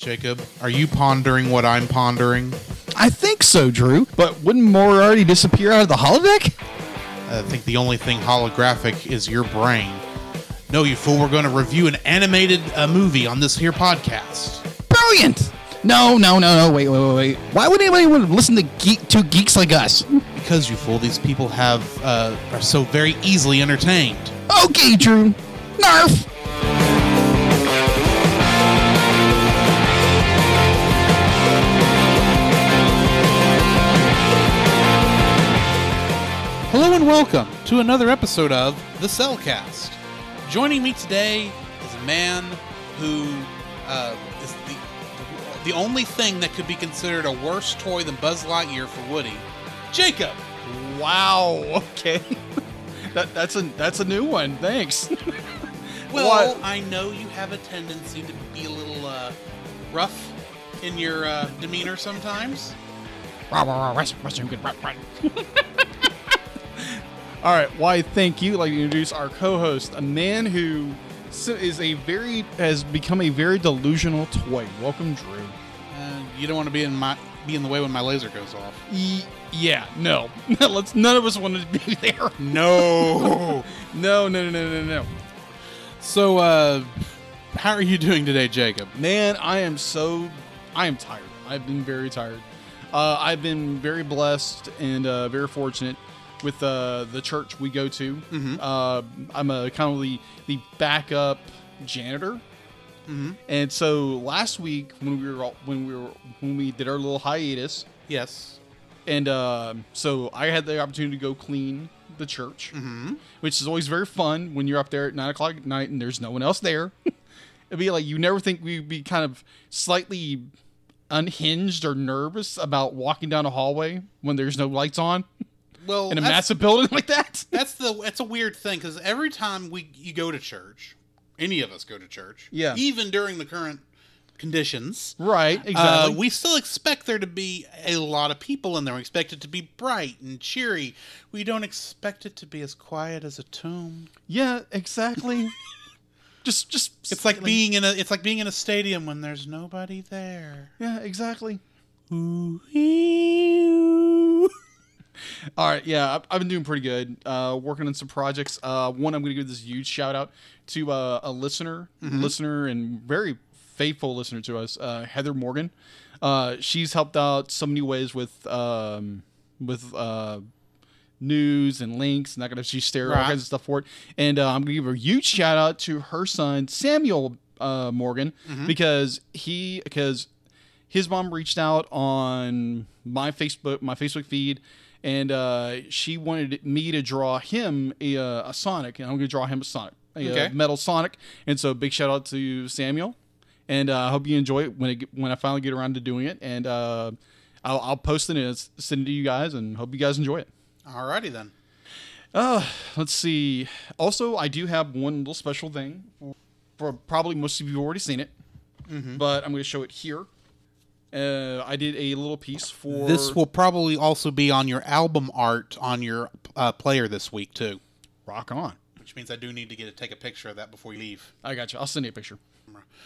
Jacob, are you pondering what I'm pondering? I think so, Drew. But wouldn't Moriarty disappear out of the holodeck? I think the only thing holographic is your brain. No, you fool, we're going to review an animated uh, movie on this here podcast. Brilliant! No, no, no, no. Wait, wait, wait, wait. Why would anybody want to listen to geek to geeks like us? Because, you fool, these people have uh, are so very easily entertained. Okay, Drew. Nerf. Hello and welcome to another episode of The Cellcast. Joining me today is a man who uh, is the, the only thing that could be considered a worse toy than Buzz Lightyear for Woody, Jacob. Wow. Okay. that, that's a that's a new one. Thanks. Well, I know you have a tendency to be a little uh, rough in your uh, demeanor sometimes. All right. Why? Thank you. I'd like to introduce our co-host, a man who s- is a very has become a very delusional toy. Welcome, Drew. Uh, you don't want to be in my be in the way when my laser goes off. E- yeah. No. Let's. None of us wanted to be there. No. No. No. No. No. No. No. so, uh, how are you doing today, Jacob? Man, I am so. I am tired. I've been very tired. Uh, I've been very blessed and uh, very fortunate with uh, the church we go to. Uh, I'm a kind of the, the backup janitor. And so last week when we were all, when we were when we did our little hiatus, Yes. and uh, so I had the opportunity to go clean the church, Mm. Mm-hmm. which is always very fun when you're up there at nine o'clock at night and there's no one else there. It'd be like you never think we'd be kind of slightly unhinged or nervous about walking down a hallway when there's no lights on Well, in a that's- massive building like that. that's the that's a weird thing because every time we you go to church, any of us go to church, Yeah. even during the current conditions, right, uh, exactly. we still expect there to be a lot of people in there. We expect it to be bright and cheery. We don't expect it to be as quiet as a tomb. yeah, exactly. just, just It's like slightly- being in a it's like being in a stadium when there's nobody there. Yeah, exactly. Ooh-ee-oo. All right, yeah, I've, I've been doing pretty good. Uh, working on some projects. Uh, one, I'm going to give this huge shout out to uh, a listener, listener, and very faithful listener to us, uh, Heather Morgan. Uh, she's helped out so many ways with um, with uh, news and links and that kind of. She's there all Right. kinds of stuff for it. And uh, I'm going to give a huge shout out to her son Samuel uh, Morgan Mm-hmm. because he because his mom reached out on my Facebook my Facebook feed, and uh, she wanted me to draw him a, uh, a Sonic, and I'm going to draw him a Sonic, a uh, Okay. metal Sonic. And so, big shout out to Samuel, and uh, I hope you enjoy it when it, get- when I finally get around to doing it, and uh, I'll, I'll post it and s- send it to you guys, and hope you guys enjoy it. Alrighty then. Let's see. Also, I do have one little special thing for, for probably most of you have already seen it, but I'm going to show it here. Uh, I did a little piece for This will probably also be on your album art on your uh, player this week too, rock on. which means I do need to get to take a picture of that before you leave. I got you. I'll send you a picture.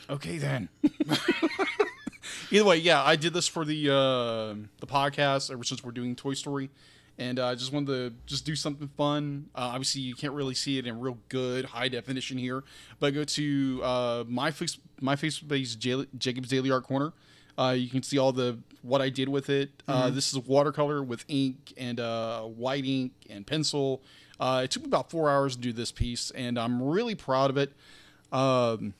Okay then. Either way, yeah, I did this for the uh, the podcast ever since we're doing Toy Story, and uh, I just wanted to just do something fun. Uh, obviously, you can't really see it in real good high definition here, but go to uh, my face my Facebook page, Ja- Jacob's Daily Art Corner. Uh, you can see all the what I did with it. Uh, this is watercolor with ink and uh, white ink and pencil. Uh, it took me about four hours to do this piece, and I'm really proud of it. Um,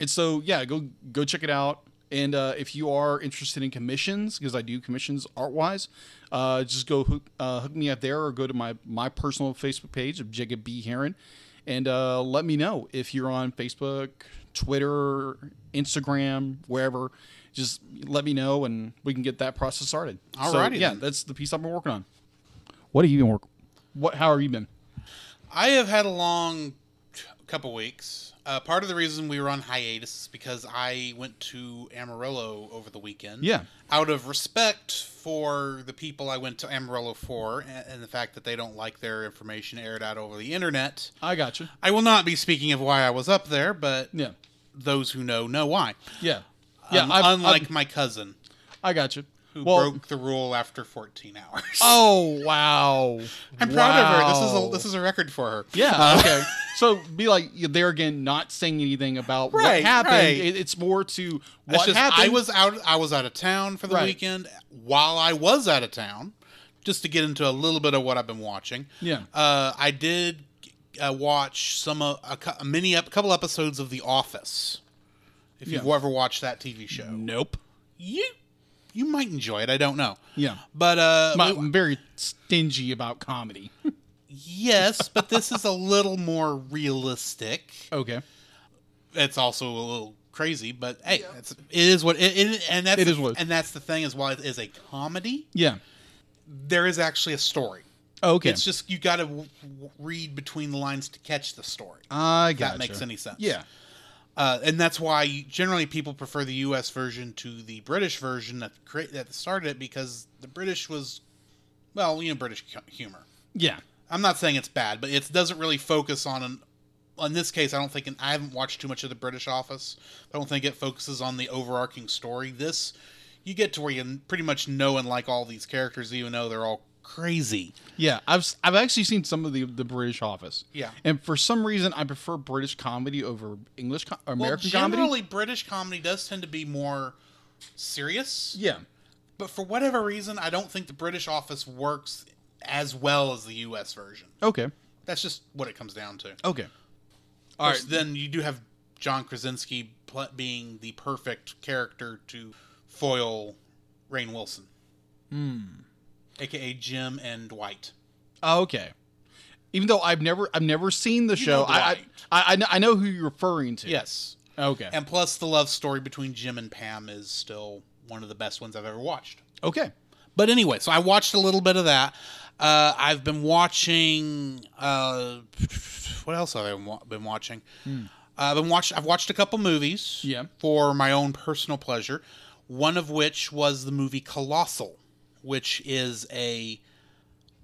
and so yeah, go go check it out. And uh, if you are interested in commissions, because I do commissions art wise, uh, just go hook, uh, hook me up there or go to my my personal Facebook page of Jacob B Heron, and uh, let me know if you're on Facebook, Twitter, Instagram, wherever. Just let me know, and we can get that process started. So, Alrighty yeah, then. that's the piece I've been working on. What have you been working? What? How have you been? I have had a long t- couple weeks. Uh, part of the reason we were on hiatus is because I went to Amarillo over the weekend. Yeah. Out of respect for the people I went to Amarillo for and, and the fact that they don't like their information aired out over the internet, I got you. I will not be speaking of why I was up there, but Yeah, those who know know why. yeah. Yeah, un- I've- I've- unlike my cousin I got you. who well, broke the rule after 14 hours. Oh wow! I'm proud of her. This is Wow. a, this is Uh, a record for her. yeah okay. So be like you're there again, not saying anything about what Right, happened. right. It- it's more to It's what just, happened. I was out. I was out of town for the Right. weekend. While I was out of town, just to get into a little bit of what I've been watching. Yeah. uh, I did uh, watch some uh, a, cou- a mini a couple episodes of The Office. If you've Yeah. Mm-hmm. ever watched that TV show, nope. you you might enjoy it. I don't know. Yeah. but uh, My, we- I'm very stingy about comedy. yes, but this is a little more realistic. okay. it's also a little crazy, but hey, that's, it is what it, it and that's It is what- and that's the thing is while it is a comedy, Yeah. there is actually a story. Okay. It's just you got to w- w- read between the lines to catch the story. I if that gotcha. makes any sense. Yeah. uh, and that's why you- generally people prefer the U.S. version to the British version that cre- that started it because the British was, well, you know, British cu- humor. Yeah. I'm not saying it's bad, but it doesn't really focus on an. In this case, I don't think I haven't watched too much of the British Office. I don't think it focuses on the overarching story. This, you get to where you pretty much know and like all these characters, even though they're all crazy. Yeah, I've s- I've actually seen some of the the British Office. Yeah. and for some reason I prefer British comedy over English com- American well, generally, comedy. British comedy does tend to be more serious, Yeah, but for whatever reason, I don't think the British Office works as well as the U.S. version. okay, That's just what it comes down to. okay, All right. Then you do have John Krasinski pl- being the perfect character to foil Rain Wilson, aka Jim and Dwight. Oh, okay. Even though I've never I've never seen the show, know I, I Dwight. I I know- I know who you're referring to. Yes. Okay. And plus, the love story between Jim and Pam is still one of the best ones I've ever watched. okay. But anyway, so I watched a little bit of that. Uh, I've been watching. Uh, what else have I been wa- been watching? Uh, I've been watch. I've watched a couple movies. Hmm. Yeah. For my own personal pleasure, one of which was the movie Colossal, which is a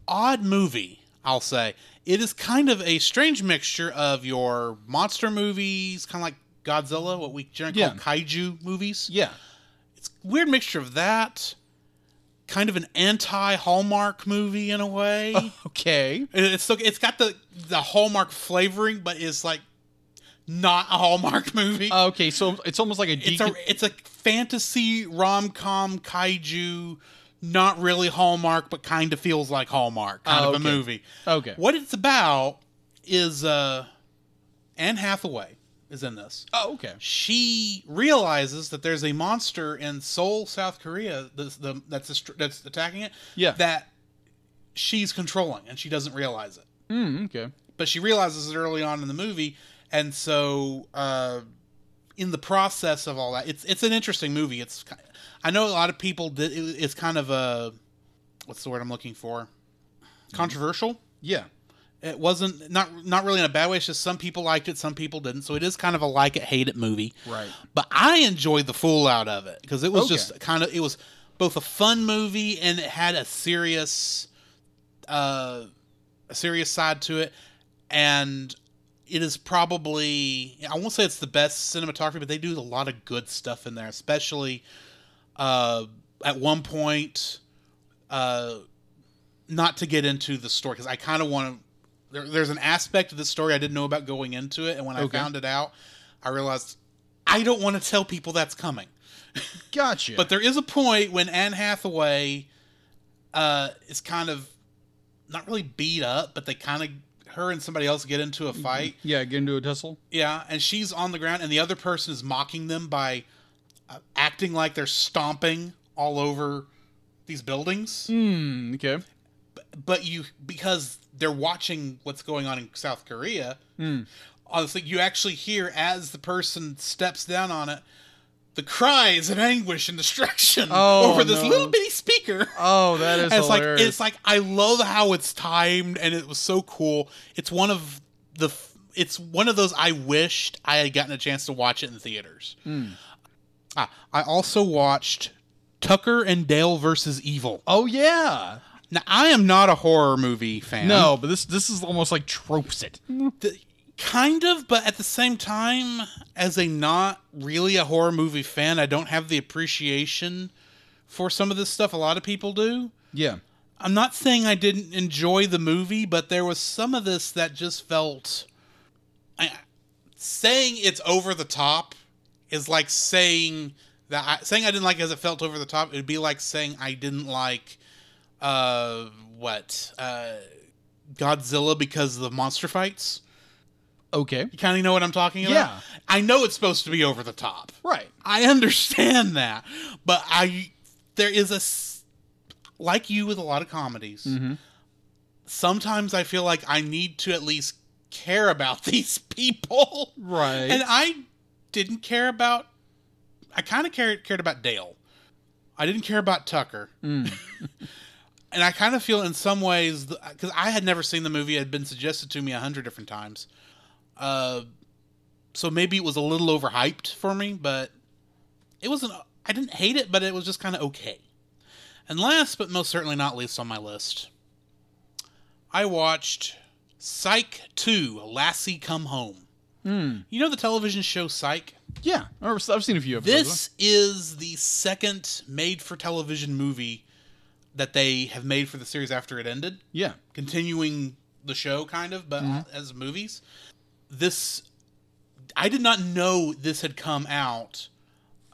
odd movie. I'll say it is kind of a strange mixture of your monster movies, kind of like Godzilla, what we generally Yeah. call kaiju movies Yeah. it's a weird mixture of that kind of an anti Hallmark movie in a way. Oh. Okay. And it's so it's got the the Hallmark flavoring but it's like not a Hallmark movie. Okay. So it's almost like a it's decon- a it's a fantasy rom-com kaiju not really Hallmark but kind of feels like Hallmark kind Oh, of a okay. movie. Okay. What it's about is uh Anne Hathaway is in this oh, okay. she realizes that there's a monster in Seoul, South Korea, that's, the, that's, dest- that's attacking it. Yeah. That she's controlling, and she doesn't realize it. Mm, okay. But she realizes it early on in the movie, and so uh, in the process of all that, it's it's an interesting movie. It's ki- I know a lot of people that it, it's kind of a what's the word I'm looking for controversial Yeah. it wasn't not not really in a bad way. It's just some people liked it, some people didn't. So it is kind of a like it, hate it movie. Right. But I enjoyed the fool out of it because it was Okay. just kind of it was both a fun movie and it had a serious, uh, a serious side to it, and it is probably I won't say it's the best cinematography, but they do a lot of good stuff in there, especially uh, at one point. Uh, not to get into the story because I kind of want to. There, there's an aspect of this story I didn't know about going into it, and when Okay. I found it out, I realized I don't want to tell people that's coming. Gotcha. But there is a point when Anne Hathaway uh, is kind of not really beat up, but they kind of her and somebody else get into a fight. yeah, get into a tussle. Yeah, and she's on the ground, and the other person is mocking them by uh, acting like they're stomping all over these buildings. Mm, okay. but you because they're watching what's going on in South Korea. Mm. Honestly, you actually hear as the person steps down on it the cries of anguish and destruction Oh, over this no. little bitty speaker. Oh, that is And it's like hilarious. it's like I love how it's timed and it was so cool. It's one of the f- it's one of those I wished I had gotten a chance to watch it in theaters. Hmm. Ah, I also watched Tucker and Dale versus Evil. oh yeah. Now I am not a horror movie fan. No, but this this is almost like tropes it. The- Kind of, but at the same time, as a not really a horror movie fan, I don't have the appreciation for some of this stuff a lot of people do. Yeah. I'm not saying I didn't enjoy the movie, but there was some of this that just felt. I, saying it's over the top is like saying that I, saying I didn't like it as it felt over the top. It'd be like saying I didn't like, uh, what, uh, Godzilla because of the monster fights. Okay. You kind of know what I'm talking about. Yeah. I know it's supposed to be over the top. Right. I understand that, but I there is a s- like you with a lot of comedies. Mm-hmm. Sometimes I feel like I need to at least care about these people, Right. and I didn't care about. I kind of cared cared about Dale. I didn't care about Tucker. and I kind of feel in some ways because I had never seen the movie; it had been suggested to me a hundred different times. Uh, so maybe it was a little overhyped for me, but it wasn't. I didn't hate it, but it was just kind of okay. And last but most certainly not least on my list, I watched Psych 2 Lassie Come Home. You know the television show Psych? Uh-huh. yeah. I remember- I've seen a few of This is the second made for television movie that they have made for the series after it ended Yeah. continuing the show kind of but Mm-hmm. as movies this i did not know this had come out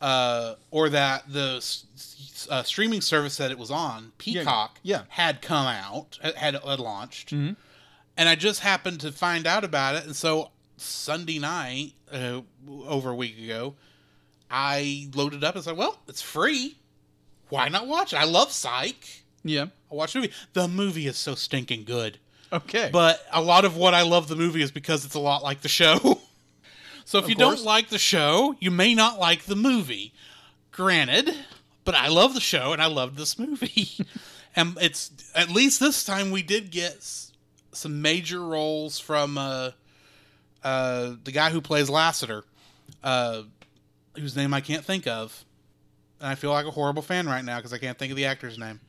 uh, or that the s- s- uh, streaming service that it was on peacock yeah. Mm-hmm. had come out had- had, had launched and i just happened to find out about it and so sunday night uh, over a week ago i loaded up and said well it's free why not watch it i love psych Yeah. I watch the movie. The movie is so stinking good. Okay. But a lot of what I love the movie is because it's a lot like the show. so if you course. don't like the show, you may not like the movie. Granted, but I love the show and I loved this movie. and it's at least this time we did get s- some major roles from uh, uh, the guy who plays Lassiter, uh, whose name I can't think of. And I feel like a horrible fan right now because I can't think of the actor's name.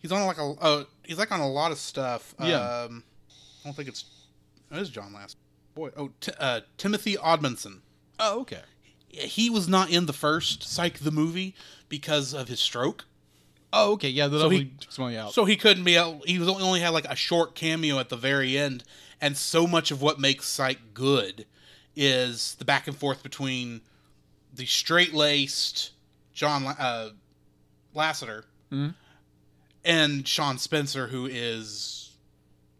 He's on like a uh, he's like on a lot of stuff. Yeah. Um, I don't think it's it is John Last boy. Oh, T- uh, Timothy Odmanson. oh, okay. He was not in the first Psych the movie because of his stroke, Oh, okay. Yeah. That So he- definitely took somebody out. Oh. so he couldn't be. out- He was only, only had like a short cameo at the very end, and so much of what makes Psych good is the back and forth between the straight laced John La- uh, Lasseter Mhm. and Sean Spencer, who is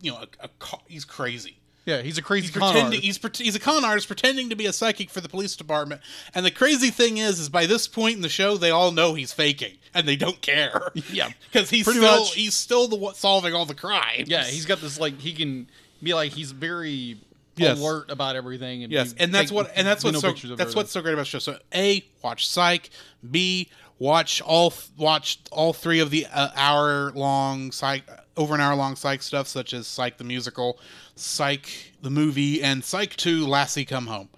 you know a, a ca- he's crazy. yeah. He's a crazy he's con pretending artist. he's, pret- he's a con artist pretending to be a psychic for the police department and the crazy thing is is by this point in the show they all know he's faking and they don't care Yeah. because he's Pretty still much. he's still the one solving all the crimes Yeah. He's got this like he can be like he's very Yes. alert about everything. And yes you and that's take what and that's what's so window pictures of that's what's everything. so great about the show so a watch psych b watch all th- watch all three of the uh, hour long psych over an hour long psych stuff such as psych the musical psych the movie and psych 2 lassie come home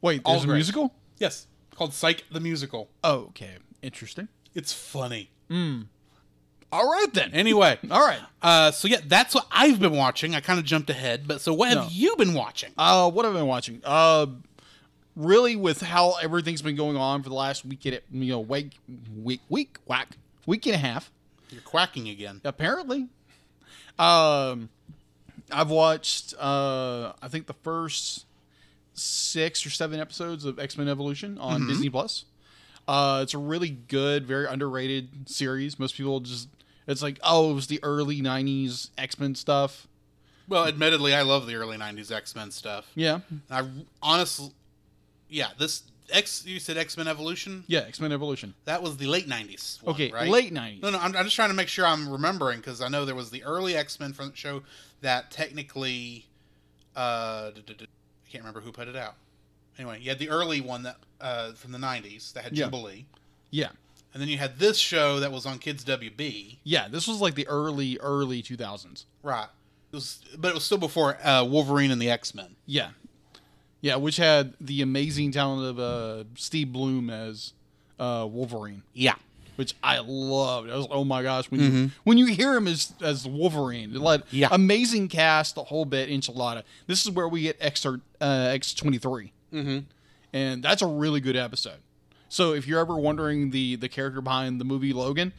wait. all There's a great. musical. yes called psych the musical Oh, okay. Interesting. It's funny. All right then. Anyway, All right. uh, so yeah, that's what I've been watching. I kind of jumped ahead, but so what have No. you been watching? Uh, what have I been watching? Uh, really, with how everything's been going on for the last week, and you know, week, week, week, whack, week and a half, You're quacking again. apparently. Um, I've watched, uh, I think the first six or seven episodes of X Men Evolution on Disney Plus. Uh, it's a really good, very underrated series. Most people just, it's like, oh, it was the early '90s X Men stuff. Well, admittedly, I love the early '90s X-Men stuff. Yeah, I honestly, yeah, this X. You said X-Men Evolution. yeah, X Men Evolution. That was the late '90s. one, Okay, right? late '90s. No, no, I'm, I'm just trying to make sure I'm remembering because I know there was the early X Men from show that technically, uh, d- d- d- I can't remember who put it out. Anyway, you had the early one that uh, from the '90s that had Yeah. Jubilee. Yeah. And then you had this show that was on Kids WB, Yeah, this was like the early early 2000s. right? It was, but it was still before uh, Wolverine and the X Men. Yeah, yeah, which had the amazing talent of uh, Steve Bloom as uh, Wolverine. Yeah, Mm-hmm. which I loved. I was oh my gosh when you when you hear him as as Wolverine, like Yeah. amazing cast, the whole bit, enchilada. This is where we get excerpt uh, X twenty three, Mm-hmm. and that's a really good episode. So if you're ever wondering the the character behind the movie Logan,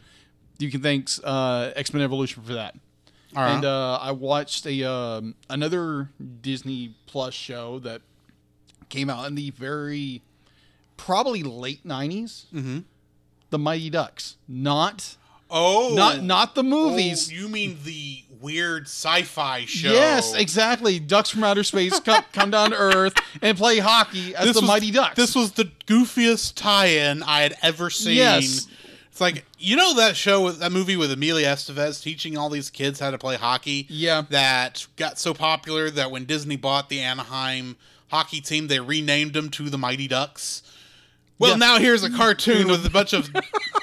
you can thank uh, X Men Evolution for that. right. And uh, I watched a um, another Disney Plus show that came out in the very probably late 90s Mm-hmm. The Mighty Ducks, not Oh, not not the movies. Oh, you mean the weird sci-fi show? Yes, exactly. Ducks from outer space come, come down to Earth and play hockey as the was, Mighty Ducks. This was the goofiest tie-in I had ever seen. Yes. It's like you know that show with that movie with Emilio Estevez teaching all these kids how to play hockey. Yeah. That got so popular that when Disney bought the Anaheim hockey team, they renamed them to the Mighty Ducks. Well, Yeah. now here's a cartoon with a bunch of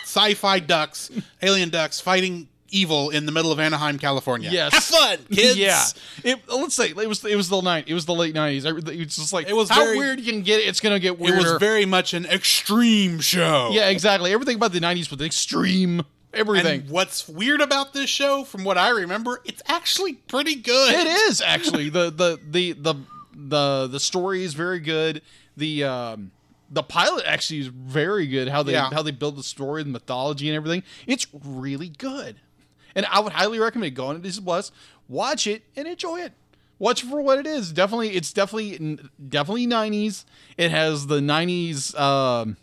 sci-fi ducks, alien ducks fighting evil in the middle of Anaheim, California. Yes. Have fun, kids. yeah, it, let's say it was it was the night it was the late nineties. It's just like It was how very- weird you can get. It, it's gonna get It weirder. was very much an extreme show. yeah, exactly. Everything about the nineties was extreme. Everything. And what's weird about this show, from what I remember, it's actually pretty good. It is actually the the the the the the story is very good. The um the pilot actually is very good. How they Yeah. how they build the story, the mythology, and everything. It's really good, and I would highly recommend going to Disney Plus, watch it and enjoy it. Watch it for what it is. Definitely, it's definitely definitely nineties. It has the nineties um,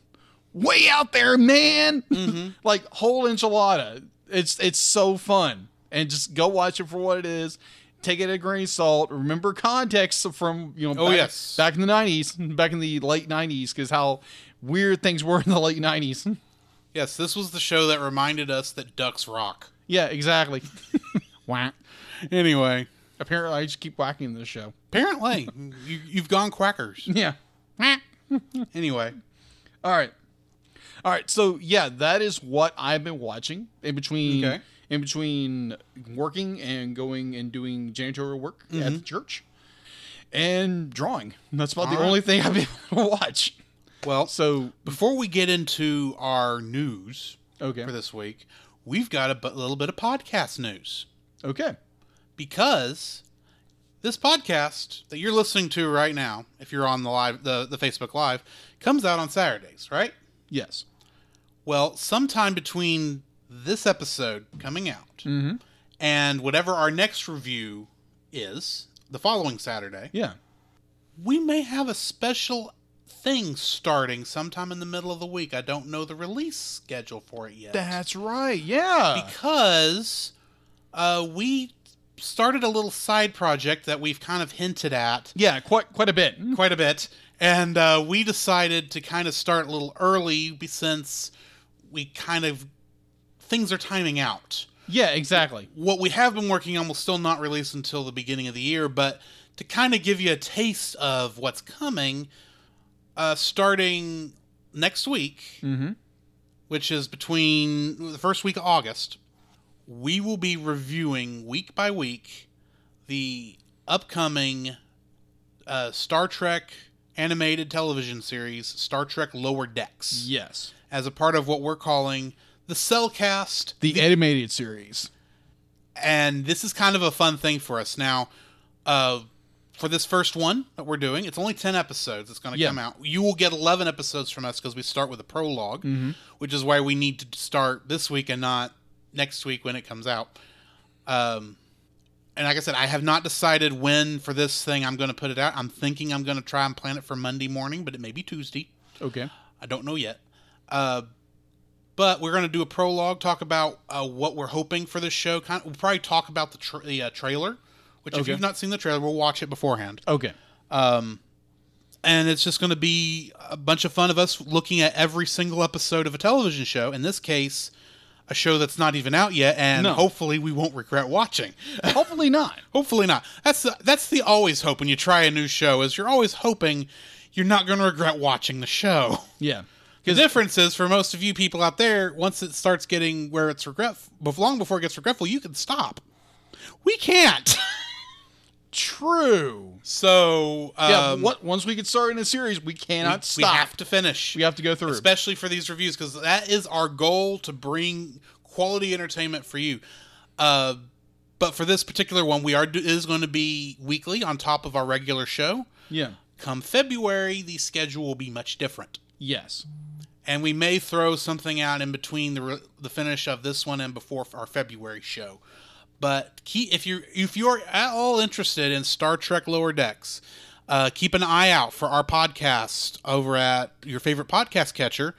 way out there, man. Mm-hmm. like whole enchilada. It's it's so fun. And just go watch it for what it is. Take it at a grain of salt. Remember context from you know Oh, back, yes. back in the nineties, back in the late nineties, because how weird things were in the late nineties. Yes, this was the show that reminded us that ducks rock. yeah, exactly. Whack. Anyway, Apparently, I just keep whacking this show. apparently you, you've gone quackers. Yeah. Anyway, All right. All right. So yeah, that is what I've been watching in between Okay. in between working and going and doing janitorial work at the church and drawing. That's about the right. only thing I've been able to watch. well, so So before we get into our news okay. for this week, we've got a bu- little bit of podcast news Okay. because this podcast that you're listening to right now, if you're on the live the, the Facebook live, comes out on Saturdays, right? Yes. Well, sometime between this episode coming out and whatever our next review is, the following Saturday, Yeah. we may have a special thing starting sometime in the middle of the week. I don't know the release schedule for it yet. Uh. That's right. Yeah. because uh, we started a little side project that we've kind of hinted at yeah. Quite quite a bit. quite a bit, and uh, we decided to kind of start a little early be- since we kind of things are timing out. Yeah. Exactly. What we have been working on will still not release until the beginning of the year, but to kind of give you a taste of what's coming, uh, starting next week, Mhm. which is between the first week of August, we will be reviewing week by week the upcoming uh, Star Trek animated television series, Star Trek Lower Decks, Yes. as a part of what we're calling the Cellcast. The animated series. And this is kind of a fun thing for us. Now, uh, for this first one that we're doing, it's only 10 episodes. It's going to Yeah. come out. You will get 11 episodes from us because we start with a prolog which is why we need to start this week and not next week when it comes out. Um, and like I said, I have not decided when for this thing I'm going to put it out. I'm thinking I'm going to try and plan it for Monday morning, but it may be Tuesday. Okay. I don't know yet. Uh, but we're going to do a prologue, talk about uh, what we're hoping for this show. Kind we'll probably talk about the, tra- the uh, trailer, which if Okay. you've not seen the trailer, we'll watch it beforehand Okay. and it's just going to be a bunch of fun of us looking at every single episode of a television show. In this case, a show that's not even out yet, and No. hopefully we won't regret watching. Hopefully not. hopefully not. That's the, that's the always hope when you try a new show is you're always hoping you're not going to regret watching the show. Yeah. The difference is for most of you people out there, once it starts getting where it's regretful, long before it gets regretful, you can stop. We can't. True. So um, yeah. what once we get started in a series, we we, cannot we stop. have to finish. We have to go through. especially for these reviews because that is our goal to bring quality entertainment for you uh, but for this particular one we are it is going to be weekly on top of our regular show yeah. come february the schedule will be much different Yes. and we may throw something out in between the, re- the finish of this one and before our february show but keep, if you if you're at all interested in star trek lower decks uh, keep an eye out for our podcast over at your favorite podcast catcher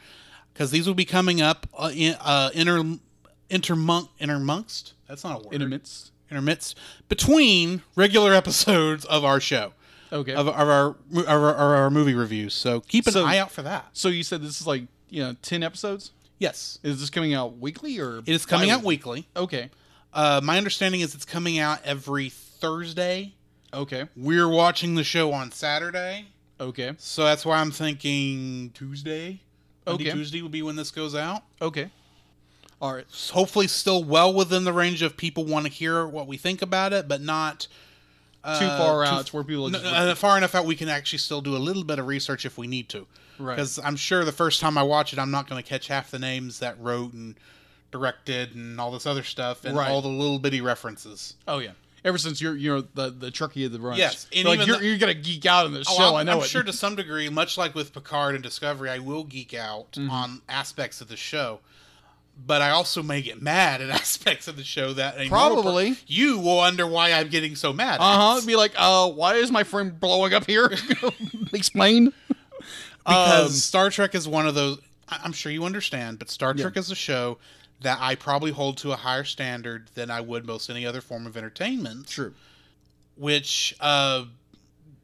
because these will be coming up uh, in, uh, inter intermunk intermongst that's not a word Intimates. intermits between regular episodes of our show Okay. of, of our of our, of our movie reviews so keep an So- eye out for that so you said this is like you know ten episodes. yes Is this coming out weekly or? It is coming out weekly. Okay. Uh, my understanding is it's coming out every Thursday. Okay. We're watching the show on Saturday, Okay. so that's why I'm thinking Tuesday. Monday, Okay. Tuesday will be when this goes out. Okay. All right. It's hopefully, still well within the range of people want to hear what we think about it, but not uh, too far out. to where people No, just uh, far enough out we can actually still do a little bit of research if we need to. Right. Because I'm sure the first time I watch it, I'm not going to catch half the names that wrote and directed and all this other stuff and Right. all the little bitty references. oh yeah. Ever since you're you're the the Trekkie of the brunch. Yes, and So, like even you're, the- you're gonna geek out on this Oh, show. I'm, i know I'm it. sure to some degree, much like with Picard and Discovery, I will geek out Mm-hmm. on aspects of the show. But I also may get mad at aspects of the show that a normal per- Probably. you will wonder why I'm getting so mad. at. Um, Uh huh. Be like, uh, why is my friend blowing up here? Explain. because Um, Star Trek is one of those. I- I'm sure you understand, but Star Trek is a show that I probably hold to a higher standard than I would most any other form of entertainment. True. which uh,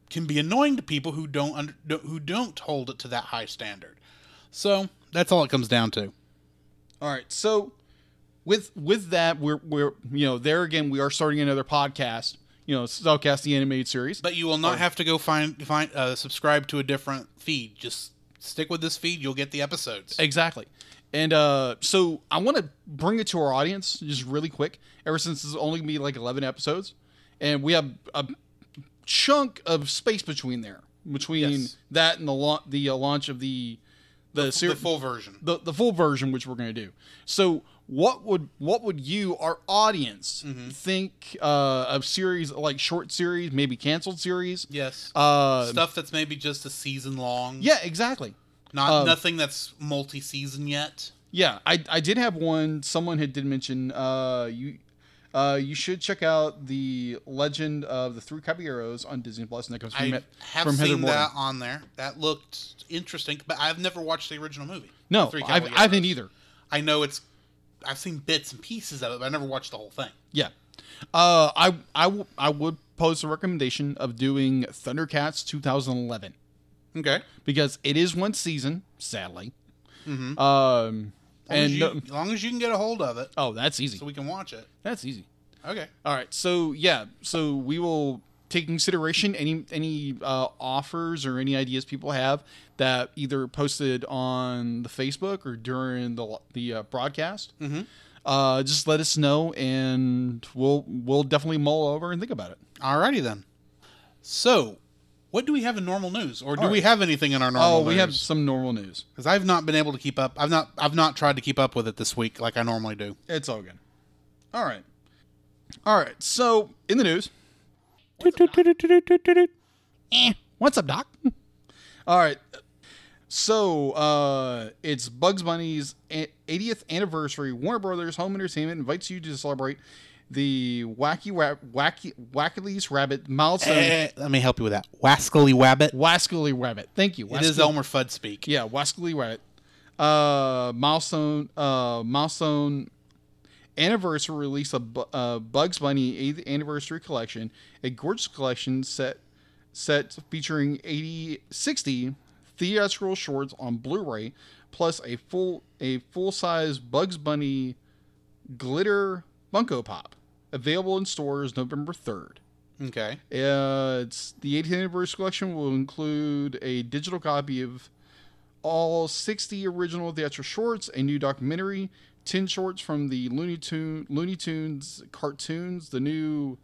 can be annoying to people who don't under, don't- who don't hold it to that high standard. So that's all it comes down to. All right. So with with that, we're we're you know there again. We are starting another podcast. You know, Cellcast the animated series. But you will not have to go find find uh, subscribe to a different feed. Just stick with this feed. You'll get the episodes. Exactly. And uh, so I want to bring it to our audience just really quick. Ever since it's only gonna be like eleven episodes, and we have a chunk of space between there, between Yes. that and the la- the uh, launch of the the, ser- the full version. the the full version, which we're gonna do. So what would what would you, our audience, Mm-hmm. think uh, of series like short series, maybe canceled series? Yes. Uh, Um, Stuff that's maybe just a season long. yeah, um, exactly. Not nothing that's multi season yet. Yeah, I, I did have one. Someone had did mention uh, you uh, you should check out the Legend of the Three Caballeros on Disney Plus, and that comes from, I Met- have from Heather seen Morgan. that on there. That looked interesting, but I've never watched the original movie. No, Three I've, I Caballeros. haven't either. I know it's. I've seen bits and pieces of it, but I never watched the whole thing. Yeah, uh, I I w- I would pose a recommendation of doing Thundercats 2011 Okay. because it is one season, sadly. Mm-hmm. Um, And and you, no- as long as you can get a hold of it, oh, that's easy. so we can watch it. That's easy. Okay. All right. So yeah. So we will take into consideration any any uh, offers or any ideas people have that either posted on the Facebook or during the the uh, broadcast. Mm-hmm. Uh, just let us know, and we'll we'll definitely mull over and think about it. Alrighty then. So, what do we have in normal news, or do we right. have anything in our normal? Oh, we have some normal news. because I've not been able to keep up. I've not. I've not tried to keep up with it this week like I normally do. It's all good. All right. All right. So in the news. Eh, What's up, Doc? All right. So uh, it's Bugs Bunny's a- 80th anniversary. Warner Brothers Home Entertainment invites you to celebrate the Wacky Ra- Wacky Wackily's Rabbit milestone. Eh, let me help you with that. Wascally Wabbit. Wascally Rabbit. Thank you. It is Wascally- Elmer Fudd speak. yeah, Wascally Rabbit. Uh, milestone. Uh, milestone anniversary release of Bu- uh, Bugs Bunny 8th anniversary collection, a gorgeous collection set set featuring 80 60 theatrical shorts on Blu-ray plus a full a full-size Bugs Bunny glitter Funko Pop available in stores November 3rd. Okay. Uh, it's the 18th anniversary collection will include a digital copy of all 60 original theatrical shorts, a new documentary, 10 shorts from the Looney, Tune, Looney Tunes cartoons, the new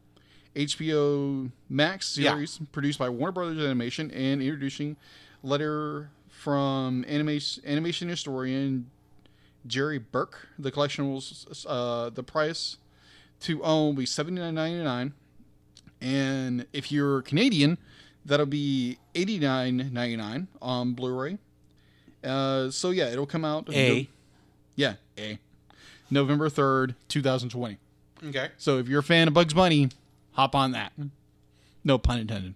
HBO Max Yeah. series produced by Warner Brothers Animation and introducing letter from animation animation historian Jerry Burke. The collection was uh, the price to own will be seventy nine ninety nine, and if you're Canadian, that'll be eighty nine ninety nine on Blu-ray. Uh, so yeah, it'll come out. A. yeah, A. November third, two thousand twenty. Okay. So if you're a fan of Bugs Bunny, hop on that. No pun intended.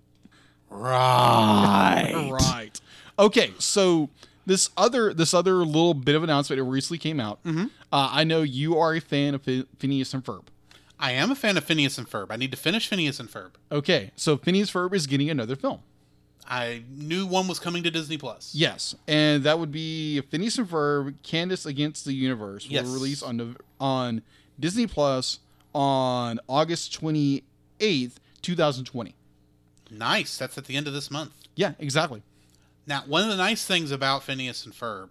Right. Right. Okay, so this other this other little bit of announcement that recently came out. Uh, I know you are a fan of Phi- Phineas and Ferb. I am a fan of Phineas and Ferb. I need to finish Phineas and Ferb. Okay, so Phineas Ferb is getting another film. I knew one was coming to Disney Plus. Yes, and that would be Phineas and Ferb: Candace Against the Universe will Yes. release on Nov- on Disney Plus on August twenty eighth, two thousand twenty. Nice. That's at the end of this month. Yeah, exactly. Now, one of the nice things about Phineas and Ferb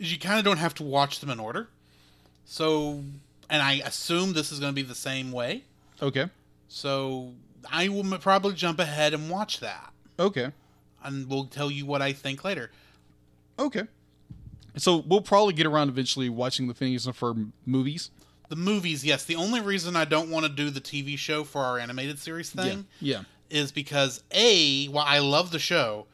is you kind of don't have to watch them in order. So, and I assume this is going to be the same way. Okay, So, I will m- probably jump ahead and watch that, okay. and we'll tell you what I think later. Okay. So we'll probably get around eventually watching the Phineas and Ferb movies. The movies, yes. The only reason I don't want to do the TV show for our animated series thing Yeah. Yeah. is because a while I love the show,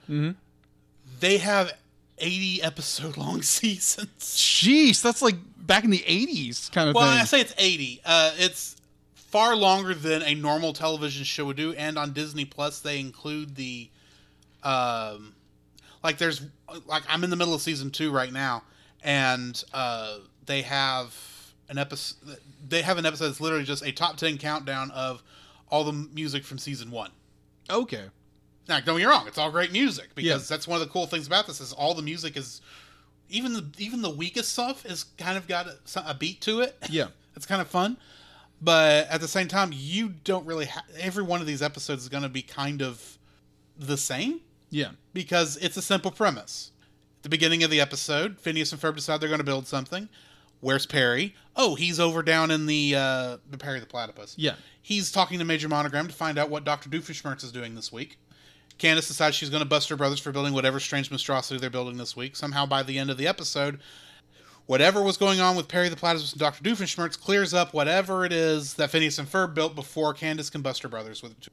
they have eighty episode long seasons. Jeez, that's like back in the eighties kind of Well, thing. I say it's eighty. Uh, it's far longer than a normal television show would do, and on Disney Plus they include the, um, like there's like I'm in the middle of season two right now, and uh, they have an episode. They have an episode that's literally just a top ten countdown of all the music from season one. okay. Now, don't get me wrong; it's all great music because Yeah. that's one of the cool things about this is all the music is, even the even the weakest stuff is kind of got a, a beat to it. Yeah. it's kind of fun, but at the same time, you don't really. Ha- every one of these episodes is going to be kind of the same Yeah. because it's a simple premise. At the beginning of the episode, Phineas and Ferb decide they're going to build something. Where's Perry? Oh, he's over down in the uh, the Perry the Platypus. Yeah. He's talking to Major Monogram to find out what Dr. Doofenshmirtz is doing this week. Candace decides she's going to bust her brothers for building whatever strange monstrosity they're building this week. Somehow, by the end of the episode, whatever was going on with Perry the Platypus and Dr. Doofenshmirtz clears up whatever it is that Phineas and Ferb built before Candace can bust her brothers with it.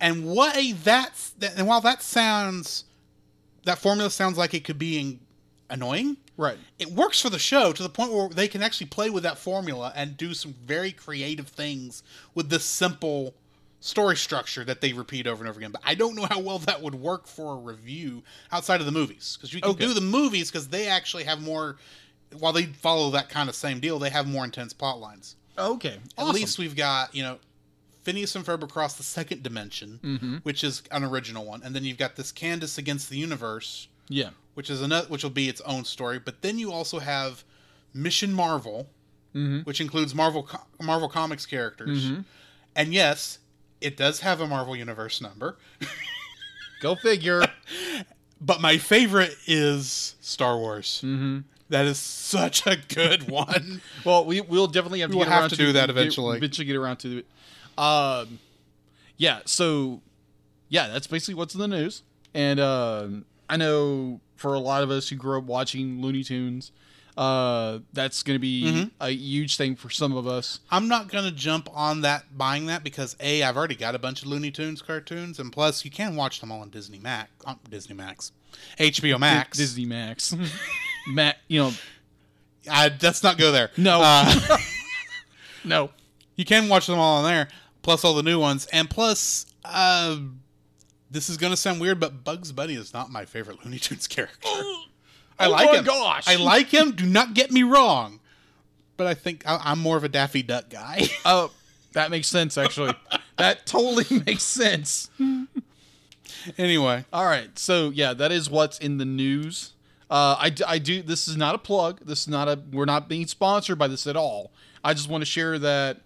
And what a that's that, and while that sounds that formula sounds like it could be in, annoying, Right. it works for the show to the point where they can actually play with that formula and do some very creative things with this simple story structure that they repeat over and over again. But I don't know how well that would work for a review outside of the movies because you can Okay. do the movies because they actually have more. While they follow that kind of same deal, they have more intense plot lines. Okay. At least we've got you know Phineas and Ferb across the second dimension, which is an original one, and then you've got this Candace against the universe Yeah. which is another which will be its own story. But then you also have Mission Marvel, Mm-hmm. which includes Marvel co- Marvel Comics characters, and yes, it does have a Marvel Universe number. Go figure. But my favorite is Star Wars. Mm-hmm. That is such a good one. well, we we'll definitely have to We will get have around to do that eventually. Get, eventually get around to it. Um yeah, so yeah, that's basically what's in the news. And um I know for a lot of us who grew up watching Looney Tunes, uh that's going to be Mm-hmm. a huge thing for some of us. I'm not gonna jump on that buying that because a I've already got a bunch of Looney Tunes cartoons, and plus you can watch them all on Disney Max, on Disney Max, HBO Max. Disney Max. Matt, you know, I, let's not go there. no. Uh, no. you can watch them all on there, plus all the new ones, and plus, uh, this is gonna sound weird, but Bugs Bunny is not my favorite Looney Tunes character. I Oh like my him. gosh. I like him. Do not get me wrong, but I think I, I'm more of a Daffy Duck guy. Oh, that makes sense actually. that totally makes sense. anyway, All right. So, yeah, that is what's in the news. Uh, I, d- I do this is not a plug. This is not a we're not being sponsored by this at all. I just want to share that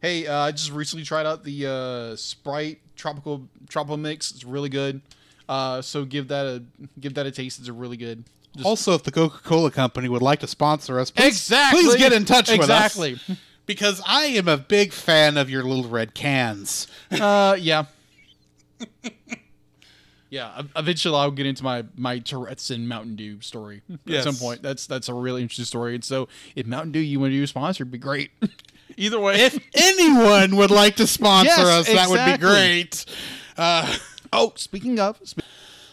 hey, uh, I just recently tried out the uh, Sprite tropical tropical mix. It's really good. Uh, so give that a give that a taste. It's a really good. Just also if the Coca Cola Company would like to sponsor us, please, Exactly. please get in touch with us. Exactly. because I am a big fan of your little red cans. Uh, yeah. yeah. ev- Eventually, I'll get into my my Tourette's and Mountain Dew story Yes. at some point. That's that's a really interesting story. And so, if Mountain Dew you want to do a sponsor, it'd be great. Either way, If anyone would like to sponsor us, Yes, that would be exactly. great. oh, speaking of, spe-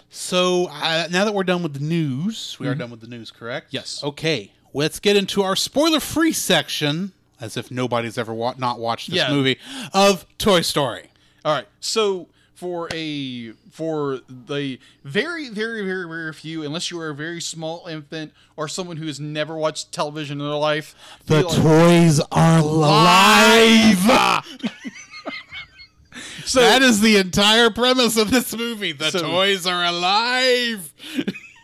So uh, now that we're done with the news, we are done with the news, correct? Mm-hmm. Yes. Okay. Let's get into our spoiler-free section, as if nobody's ever wa- not watched this Yeah. movie of Toy Story. all right, so. For a for the very very very very few, unless you are a very small infant or someone who has never watched television in their life, be like- toys are alive. so that is the entire premise of this movie. The So- toys are alive.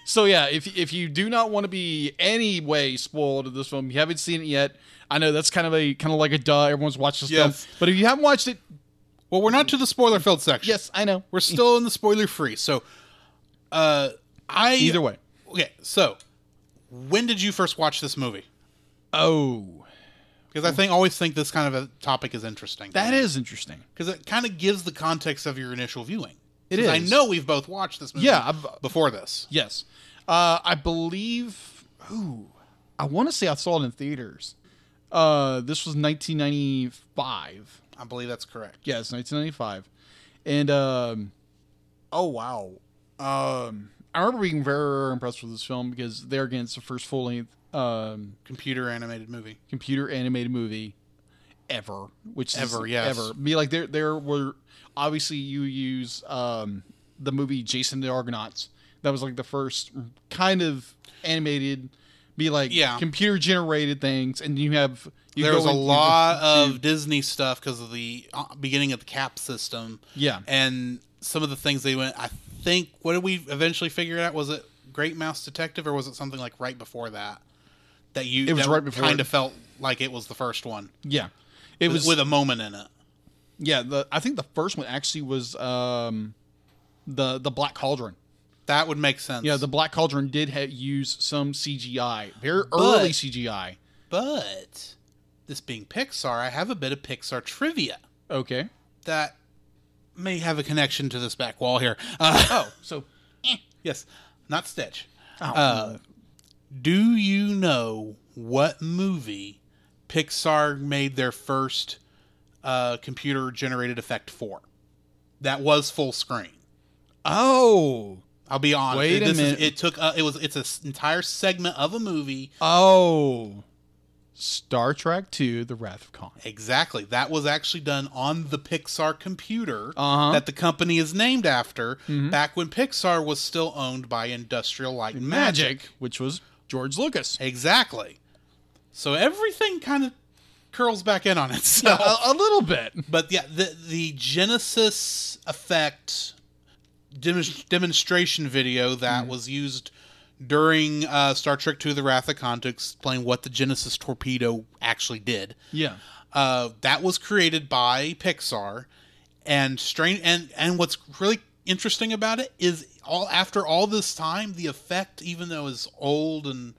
So yeah, if if you do not want to be any way spoiled of this film, you haven't seen it yet. I know that's kind of a kind of like a duh. Everyone's watched this Yes. film, but if you haven't watched it, Well, we're not to the spoiler-filled section. yes, I know. we're still in the spoiler-free. So, uh, I Either way, Okay, so when did you first watch this movie? oh, Because I think always think this kind of a topic is interesting. that is interesting. because it kind of gives the context of your initial viewing. It 'Cause I is. know we've both watched this movie. Yeah, I've- before this. Yes, uh, I believe. Ooh, I want to say I saw it in theaters. Uh, this was 1995. I believe that's correct. Yes, 1995. And um oh wow. Um I remember being very, very impressed with this film because there again it's the first full length um Computer animated movie. computer animated movie ever, which Ever, is yes. ever. Be like there there were obviously you use um the movie Jason the Argonauts. That was like the first kind of animated be like Yeah. computer generated things and you have you there go was a and you- lot of Disney stuff because of the uh, beginning of the cap system. Yeah. and some of the things they went. I think what did we eventually figure out? Was it Great Mouse Detective or was it something like right before that? That you It was right before Kind it. of felt like it was the first one. Yeah. It It was was with a moment in it. Yeah, the I think the first one actually was um, the the Black Cauldron. That would make sense. Yeah, the Black Cauldron did ha- use some CGI, very But- early CGI. But this being Pixar, I have a bit of Pixar trivia Okay. that may have a connection to this back wall here. Uh, Oh, so yes, not Stitch. Uh, do you know what movie Pixar made their first uh, computer generated effect for? That was full screen. oh, I'll be honest. Wait a This is- minute. it took. Uh, it was. It's an entire segment of a movie. oh, Star Trek Two: The Wrath of Khan. Exactly. That was actually done on the Pixar computer Uh-huh. that the company is named after back when Pixar was still owned by Industrial Light and Magic. Magic, which was George Lucas. Exactly. So everything kind of curls back in on itself. A, a little bit. But yeah, the the Genesis effect demonst- demonstration video that was used during uh, Star Trek II: The Wrath of Khan to explain what the Genesis torpedo actually did. Yeah. Uh, that was created by Pixar, and strange and and what's really interesting about it is all after all this time, the effect, even though it's old and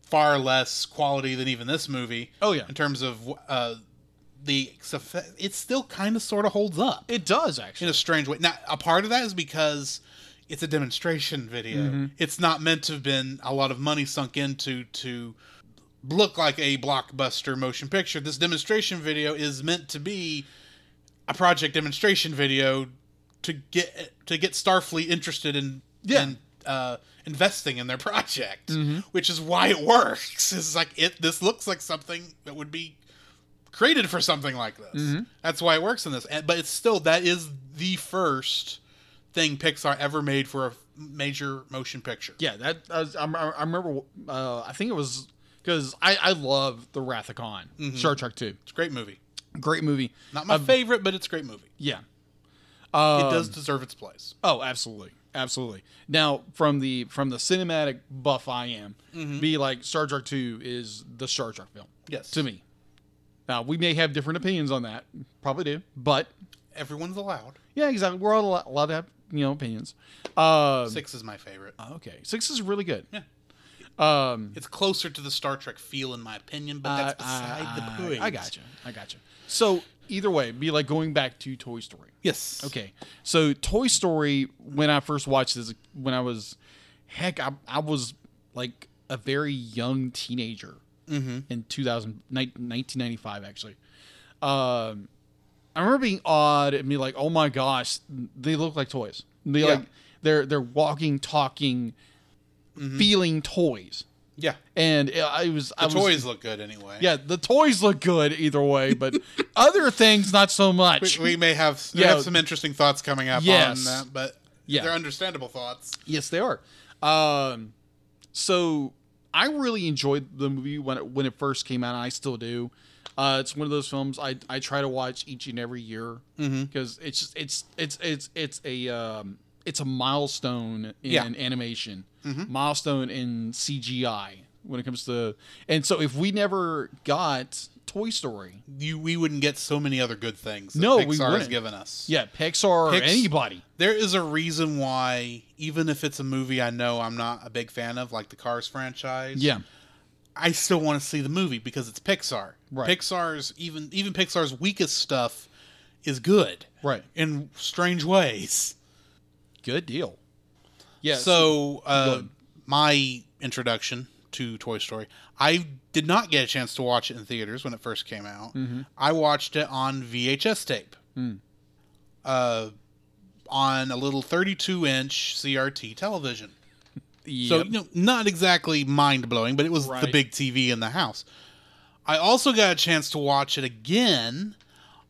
far less quality than even this movie. Oh, yeah. in terms of uh, the suff- it still kind of sort of holds up It does in actually. a strange way. Now, a part of that is because it's a demonstration video. It's not meant to have been a lot of money sunk into to look like a blockbuster motion picture. This demonstration video is meant to be a project demonstration video to get to get Starfleet interested in Yeah. Mm-hmm. in, uh, investing in their project, which is why it works. It's like it. This looks like something that would be created for something like this. Mm-hmm. That's why it works in this. And, but it's still that is the first thing Pixar ever made for a f- major motion picture. Yeah, that I, was, I, I remember. Uh, I think it was because I, I love The Wrath of Khan, Star Trek Two. It's a great movie. Great movie. Mm-hmm. Not my Um, favorite, but it's a great movie. Yeah. It Um, does deserve its place. Oh, absolutely, absolutely. Now, from the from the cinematic buff I am, be like Star Trek Two is the Star Trek film Yes. to me. Now we may have different opinions on that, probably do, but Everyone's allowed. yeah, exactly. We're all allowed, allowed to have you know opinions. Um, Six is my favorite. okay, six is really good. Yeah. Um, It's closer to the Star Trek feel, in my opinion, but that's I- I- beside I- the point. I gotcha. I gotcha. So either way, it'd be like going back to Toy Story. Yes. Okay. So Toy Story, when I first watched this, when I was, heck, I, I was like a very young teenager Mm-hmm. in 2000, ni- 1995, actually. Um, I remember being awed and be like, oh my gosh, they look like toys. They Yeah. like they're they're walking, talking, feeling toys. Yeah. And it, I was I Mm-hmm. The was, toys look good anyway. Yeah, the toys look good either way, but other things not so much. We, we may have, we Yeah. have some interesting thoughts coming up Yes. on that, but Yeah. they're understandable thoughts. Yes, they are. Um, so I really enjoyed the movie when it, when it first came out. And I still do. Uh, it's one of those films I, I try to watch each and every year Mm-hmm. because it's just- it's it's it's it's a um, it's a milestone in Yeah. Mm-hmm. animation, milestone in CGI when it comes to. And so if we never got Toy Story, You, we wouldn't get so many other good things that No, we Pixar has wouldn't. given us. yeah, Pixar or Pix- anybody, There is a reason why, even if it's a movie I know I'm not a big fan of, like the Cars franchise. yeah, I still want to see the movie because it's Pixar. Right. Pixar's even even Pixar's weakest stuff is good right, in strange ways. good deal. Yeah. So uh, Good. my introduction to Toy Story, I did not get a chance to watch it in theaters when it first came out. Mm-hmm. I watched it on VHS tape, Mm. uh, on a little 32 inch CRT television. So yep. you know, not exactly mind blowing, but it was the Right. big TV in the house. I also got a chance to watch it again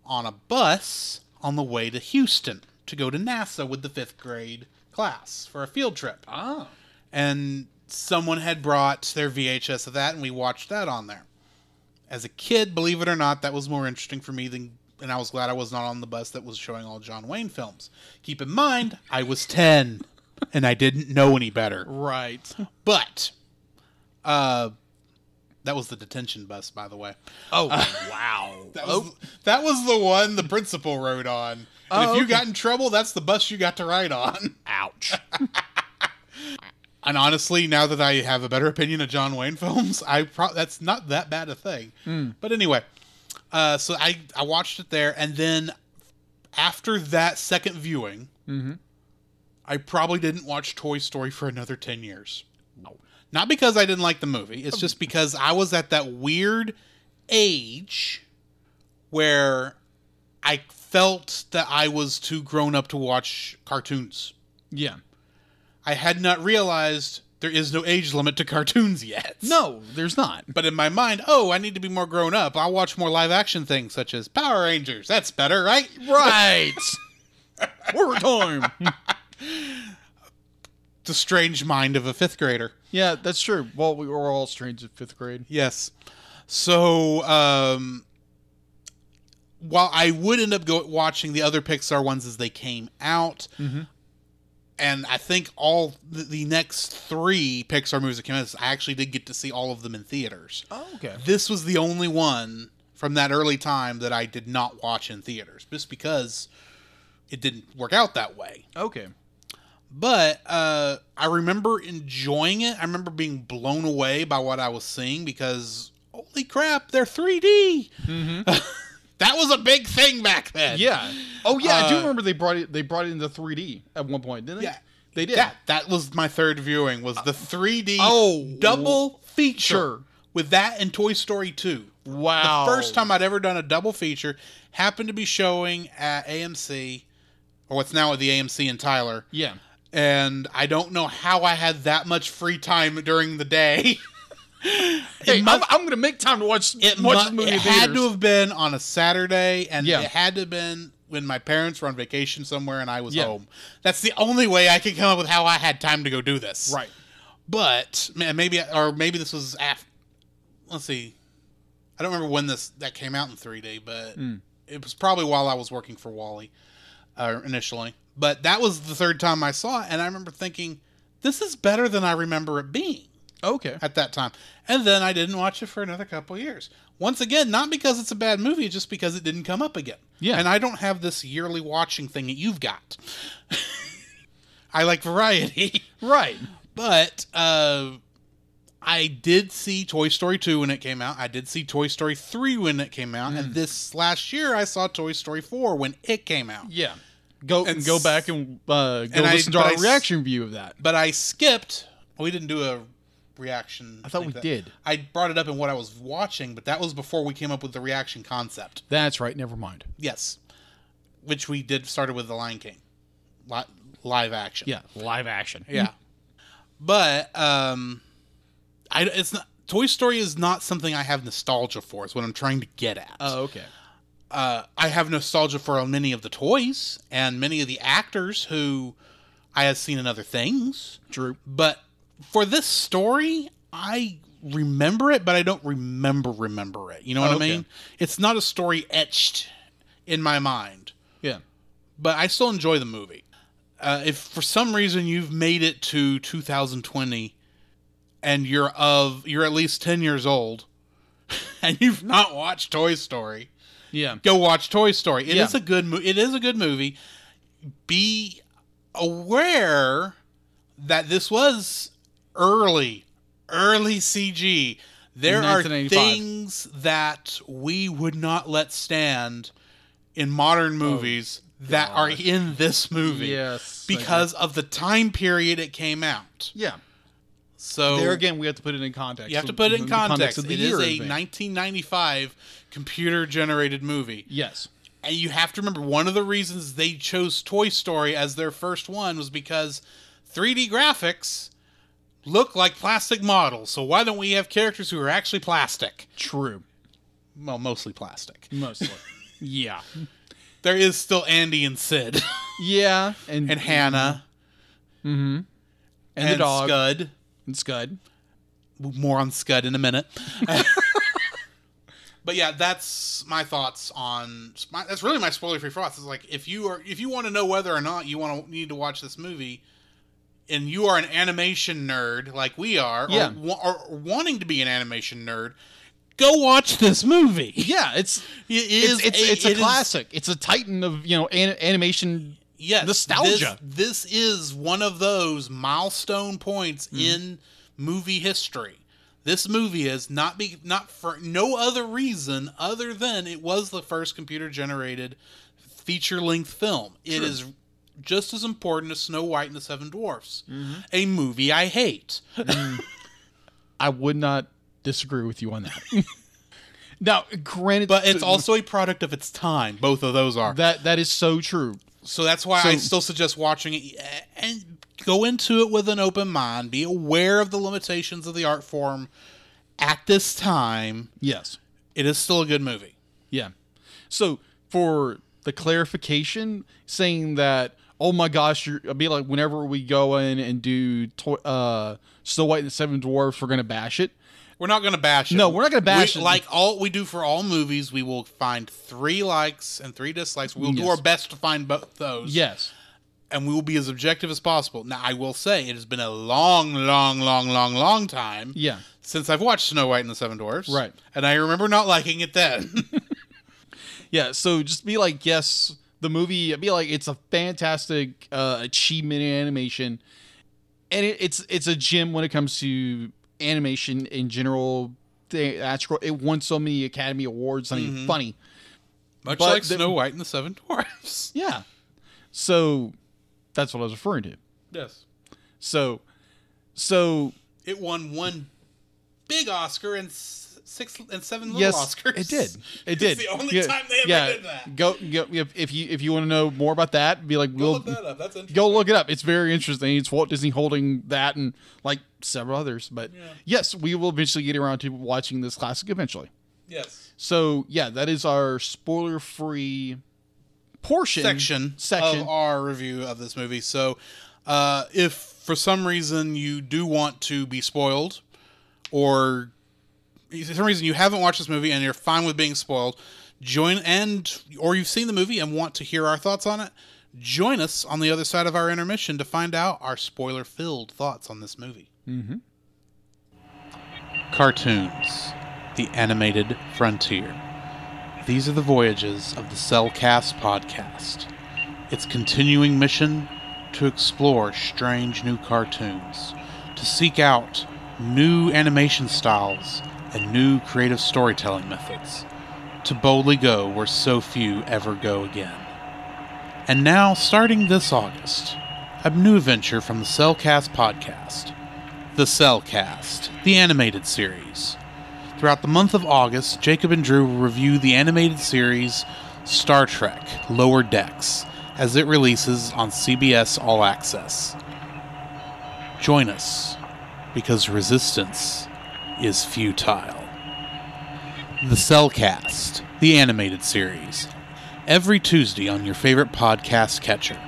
on a bus on the way to Houston to go to NASA with the fifth grade class for a field trip. ah. And someone had brought their VHS of that, and we watched that on there. As a kid, believe it or not, that was more interesting for me than. And I was glad I was not on the bus that was showing all John Wayne films. Keep in mind, I was 10 and I didn't know any better. Right. But uh that was the detention bus, by the way. Oh wow. That was, that was the one the principal rode on. And if Oh, you okay. got in trouble, that's the bus you got to ride on. ouch. And honestly, now that I have a better opinion of John Wayne films, I pro- that's not that bad a thing. But anyway, uh, so I I watched it there, and then after that second viewing, I probably didn't watch Toy Story for another ten years. Not because I didn't like the movie. It's just because I was at that weird age where I felt that I was too grown up to watch cartoons. Yeah. I had not realized there is no age limit to cartoons yet. No, there's not. But in my mind, oh, I need to be more grown up. I'll watch more live action things such as Power Rangers. That's better, right? Right. Overtime. The strange mind of a fifth grader. yeah, that's true. Well, we were all strange in fifth grade. Yes. So, um, while I would end up go- watching the other Pixar ones as they came out, and I think all the, the next three Pixar movies that came out, I actually did get to see all of them in theaters. Oh, okay. this was the only one from that early time that I did not watch in theaters just because it didn't work out that way. Okay. But uh, I remember enjoying it. I remember being blown away by what I was seeing because holy crap, they're 3D. that was a big thing back then. Mm-hmm. Yeah. Oh yeah, I do Uh, remember they brought it. They brought it into 3D at one point, didn't they? Yeah. They did. That that was my third viewing was the 3D Oh. double feature Sure. with that and Toy Story 2. Wow. first time I'd ever done a double feature happened to be showing at AMC or what's now at the AMC in Tyler. Yeah. And I don't know how I had that much free time during the day. Hey, mu- I'm, I'm gonna make time to watch it watch mu- this movie. it in had theaters. to have been on a Saturday, and Yeah. it had to have been when my parents were on vacation somewhere and I was Yeah. home. That's the only way I could come up with how I had time to go do this. Right. But man, maybe or maybe this was after. Let's see. I don't remember when this that came out in 3D, but it was probably while I was working for Wally uh, initially. But that was the third time I saw it, and I remember thinking, "This is better than I remember it being." Okay. at that time. And then I didn't watch it for another couple years. Once again, not because it's a bad movie, just because it didn't come up again. Yeah. And I don't have this yearly watching thing that you've got. I like variety. Right. But uh, I did see Toy Story 2 when it came out. I did see Toy Story 3 when it came out. Mm. And this last year, I saw Toy Story 4 when it came out. Yeah. Go and And go s- back and uh, go and I- listen to but I our s- reaction view of that. But I skipped. We didn't do a reaction. I thought like we that. did. I brought it up in what I was watching, but that was before we came up with the reaction concept. That's right. Never mind. Yes. Which we did started with The Lion King. Li- live action. Yeah, live action. Yeah. But um I it's not Toy Story is not something I have nostalgia for. Is what I'm trying to get at. Oh, okay. Uh, I have nostalgia for many of the toys and many of the actors who I have seen in other things. Drew. But for this story, I remember it, but I don't remember remember it. You know what Okay. I mean? It's not a story etched in my mind Yeah. but I still enjoy the movie. Uh, if for some reason you've made it to 2020 and you're of you're at least 10 years old and you've not watched Toy Story, Yeah. go watch Toy Story. It is a Yeah. good mo- it is a good movie. Be aware that this was early early CG. There are 1985. things that we would not let stand in modern movies that are Oh, God. in this movie Yes. I because of the time period it came out. agree. yeah. So There again, we have to put it in context. you have to put it in The context. of It the is year a event. 1995 computer generated movie. Yes. And you have to remember one of the reasons they chose Toy Story as their first one was because 3D graphics look like plastic models. So why don't we have characters who are actually plastic? True. Well, mostly plastic. Mostly. yeah. There is still Andy and Sid Yeah. And and Hannah and the dog Scud. and Scud. More on Scud in a minute. but yeah, that's my thoughts on my, that's really my spoiler-free thoughts. Is like if you are if you want to know whether or not you want to need to watch this movie, and you are an animation nerd like we are, Yeah. or, wa- or, or wanting to be an animation nerd, go watch this movie. Yeah. It's It it's is it's, it's a it is- classic. It's a titan of you know an, animation. yes, nostalgia. This, this is one of those milestone points in movie history. This movie is not be not for no other reason other than it was the first computer generated feature length film. It is just as important as Snow White and the Seven Dwarfs, a movie I hate. I would not disagree with you on that. now, granted, But it's also a product of its time. Both of those are. that that is so true. So that's why I So- still suggest watching it eh, and go into it with an open mind. Be aware of the limitations of the art form at this time. Yes. It is still a good movie. Yeah. So for the clarification, saying that, oh my gosh, you're, it'd be like whenever we go in and do to- uh, Snow White and the Seven Dwarfs, we're gonna bash it. We're not going to bash it. No, we're not gonna bash We- it. Like all we do for all movies, we will find three likes and three dislikes. We'll do Yes. our best to find both those. Yes. And we will be as objective as possible. Now, I will say it has been a long, long, long, long, long time Yeah. since I've watched Snow White and the Seven Dwarfs. Right. And I remember not liking it then. Yeah. So just be like, yes, the movie. Be like, it's a fantastic uh, achievement in animation, and it, it's it's a gem when it comes to animation in general. Theatrical. It won so many Academy Awards. Something funny. Much But like the- Snow White and the Seven Dwarfs. Yeah. So that's what I was referring to. Yes. So, so It won one big Oscar and s- six and seven little yes, Oscars. it did. It did. It's the only time they ever did that. Go, go if, if you if you want to know more about that, be like, Go we'll look that up. That's interesting. go look it up. It's very interesting. It's Walt Disney holding that and like several others. But yes, we will eventually get around to watching this classic eventually. Yes. So yeah, that is our spoiler free portion Section, section. of our review of this movie. So, uh, if for some reason you do want to be spoiled, or if for some reason you haven't watched this movie and you're fine with being spoiled, join and or you've seen the movie and want to hear our thoughts on it. Join us on the other side of our intermission to find out our spoiler-filled thoughts on this movie. Cartoons, the animated frontier. These are the voyages of the Cellcast podcast. Its continuing mission to explore strange new cartoons, to seek out new animation styles, and new creative storytelling methods to boldly go where so few ever go again. And now, starting this August, a new adventure from the Cellcast podcast The Cellcast, the animated series. Throughout the month of August, Jacob and Drew will review the animated series Star Trek Lower Decks as it releases on CBS All Access. Join us because resistance is futile. The Cellcast, the animated series. Every Tuesday on your favorite podcast catcher.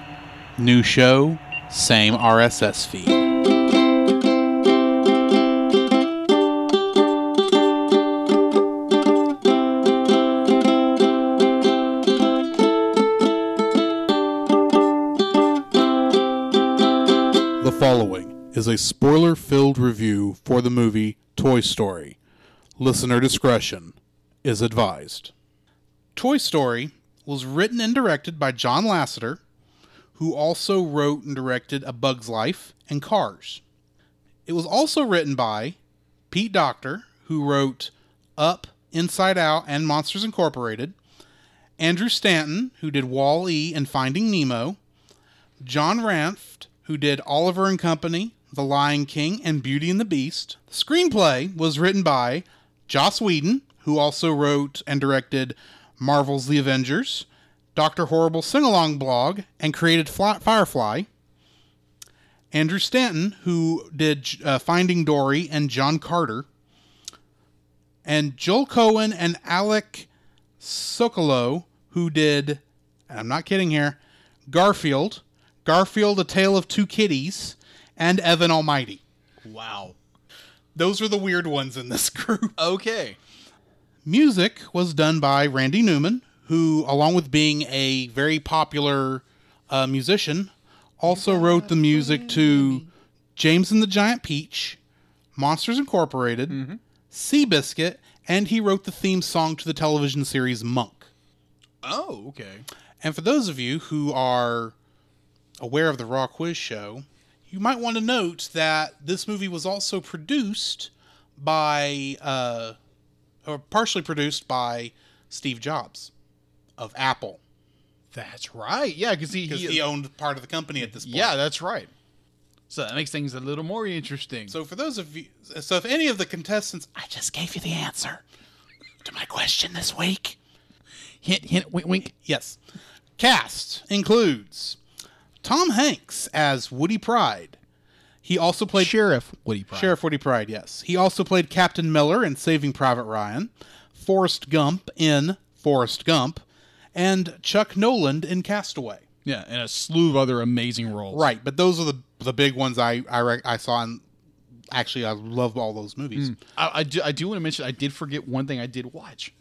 New show, same RSS feed. The following is a spoiler filled review for the movie Toy Story. Listener discretion is advised. Toy Story was written and directed by John Lasseter, who also wrote and directed A Bug's Life and Cars. It was also written by Pete Doctor, who wrote Up, Inside Out, and Monsters Incorporated, Andrew Stanton, who did Wall E and Finding Nemo, John Ranft, who did Oliver and Company, The Lion King, and Beauty and the Beast. The screenplay was written by Joss Whedon, who also wrote and directed Marvel's The Avengers, Dr. Horrible Sing Along blog, and created Fly- Firefly. Andrew Stanton, who did uh, Finding Dory and John Carter. And Joel Cohen and Alec Sokolow, who did, and I'm not kidding here, Garfield, Garfield, A Tale of Two Kitties, and Evan Almighty. Wow. Those are the weird ones in this group. Okay. Music was done by Randy Newman, who, along with being a very popular uh, musician, also wrote the music to James and the Giant Peach, Monsters Incorporated, Mm-hmm. Seabiscuit, and he wrote the theme song to the television series Monk. Oh, okay. And for those of you who are aware of the Raw Quiz Show, you might want to note that this movie was also produced by, uh, or partially produced by Steve Jobs of Apple, That's right. Yeah, because he, because he- he owned part of the company at this point. yeah, that's right. So that makes things a little more interesting. So for those of you, so if any of the contestants, I just gave you the answer to my question this week. hint, hint, wink, wink. Yes. Cast includes Tom Hanks as Woody Pride. He also played Sheriff Woody Pryor. Sheriff Woody Pride, yes. He also played Captain Miller in Saving Private Ryan, Forrest Gump in Forrest Gump, and Chuck Noland in Castaway. Yeah, and a slew of other amazing roles. Right, but those are the the big ones I I, rec- I saw and actually I love all those movies. I, I do. I do want to mention. I did forget one thing. I did watch,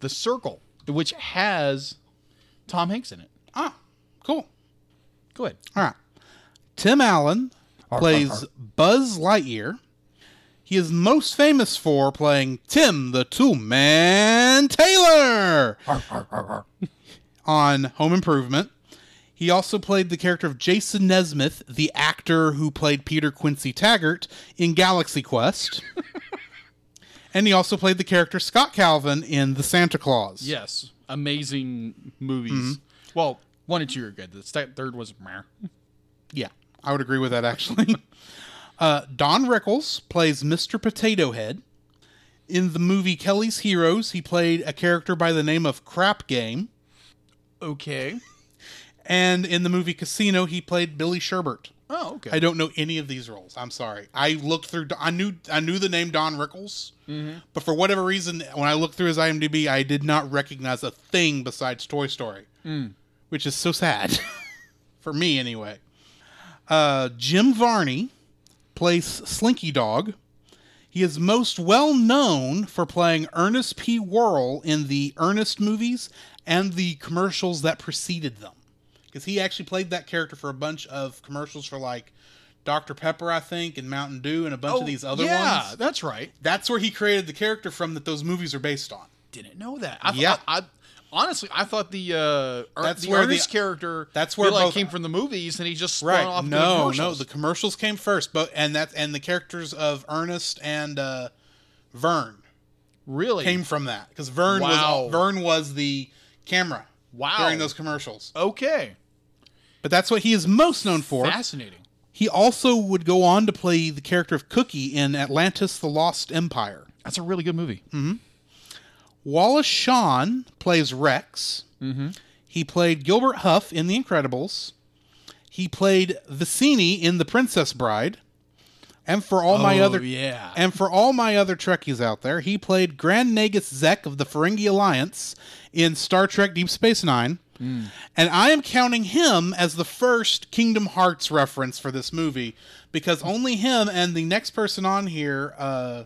The Circle, which has Tom Hanks in it. Ah, cool. Go ahead. All right. Tim Allen plays Buzz Lightyear. He is most famous for playing Tim the Tool Man Taylor on Home Improvement. He also played the character of Jason Nesmith, the actor who played Peter Quincy Taggart in Galaxy Quest. and he also played the character Scott Calvin in The Santa Claus. Yes, amazing movies. Mm-hmm. Well, one and two are good. The st- third was meh. Yeah, I would agree with that actually. uh, Don Rickles plays Mr. Potato Head. In the movie Kelly's Heroes, he played a character by the name of Crap Game. okay. And in the movie Casino, he played Billy Sherbert. Oh, okay. I don't know any of these roles. I'm sorry. I looked through. I knew. I knew the name Don Rickles, but for whatever reason, when I looked through his IMDb, I did not recognize a thing besides Toy Story, which is so sad for me, anyway. Uh, Jim Varney plays Slinky Dog. He is most well known for playing Ernest P. Worrell in the Ernest movies and the commercials that preceded them because he actually played that character for a bunch of commercials for like Dr. Pepper, I think, and Mountain Dew, and a bunch of these other Oh, yeah, ones. that's right. That's where he created the character from that those movies are based on. Didn't know that. I, Yeah. I, I, honestly, I thought the uh, Er- That's the where the- Ernest character that's where he, like both- came from the movies, and he just spun right off. doing no no commercials. the commercials came first but and that and the characters of ernest and uh vern really came from that because vern Wow. was vern was the camera Wow. during those commercials okay. but that's what he is most known for Fascinating. he also would go on to play the character of cookie in atlantis the lost empire That's a really good movie. wallace shawn plays rex mm-hmm. he played gilbert huff in the incredibles he played vicini in the princess bride and for all my Oh, other yeah. And for all my other Trekkies out there, he played Grand Nagus Zek of the Ferengi Alliance in Star Trek Deep Space Nine. Hmm. And I am counting him as the first Kingdom Hearts reference for this movie because only him and the next person on here, uh,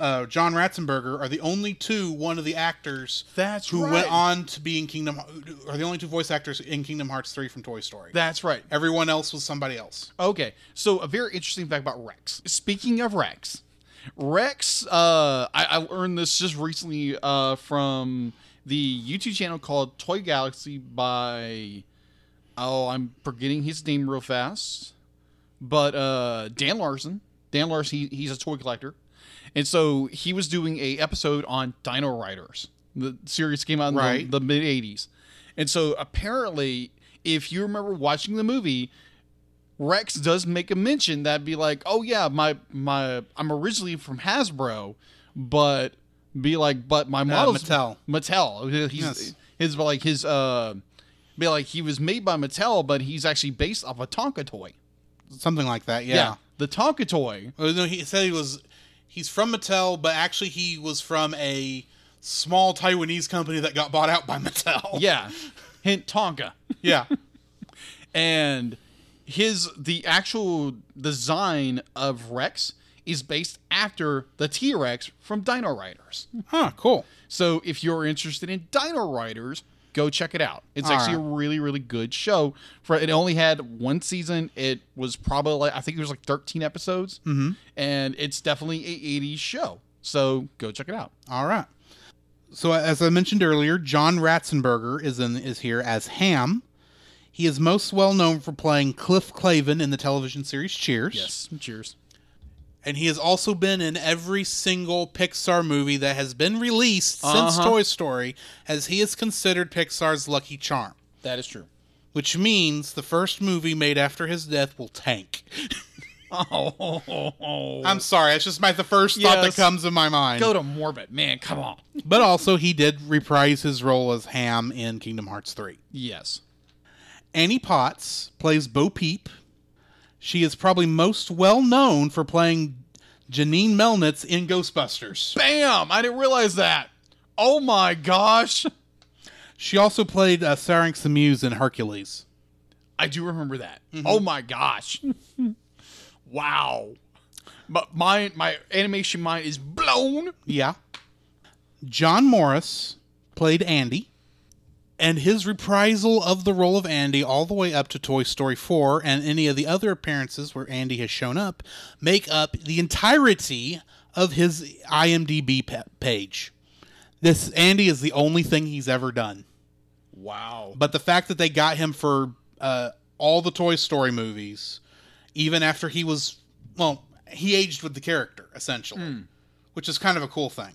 uh, John Ratzenberger, are the only two one of the actors That's who right. went on to be in Kingdom are the only two voice actors in Kingdom Hearts three from Toy Story. That's right. Everyone else was somebody else. Okay, so a very interesting fact about Rex. Speaking of Rex, Rex, uh, I, I learned this just recently uh, from the YouTube channel called Toy Galaxy by, oh, I'm forgetting his name real fast, but uh, Dan Larson. Dan Larson, he, he's a toy collector, and so he was doing a episode on Dino Riders. The series came out in the- Right. the mid '80s, and so apparently, if you remember watching the movie. Rex does make a mention that be like, oh yeah, my my I'm originally from Hasbro, but be like, but my model's Uh, Mattel. Mattel. He's Yes. his like his uh be like he was made by Mattel, but he's actually based off a Tonka toy. Something like that, yeah. The Tonka toy. Oh, no, he said he was. He's from Mattel, but actually he was from a small Taiwanese company that got bought out by Mattel. Yeah. Hint Tonka. yeah. and his the actual design of Rex is based after the T Rex from Dino Riders. Huh. Cool. So if you're interested in Dino Riders, go check it out. It's All actually right. a really, really good show. For it only had one season. It was probably like, I think it was like 13 episodes, mm-hmm. and it's definitely a 80s show. So go check it out. All right. So as I mentioned earlier, John Ratzenberger is in is here as Ham. He is most well known for playing Cliff Clavin in the television series Cheers. cheers. And he has also been in every single Pixar movie that has been released since Uh-huh. Toy Story, as he is considered Pixar's lucky charm. That is true. which means the first movie made after his death will tank. Oh, I'm sorry, it's just my the first thought that Yes. comes in my mind. go to Morbid, man. Come on. But also, he did reprise his role as Ham in Kingdom Hearts 3. Yes. Annie Potts plays Bo Peep. She is probably most well known for playing Janine Melnitz in Ghostbusters. Bam! I didn't realize that. Oh my gosh. She also played uh, Syrinx the Muse in Hercules. I do remember that. Oh my gosh. wow. But my my animation mind is blown. Yeah. John Morris played Andy, and his reprisal of the role of Andy all the way up to Toy Story 4 and any of the other appearances where Andy has shown up make up the entirety of his IMDb pa- page. This Andy is the only thing he's ever done. Wow. But the fact that they got him for uh, all the Toy Story movies, even after he was, well, he aged with the character, essentially, which is kind of a cool thing.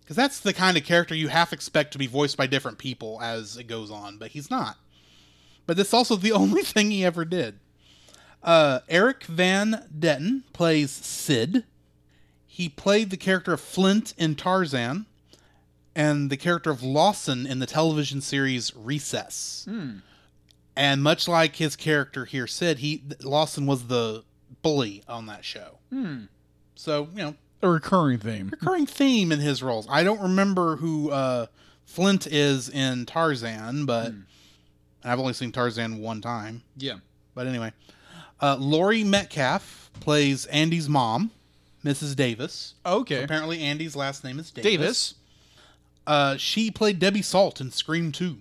Because that's the kind of character you half expect to be voiced by different people as it goes on, but he's not. But that's also the only thing he ever did. Uh, Eric Van Detten plays Sid. He played the character of Flint in Tarzan and the character of Lawson in the television series Recess. Hmm. And much like his character here said, he Lawson was the bully on that show. Hmm. So you know, A recurring theme. recurring theme in his roles. I don't remember who uh, Flint is in Tarzan, but and I've only seen Tarzan one time. Yeah. But anyway, uh, Lori Metcalf plays Andy's mom, Mrs. Davis. Okay. Apparently, Andy's last name is Davis. uh, she played Debbie Salt in Scream 2.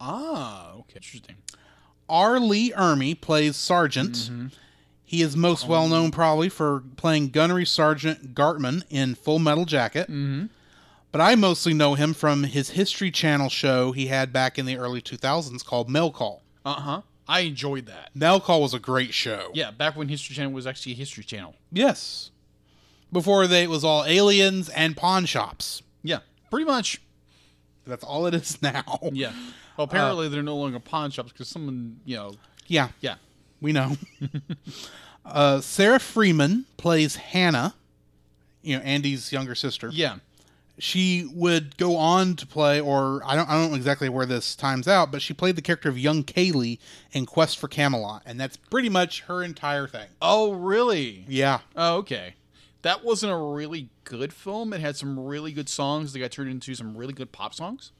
Ah, okay. Interesting. R. Lee Ermey plays Sergeant. He is most Oh. well Mm-hmm. known probably for playing Gunnery Sergeant Gartman in Full Metal Jacket. But I mostly know him from his History Channel show he had back in the early 2000s called Mail Call. Uh huh. I enjoyed that. Mail Call was a great show. Yeah, back when History Channel was actually a History Channel. Yes. Before they, it was all aliens and pawn shops. Yeah, pretty much. That's all it is now. Yeah. Uh, Well, apparently they're no longer pawn shops because someone, you know, Yeah. yeah. We know. uh, Sarah Freeman plays Hannah, you know, Andy's younger sister. Yeah. She would go on to play, or I don't, I don't know exactly where this times out, but she played the character of young Kaylee in Quest for Camelot, and that's pretty much her entire thing. Oh, really? Yeah. Oh, okay. That wasn't a really good film. It had some really good songs that got turned into some really good pop songs.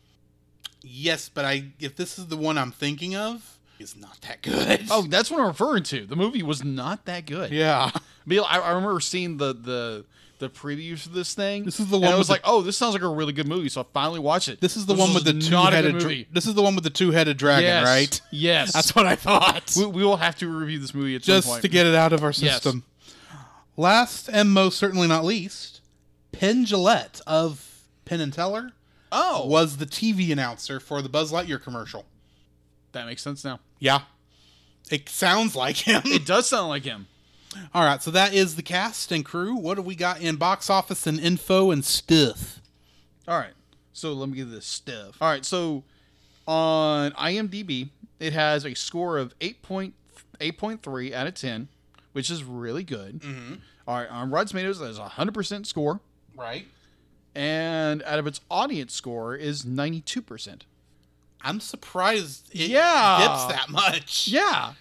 Yes, but I if this is the one I'm thinking of, it's not that good. Oh, that's what I'm referring to. The movie was not that good. yeah. I mean, I, I remember seeing the the the previews for this thing. This is the and one I was with like, oh, this sounds like a really good movie. So I finally watched it. This is the This one was with the not a good two-headed. movie. Dra- this is the one with the two-headed dragon, yes. right? Yes. That's what I thought. we, we will have to review this movie at some just point. to get it out of our Yes. system. Last and most certainly not least, Penn Gillette of Penn and Teller oh, was the TV announcer for the Buzz Lightyear commercial. that makes sense now. Yeah. It sounds like him. It does sound like him. All right, so that is the cast and crew. What do we got in box office and info and stuff? All right. So let me give this stuff. All right. So on IMDb, it has a score of 8.8.3 out of 10, which is really good. Mm-hmm. All right. On Rotten Tomatoes, there's a 100% score. Right. And out of its audience score is 92%. I'm surprised it Yeah. dips that much. Yeah.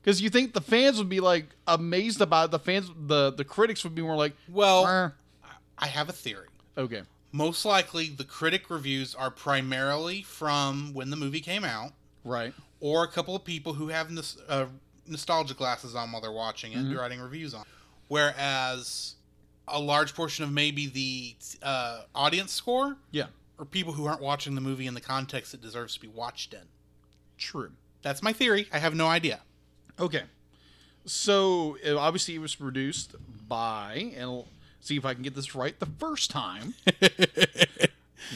Because you think the fans would be like amazed about it. The fans, the, the critics would be more like, Well, "Meh." I have a theory. okay. Most likely the critic reviews are primarily from when the movie came out. Right. or a couple of people who have nos- uh, nostalgia glasses on while they're watching it and writing reviews on. it. Whereas a large portion of maybe the uh, audience score Yeah. are people who aren't watching the movie in the context it deserves to be watched in. True. That's my theory. I have no idea. Okay. So it- obviously, it was produced by, and I'll see if I can get this right the first time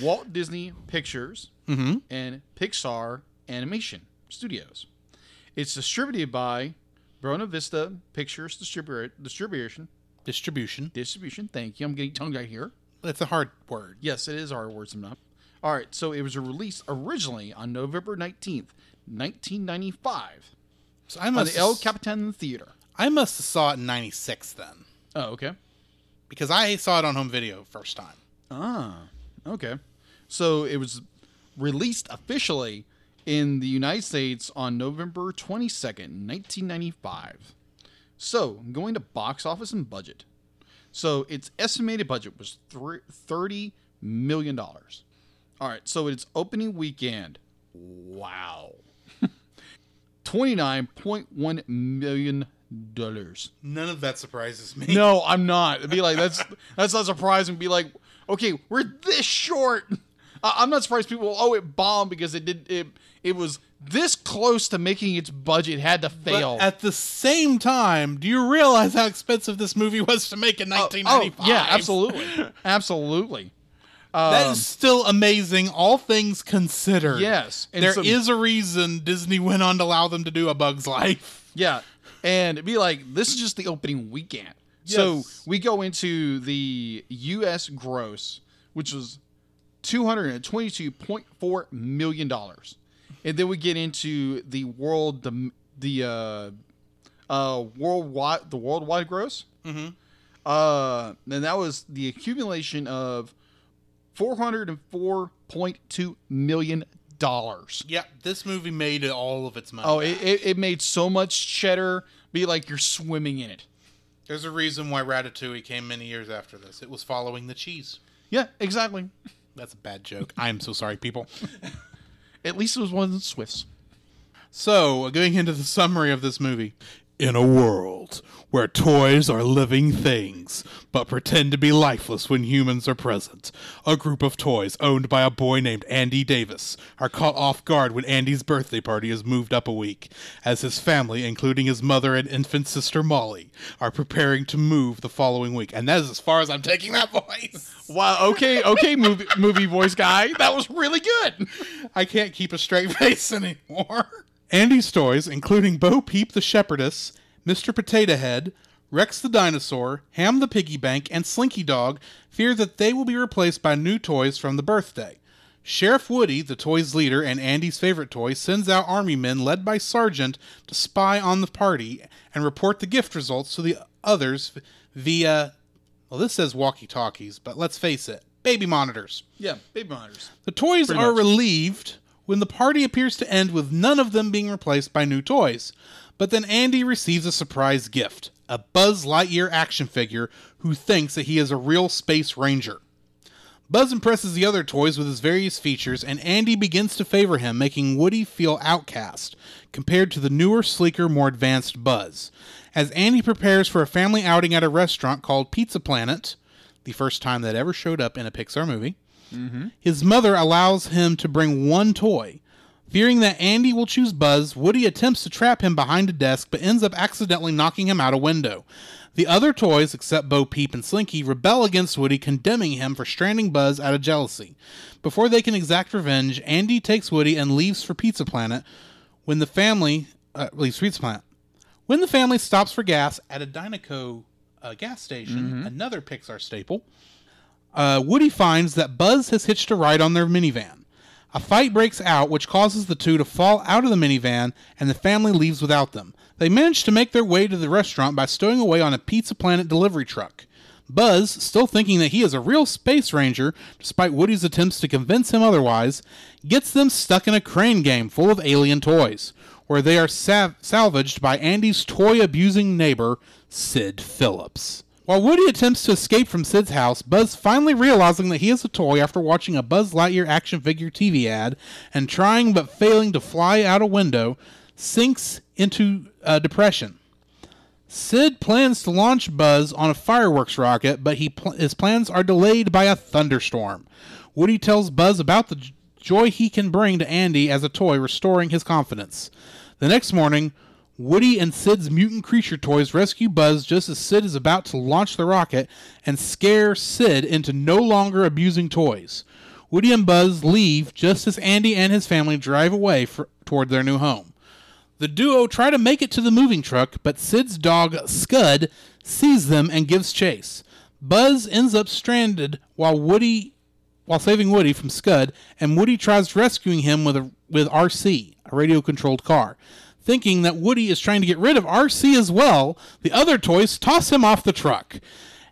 Walt Disney Pictures Mm-hmm. and Pixar Animation Studios. It's distributed by Buena Vista Pictures Distribu- Distribution. Distribution. Distribution. Thank you. I'm getting tongue tied here. That's a hard word. Yes, it is our words enough. All right. So it was released originally on November 19th, 1995, So I on must the El Capitan Theater. I must have saw it in '96 then, Oh, okay. because I saw it on home video first time. Ah, okay. So it was released officially in the United States on November 22nd, 1995. So, going to box office and budget. So, its estimated budget was thr- $30 million. All right, so its opening weekend, wow. $29.1 million. dollars. None of that surprises me. No, I'm not. It'd be like that's that's not surprising. Be like, okay, we're this short. I- I'm not surprised people. Oh, it bombed because it did. It it was this close to making its budget. Had to But fail. at the same time, do you realize how expensive this movie was to make in Oh, 1995? yeah, absolutely, absolutely. That is still amazing, all things considered. Yes, and there is some- a reason Disney went on to allow them to do A Bug's Life. Yeah, and it'd be like this is just the opening weekend. Yes. So we go into the U.S. gross, which was two hundred and twenty-two point four million dollars, and then we get into the world the the uh, uh, worldwide the worldwide gross. Mhm. Uh, and that was the accumulation of four hundred and four point two million dollars. Yeah, this movie made it all of its money. Oh, it, it, it made so much cheddar. Be like you're swimming in it. There's a reason why Ratatouille came many years after this. It was following the cheese. Yeah, exactly. That's a bad joke. I am so sorry, people. At least it was one of the Swifts. So, going into the summary of this movie, In a world where toys are living things, but pretend to be lifeless when humans are present, a group of toys owned by a boy named Andy Davis are caught off guard when Andy's birthday party is moved up a week, as his family, including his mother and infant sister Molly, are preparing to move the following week. And that is as far as I'm taking that voice. Wow. Okay. Okay. Movie movie voice guy. That was really good. I can't keep a straight face anymore. Andy's toys, including Bo Peep the Shepherdess, Mr. Potato Head, Rex the Dinosaur, Ham the Piggy Bank, and Slinky Dog, fear that they will be replaced by new toys from the birthday. Sheriff Woody, the toy's leader and Andy's favorite toy, sends out army men led by Sergeant to spy on the party and report the gift results to the others via, well, this says walkie talkies, but let's face it, baby monitors. Yeah. Baby monitors. The toys are much. relieved when the party appears to end with none of them being replaced by new toys. But then Andy receives a surprise gift a Buzz Lightyear action figure who thinks that he is a real space ranger. Buzz impresses the other toys with his various features, and Andy begins to favor him, making Woody feel outcast compared to the newer, sleeker, more advanced Buzz. As Andy prepares for a family outing at a restaurant called Pizza Planet, the first time that ever showed up in a Pixar movie, his mother allows him to bring one toy. Fearing that Andy will choose Buzz, Woody attempts to trap him behind a desk but ends up accidentally knocking him out a window. The other toys, except Bo Peep and Slinky, rebel against Woody, condemning him for stranding Buzz out of jealousy. Before they can exact revenge, Andy takes Woody and leaves for Pizza Planet when the family uh, leaves for Pizza Planet. When the family stops for gas at a Dynaco uh, gas station, another Pixar staple, uh, Woody finds that Buzz has hitched a ride on their minivan. A fight breaks out, which causes the two to fall out of the minivan, and the family leaves without them. They manage to make their way to the restaurant by stowing away on a Pizza Planet delivery truck. Buzz, still thinking that he is a real space ranger, despite Woody's attempts to convince him otherwise, gets them stuck in a crane game full of alien toys, where they are sav- salvaged by Andy's toy abusing neighbor, Sid Phillips. While Woody attempts to escape from Sid's house, Buzz finally realizing that he is a toy after watching a Buzz Lightyear action figure TV ad and trying but failing to fly out a window, sinks into uh, depression. Sid plans to launch Buzz on a fireworks rocket, but he pl- his plans are delayed by a thunderstorm. Woody tells Buzz about the j- joy he can bring to Andy as a toy, restoring his confidence. The next morning, Woody and Sid's mutant creature toys rescue Buzz just as Sid is about to launch the rocket and scare Sid into no longer abusing toys. Woody and Buzz leave just as Andy and his family drive away for- toward their new home. The duo try to make it to the moving truck, but Sid's dog, Scud, sees them and gives chase. Buzz ends up stranded while Woody while saving Woody from Scud, and Woody tries rescuing him with a with RC, a radio controlled car. Thinking that Woody is trying to get rid of RC as well, the other toys toss him off the truck.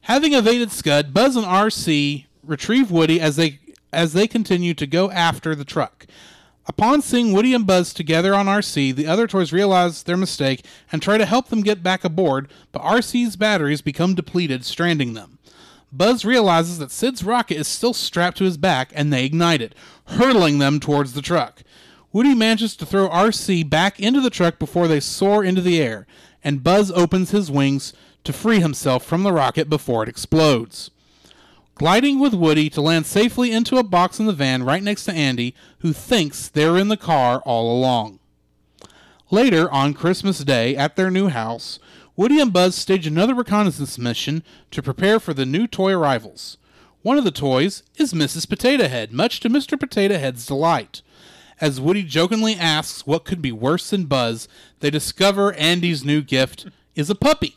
Having evaded Scud, Buzz and RC retrieve Woody as they as they continue to go after the truck. Upon seeing Woody and Buzz together on RC, the other toys realize their mistake and try to help them get back aboard, but RC's batteries become depleted, stranding them. Buzz realizes that Sid's rocket is still strapped to his back and they ignite it, hurtling them towards the truck. Woody manages to throw RC back into the truck before they soar into the air, and Buzz opens his wings to free himself from the rocket before it explodes gliding with Woody to land safely into a box in the van right next to Andy, who thinks they're in the car all along. Later, on Christmas Day, at their new house, Woody and Buzz stage another reconnaissance mission to prepare for the new toy arrivals. One of the toys is Mrs. Potato Head, much to Mr. Potato Head's delight. As Woody jokingly asks what could be worse than Buzz, they discover Andy's new gift is a puppy,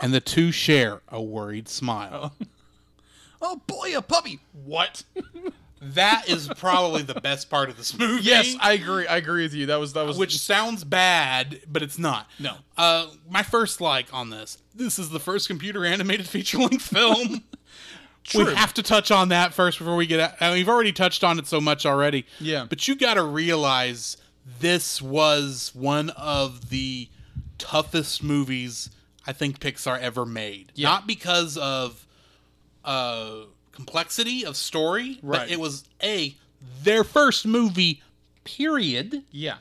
and the two share a worried smile. Oh boy, a puppy. What? That is probably the best part of this movie. yes, I agree. I agree with you. That was that was which sounds bad, but it's not. No. Uh, my first like on this. This is the first computer animated feature length film. True. We have to touch on that first before we get. Out. I mean, we've already touched on it so much already. Yeah. But you got to realize this was one of the toughest movies I think Pixar ever made. Not because of uh, complexity of story, Right. but it was a their first movie. Period. yeah.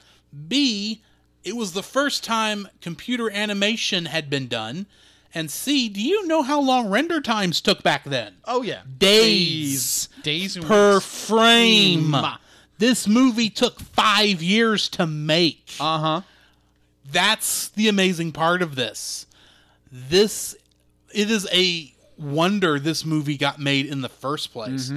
B, It was the first time computer animation had been done. And C, do you know how long render times took back then? Oh yeah, Days. days and per weeks. frame. Mm. This movie took five years to make. Uh huh. That's the amazing part of this. This it is a wonder this movie got made in the first place.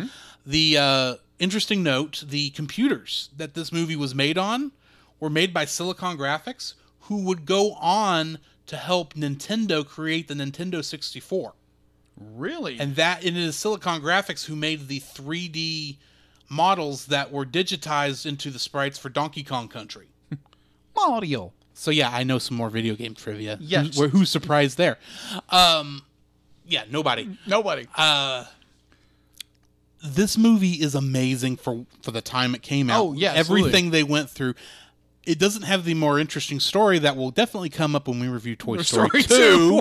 The uh, interesting note: the computers that this movie was made on were made by Silicon Graphics, who would go on to help Nintendo create the Nintendo 64. Really? And that and it is Silicon Graphics who made the 3D models that were digitized into the sprites for Donkey Kong Country. Mario. So yeah, I know some more video game trivia. Yes. who's, where- who's surprised there? Um, yeah, nobody. Nobody. This movie is amazing for for the time it came out. Oh, yeah, absolutely. everything they went through. It doesn't have the more interesting story that will definitely come up when we review Toy Story, Story 2.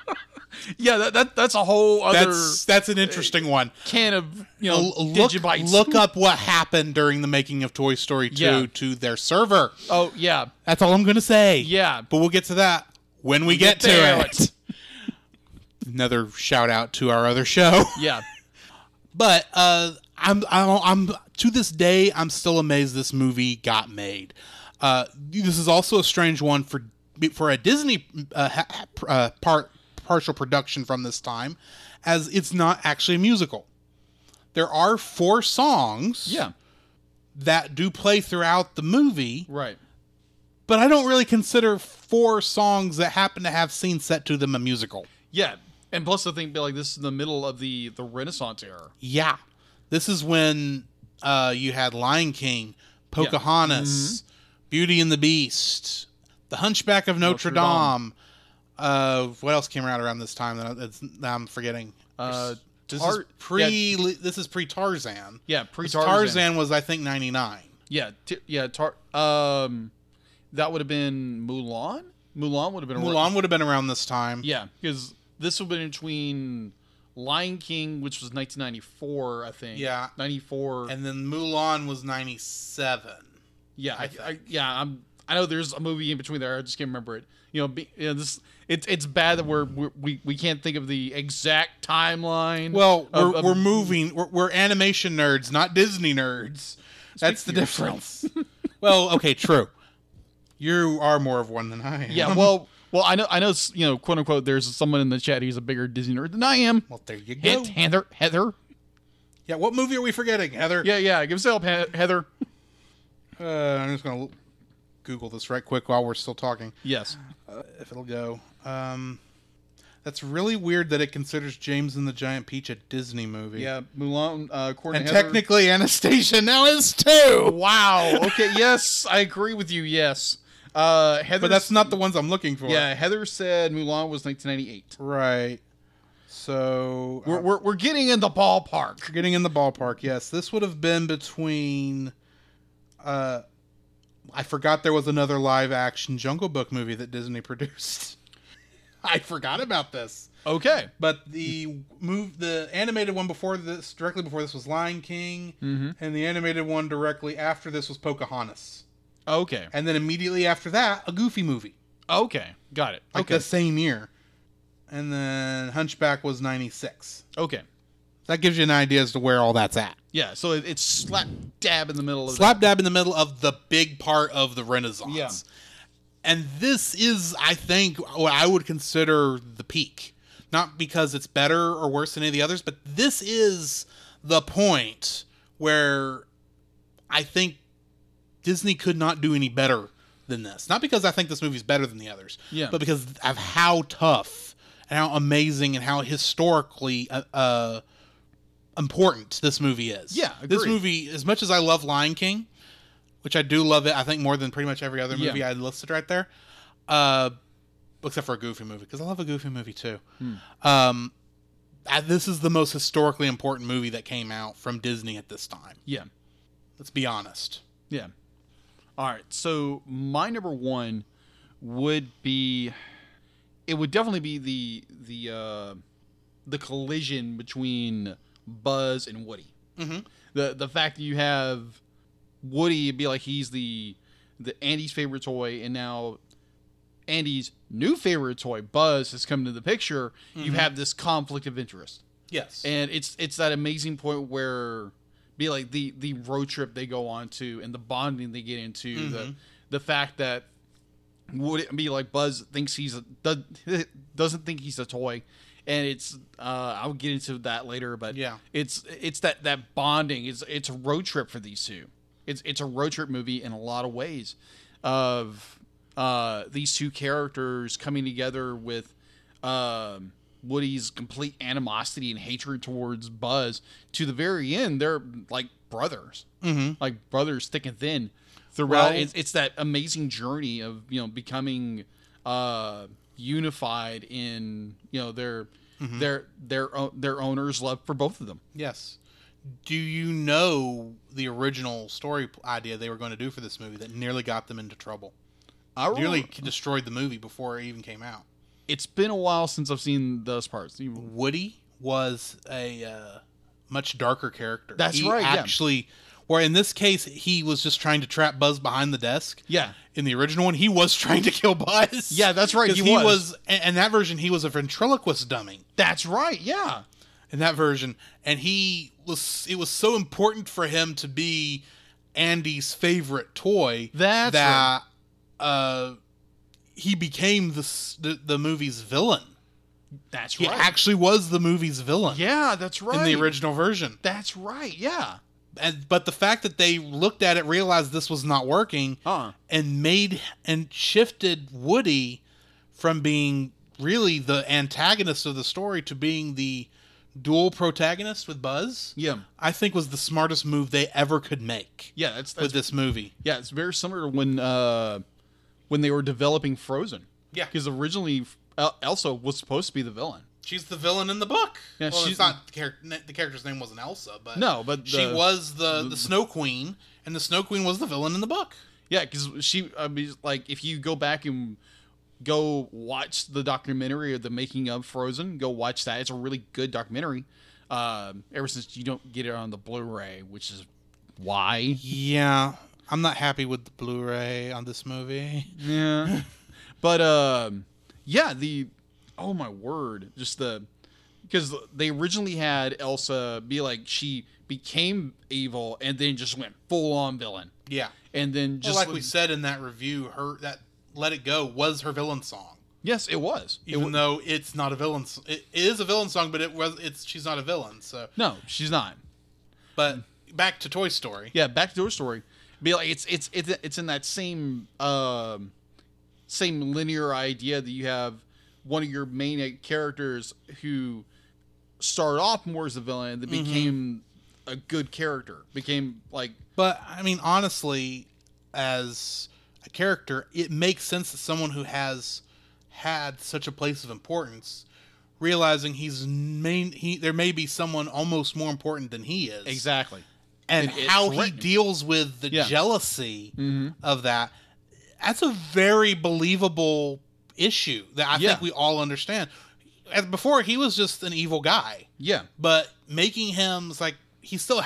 yeah, that, that that's a whole other That's that's an interesting one. can of you know L- Look, digibytes. look up what happened during the making of Toy Story 2 Yeah. to their server. Oh yeah, That's all I'm going to say. yeah. But we'll get to that when we, get, there. to it. Another shout out to our other show. yeah. But uh, I'm, I'm I'm to this day I'm still amazed this movie got made. Uh, this is also a strange one for for a Disney uh, ha- ha- uh, part partial production from this time, as it's not actually a musical. There are four songs Yeah. that do play throughout the movie, Right. but I don't really consider four songs that happen to have scenes set to them a musical. Yeah. And plus the thing, like this is the middle of the the Renaissance era. Yeah. This is when uh, you had Lion King, Mm-hmm. Pocahontas, Beauty and the Beast, The Hunchback of Notre, Notre Dame. Uh, what else came out around this time that I- that's- that I'm forgetting? Uh, this Tar- is pre. This is pre Tarzan. Yeah, pre Tarzan. Tarzan. was I think 99. Yeah, t- yeah. Tar- um, that would have been Mulan. Mulan would have been around- Mulan would have been around this time. Yeah, because this would have been between Lion King, which was 1994, I think. Yeah. 94. And then Mulan was 97. yeah, I, I, yeah. I'm. I know there's a movie in between there. I just can't remember it. You know, be, you know this. It's it's bad that we're, we're we we can't think of the exact timeline. Well, we're, of- of- we're moving. We're, we're animation nerds, not Disney nerds. That's the for difference. well, okay, true. You are more of one than I am. yeah. Well, well, I know I know you know quote unquote. There's someone in the chat who's a bigger Disney nerd than I am. well, there you go. Hint, Heather, Heather. Yeah, what movie are we forgetting, Heather? Yeah, yeah. Give us help, He- Heather. Uh, I'm just gonna l- Google this right quick while we're still talking, Yes. if it'll go. Um, that's really weird that it considers James and the Giant Peach a Disney movie. Yeah, Mulan. Uh, according And to Heather- technically, Anastasia now is too. Wow. Okay. yes, I agree with you. Yes. Uh, Heather. But that's not the ones I'm looking for. Yeah, Heather said Mulan was 1998. Right. So We're, we're, we're getting in the ballpark. Getting in the ballpark, yes. This would have been between. Uh, I forgot there was another live action Jungle Book movie that Disney produced. I forgot about this. Okay. But the move, the animated one before this, directly before this was Lion King, and the animated one directly after this was Pocahontas, Okay. and then immediately after that, a Goofy movie, Okay. Got it. like Okay. the same year, and then Hunchback was '96. Okay. That gives you an idea as to where all that's at. Yeah. So it, it's slap dab in the middle of. slap dab in the middle of the big part of the Renaissance. Yeah. And this is, I think, what I would consider the peak. Not because it's better or worse than any of the others, but this is the point where I think Disney could not do any better than this. Not because I think this movie's better than the others, Yeah. but because of how tough and how amazing and how historically uh, uh, important this movie is. Yeah, this agreed. movie, as much as I love Lion King, which I do love it, I think more than pretty much every other Yeah. movie I listed right there, uh, except for a Goofy movie because I love a Goofy movie too. Hmm. Um, I, this is the most historically important movie that came out from Disney at this time. yeah. Let's be honest. Yeah. All right. So my number one would be. It would definitely be the the uh, the collision between Buzz and Woody. Mhm. The the fact that you have Woody be like he's the the Andy's favorite toy, and now Andy's new favorite toy, Buzz, has come into the picture. You have this conflict of interest, Yes. and it's it's that amazing point where be like the the road trip they go on to and the bonding they get into the the fact that would it be like Buzz thinks he's a do- doesn't think he's a toy, and it's uh, I'll get into that later. But Yeah. it's it's that that bonding. It's it's a road trip for these two. It's it's a road trip movie in a lot of ways, of uh, these two characters coming together with um, Woody's complete animosity and hatred towards Buzz. To the very end, they're like brothers, mm-hmm. like brothers thick and thin throughout. Well- it's, it's that amazing journey of you know becoming uh, unified in you know their their their o- their owner's love for both of them. yes. Do you know the original story p- idea they were going to do for this movie that nearly got them into trouble? I Nearly really, k- destroyed the movie before it even came out. it's been a while since I've seen those parts. You- Woody was a uh, much darker character. That's He right, yeah. Actually, where in this case he was just trying to trap Buzz behind the desk. Yeah, In the original one, he was trying to kill Buzz. Yeah, that's right, 'Cause he He was. was, and and that version, he was a ventriloquist dummy. that's right. Yeah, in that version and he was it was so important for him to be Andy's favorite toy That's that uh he became the s- the, the movie's villain. that's He right. actually was the movie's villain yeah, that's right. in the original version. That's right. Yeah. And but the fact that they looked at it realized this was not working Uh-uh. and made and shifted Woody from being really the antagonist of the story to being the dual protagonist with Buzz. Yeah. I think was the smartest move they ever could make Yeah. That's, with that's this movie. yeah. It's very similar to when uh, when they were developing Frozen. Yeah. Because originally El- Elsa was supposed to be the villain. She's the villain in the book. Yeah, well, she's- it's not the, char- the character's name wasn't Elsa, but No, but she the- was the the Snow Queen, and the Snow Queen was the villain in the book. Yeah, because she, I mean, like, if you go back and go watch the documentary of the making of Frozen, go watch that. It's a really good documentary. Um, ever since you don't get it on the Blu-ray, which is why. Yeah, I'm not happy with the Blu-ray on this movie. Yeah. but um, yeah, the oh my word, just the because they originally had Elsa be like she became evil and then just went full on villain, Yeah, and then just just like we said in that review, her that "Let It Go" was her villain song. yes, it was. It Even wa- though it's not a villain, s- it it is a villain song, but it was it's she's not a villain. So, no, she's not. but back to Toy Story. Yeah, back to Toy Story. Be like it's it's it's it's in that same um same linear idea that you have one of your main characters who started off more as a villain that became a good character, became like But I mean, honestly, as a character, it makes sense that someone who has had such a place of importance, realizing he's main, he there may be someone almost more important than he is, exactly and it- it how he threatened. deals with the Yeah. Mm-hmm. jealousy of that. That's a very believable issue that I Yeah. think we all understand. As before, he was just an evil guy yeah but making him it's like he still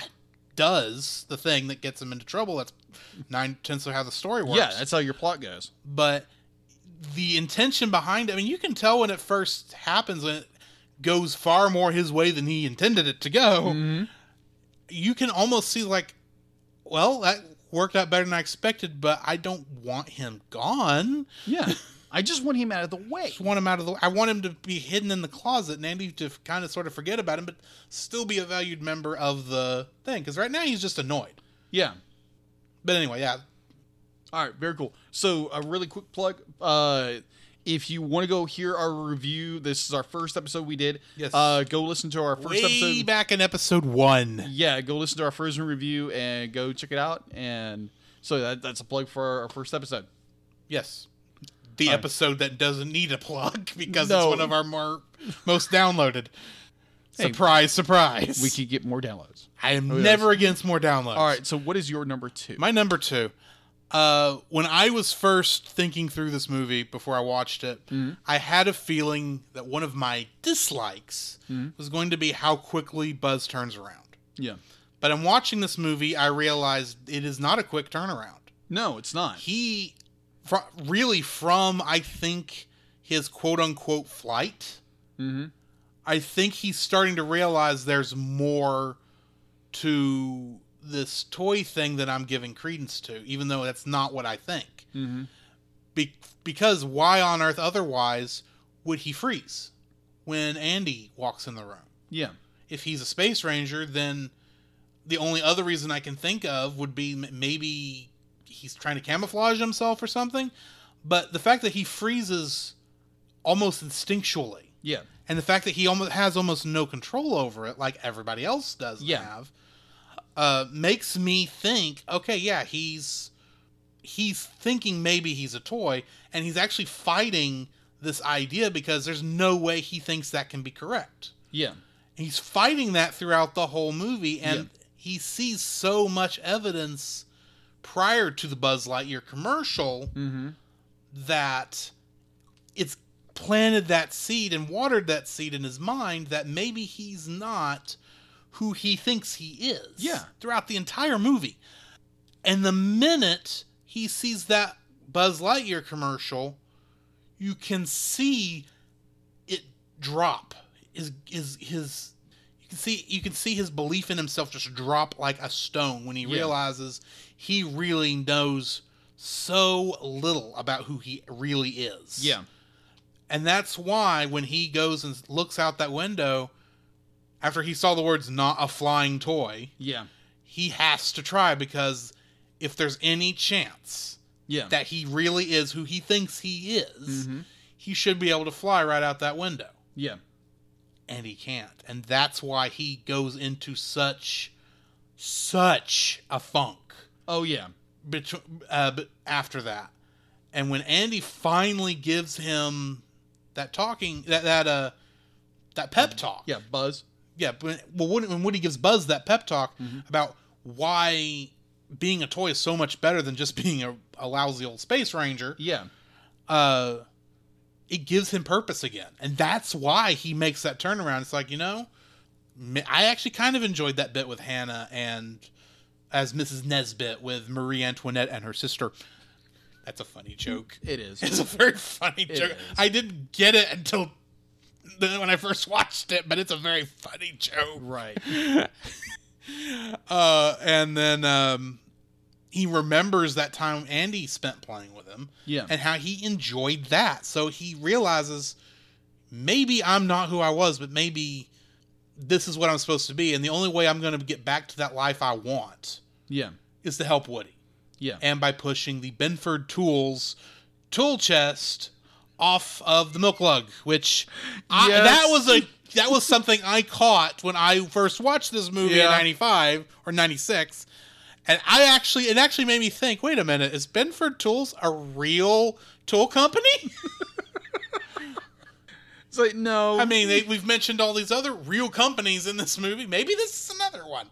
does the thing that gets him into trouble. That's nine tenths of how the story works. yeah that's how your plot goes. but the intention behind it. I mean, you can tell when it first happens when it goes far more his way than he intended it to go. Mm-hmm. You can almost see like, well, that worked out better than I expected, but I don't want him gone. Yeah, I just want him out of the way. just want him out of the I want him to be hidden in the closet and Andy to kind of sort of forget about him, but still be a valued member of the thing. Because right now he's just annoyed. Yeah. But anyway, yeah. All right, very cool. So a really quick plug. Uh, if you want to go hear our review, this is our first episode we did. Yes. Uh, go listen to our first Way episode. back in episode one. Yeah, go listen to our first review and go check it out. And so that, that's a plug for our first episode. Yes. The episode that doesn't need a plug because No. it's one of our more most downloaded. surprise, surprise. We could get more downloads. I am never against more downloads. All right. So what is your number two? My number two. Uh, when I was first thinking through this movie before I watched it, I had a feeling that one of my dislikes was going to be how quickly Buzz turns around. yeah. But in watching this movie, I realized it is not a quick turnaround. No, it's not. He, fr- really, from I think his quote unquote flight, Mhm. I think he's starting to realize there's more to this toy thing that I'm giving credence to, even though that's not what I think. Mhm. Be- because why on earth otherwise would he freeze when Andy walks in the room? Yeah. if he's a space ranger, then the only other reason I can think of would be m- maybe he's trying to camouflage himself or something. But the fact that he freezes almost instinctually, Yeah. and the fact that he almost has almost no control over it, like everybody else does Yeah. have, uh, makes me think, okay, yeah, he's he's thinking maybe he's a toy, and he's actually fighting this idea because there's no way he thinks that can be correct Yeah. he's fighting that throughout the whole movie and he sees so much evidence prior to the Buzz Lightyear commercial Mm-hmm. that it's planted that seed and watered that seed in his mind that maybe he's not who he thinks he is Yeah. throughout the entire movie. And the minute he sees that Buzz Lightyear commercial, you can see it drop. Is is his you can see you can see his belief in himself just drop like a stone when he Yeah. realizes he really knows so little about who he really is. Yeah. And that's why when he goes and looks out that window after he saw the words not a flying toy, Yeah. he has to try because if there's any chance Yeah. that he really is who he thinks he is, Mhm. he should be able to fly right out that window. Yeah. And he can't. And that's why he goes into such, such a funk Oh yeah. betw- uh, b- after that. And when Andy finally gives him that talking, that, that, uh, that pep talk. Yeah. Buzz. Yeah. But, well, when, when Woody gives Buzz that pep talk about why being a toy is so much better than just being a, a lousy old space ranger, Yeah. uh, it gives him purpose again. And that's why he makes that turnaround. It's like, you know, m- I actually kind of enjoyed that bit with Hannah and as Mrs. Nesbit with Marie Antoinette and her sister. That's a funny joke. It is. It's a very funny joke. is. I didn't get it until the, when I first watched it, but it's a very funny joke right. uh, and then um, he remembers that time Andy spent playing with him, Yeah. and how he enjoyed that. So he realizes maybe I'm not who I was, but maybe this is what I'm supposed to be, and the only way I'm going to get back to that life I want Yeah. is to help Woody, Yeah. and by pushing the Benford Tools tool chest off of the milk lug, which I, Yes. that was a that was something I caught when I first watched this movie in Yeah. '95 or '96, and I actually it actually made me think. Wait a minute, is Benford Tools a real tool company? It's like no. I mean, they, we've mentioned all these other real companies in this movie. Maybe this is another one.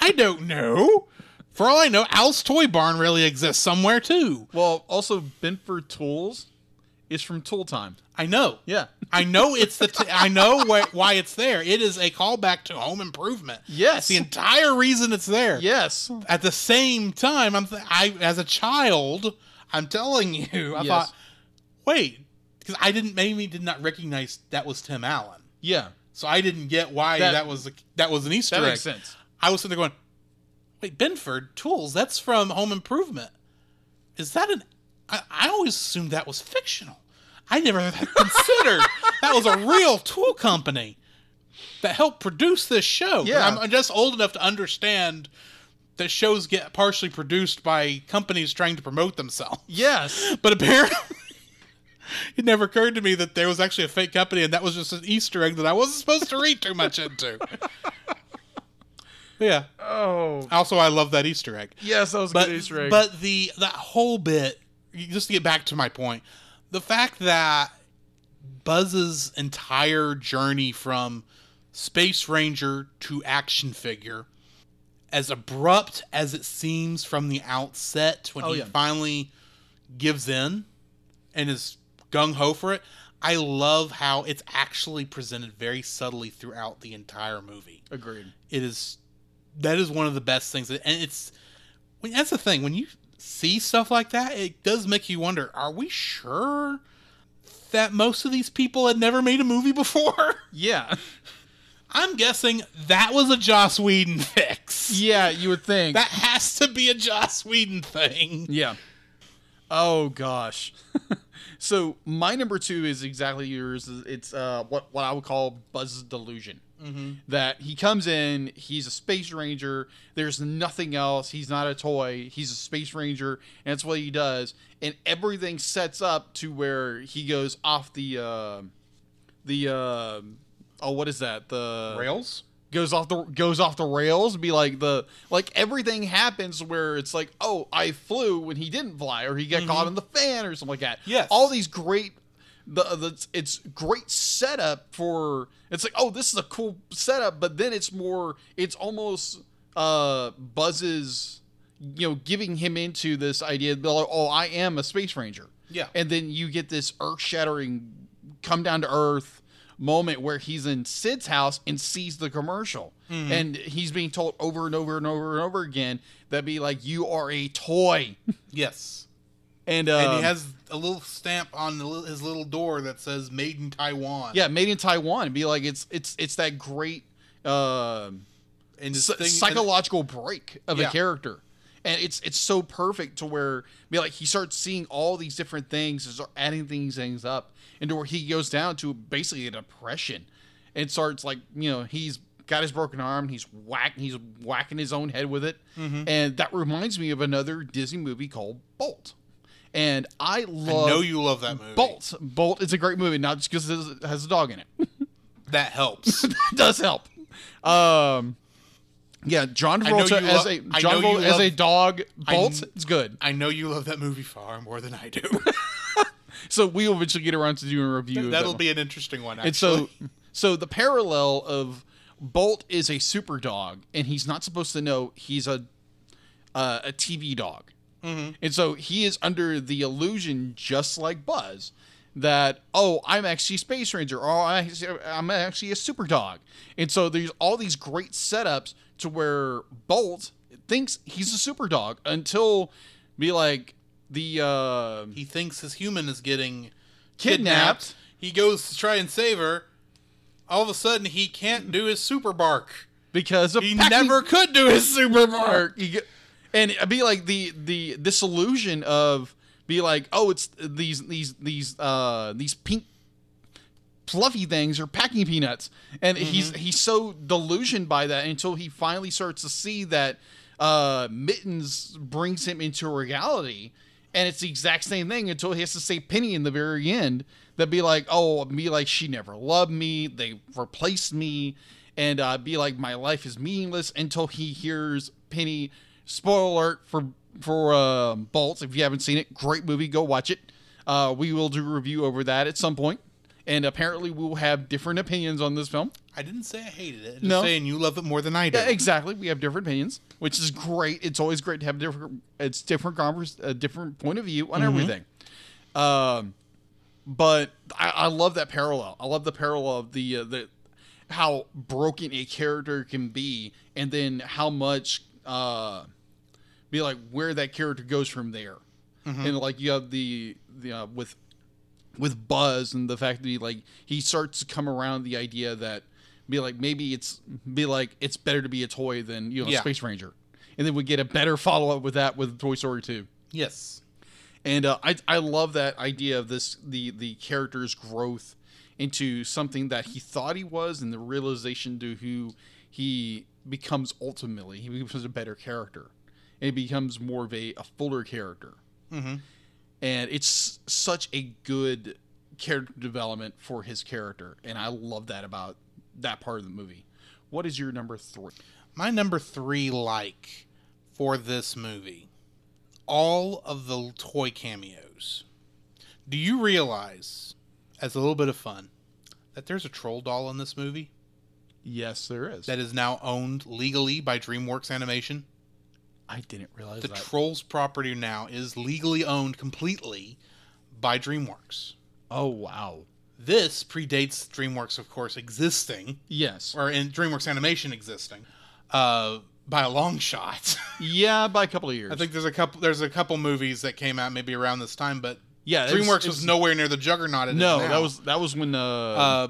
I don't know. For all I know, Al's Toy Barn really exists somewhere too. well, also Benford Tools is from Tool Time. I know. Yeah. I know it's the. T- I know wh- why it's there. It is a callback to Home Improvement. Yes. the entire reason it's there. Yes. At the same time, I'm. Th- I as a child, I'm telling you, I Yes. thought, wait, because I didn't maybe did not recognize that was Tim Allen, Yeah. so I didn't get why that, That- was a, that was an Easter That egg. makes sense. I was sitting there going, wait, Benford Tools. That's from Home Improvement. Is that an? I, I always assumed that was fictional. I never considered that was a real tool company that helped produce this show. Yeah. I'm just old enough to understand that shows get partially produced by companies trying to promote themselves. Yes. But apparently, it never occurred to me that there was actually a fake company, and that was just an Easter egg that I wasn't supposed to read too much into. yeah. Oh. Also, I love that Easter egg. Yes, that was a But good Easter egg. but the that whole bit, just to get back to my point, the fact that Buzz's entire journey from space ranger to action figure, as abrupt as it seems from the outset, when Oh, he yeah. finally gives in and is gung ho for it. I love how it's actually presented very subtly throughout the entire movie agreed. it is that is one of the best things and it's when that's the thing when you see stuff like that, it does make you wonder are we sure that most of these people had never made a movie before? Yeah. I'm guessing that was a Joss Whedon fix. Yeah, you would think. That has to be a Joss Whedon thing. yeah. Oh gosh. so my number two is exactly yours. It's uh, what what I would call Buzz's delusion. That he comes in, he's a space ranger. There's nothing else. He's not a toy. He's a space ranger, and that's what he does. And everything sets up to where he goes off the uh, the uh, oh, what is that? The Rails? goes off the goes off the rails be like the like everything happens where it's like oh i flew when he didn't fly or he got caught in the fan or something like that Yes. all these great the, the it's great setup for it's like oh this is a cool setup but then it's more it's almost uh buzzes you know giving him into this idea that, oh i am a space ranger Yeah. and then you get this earth shattering come down to earth moment where he's in Sid's house and sees the commercial. Mm-hmm. And he's being told over and over and over and over again that be like, you are a toy. Yes. And, uh, and he has a little stamp on the, li- his little door that says "Made in Taiwan." yeah, made in Taiwan. And be like, it's, it's, it's that great, um, and this psy- thing, psychological break of Yeah. a character. And it's it's so perfect to where be like he starts seeing all these different things and start adding these things up and to where he goes down to basically a depression and starts like, you know, he's got his broken arm, he's whack he's whacking his own head with it. Mm-hmm. And that reminds me of another Disney movie called Bolt. And I I love know you love that movie. Bolt. Bolt is a great movie, not just because it has a dog in it That helps. does help. Um, yeah, John I know Travolta you as lo- a I John know you Travolta as love- a dog bolt. kn- It's good. I know you love that movie far more than I do. So we will eventually get around to doing a review. of that That'll one. be an interesting one. Actually. And so, so the parallel of Bolt is a super dog, and he's not supposed to know he's a uh, a TV dog, and so he is under the illusion, just like Buzz, that oh, I'm actually Space Ranger, or I'm actually- I'm actually a super dog, and so there's all these great setups to where Bolt thinks he's a super dog until be like the uh, he thinks his human is getting Kidnapped. kidnapped. He goes to try and save her. All of a sudden, he can't do his super bark. because of He packing- never could do his super bark. or you get- and it'd be like the the this illusion of be like oh it's these these these uh these pink fluffy things are packing peanuts and he's he's so delusioned by that until he finally starts to see that uh mittens brings him into reality and it's the exact same thing until he has to say penny in the very end that be like oh be like she never loved me they replaced me and uh, be like my life is meaningless until he hears penny spoiler alert for for uh, bolt if you haven't seen it great movie go watch it uh, we will do a review over that at some point and apparently we will have different opinions on this film I didn't say I hated it. I'm just No. saying you love it more than I do. yeah, exactly. We have different opinions, which is great. It's always great to have different. It's different converse, a different point of view on everything. Um, but I, I love that parallel. I love the parallel of the uh, the how broken a character can be, and then how much uh, be like where that character goes from there. And like you have the the uh, with with Buzz and the fact that he like he starts to come around the idea that be like maybe it's be like it's better to be a toy than you know a Yeah. Space Ranger, and then we get a better follow up with that with Toy Story two. Yes. And uh, I I love that idea of this the the character's growth into something that he thought he was and the realization to who he becomes ultimately. He becomes a better character. And he becomes more of a, a fuller character. Mm-hmm. And it's such a good character development for his character. And I love that about that part of the movie. What is your number three? My number three like for this movie all of the toy cameos. Do you realize, as a little bit of fun, that there's a troll doll in this movie Yes, there is. that is now owned legally by DreamWorks Animation? I didn't realize The that. Trolls property now is legally owned completely by DreamWorks. oh, wow. This predates DreamWorks, of course, existing. Yes. or in DreamWorks Animation existing. Uh, by a long shot. Yeah, by a couple of years. I think there's a couple there's a couple movies that came out maybe around this time, but Yeah, it was- DreamWorks was, it was- nowhere near the juggernaut. It is no, now. that was that was when uh, Uh,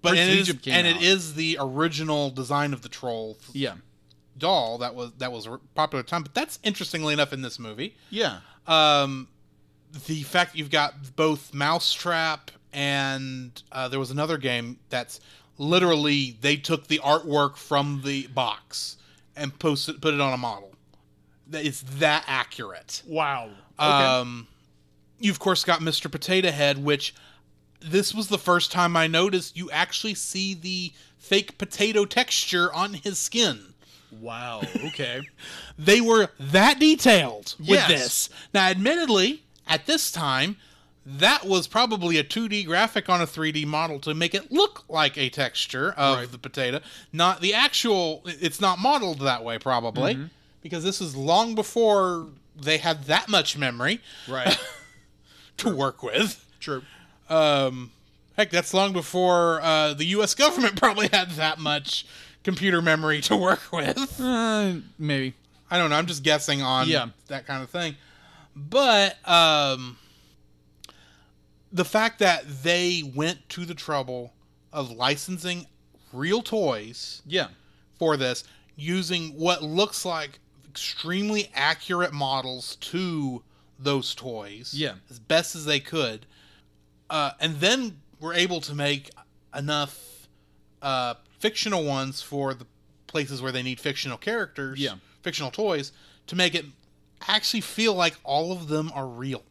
but Prince and, of it is, Egypt came and out. it is the original design of the troll f- yeah doll that was that was a popular time. But that's interestingly enough in this movie, yeah um, the fact you've got both Mousetrap and uh, there was another game that's literally they took the artwork from the box and posted put it on a model. That- It's that accurate. wow okay. Um, you of course got Mr. Potato Head, which this was the first time I noticed you actually see the fake potato texture on his skin. wow okay They were that detailed Yes. with this. Now, admittedly, at this time, that was probably a 2D graphic on a 3D model to make it look like a texture of the potato, not the actual. It's not modeled that way, probably, because this is long before they had that much memory right to work with. true Um, heck, that's long before uh, the U.S. government probably had that much computer memory to work with. uh, maybe I don't know. I'm just guessing on Yeah. that kind of thing. But um, the fact that they went to the trouble of licensing real toys yeah for this using what looks like extremely accurate models to those toys Yeah. as best as they could uh, and then were able to make enough uh, fictional ones for the places where they need fictional characters Yeah. fictional toys to make it actually feel like all of them are real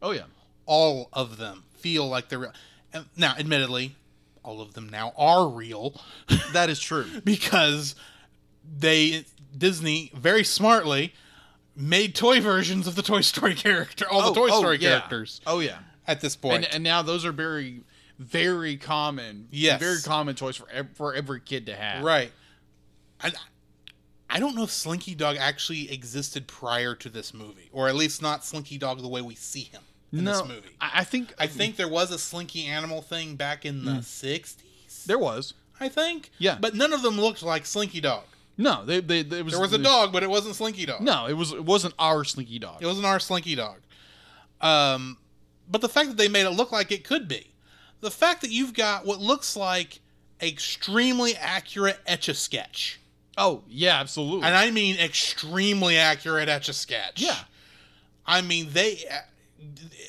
oh yeah all of them feel like they're real and now admittedly all of them now are real that is true because they Disney very smartly made toy versions of the Toy Story character, all the Toy Story Oh, yeah. characters oh yeah at this point. and and now those are very very common Yes. very common toys for ev- for every kid to have right. And I don't know if Slinky Dog actually existed prior to this movie, or at least not Slinky Dog the way we see him in no this movie. I, I think I think there was a Slinky Animal thing back in the 60s, Hmm. there was I think. Yeah. But none of them looked like Slinky Dog. no they, they, they it was There was a dog, but it wasn't Slinky Dog. no it was it wasn't our slinky dog It wasn't our slinky dog. Um, but the fact that they made it look like it could be, the fact that you've got what looks like extremely accurate etch a sketch, oh yeah absolutely and I mean extremely accurate etch a sketch. yeah I mean they.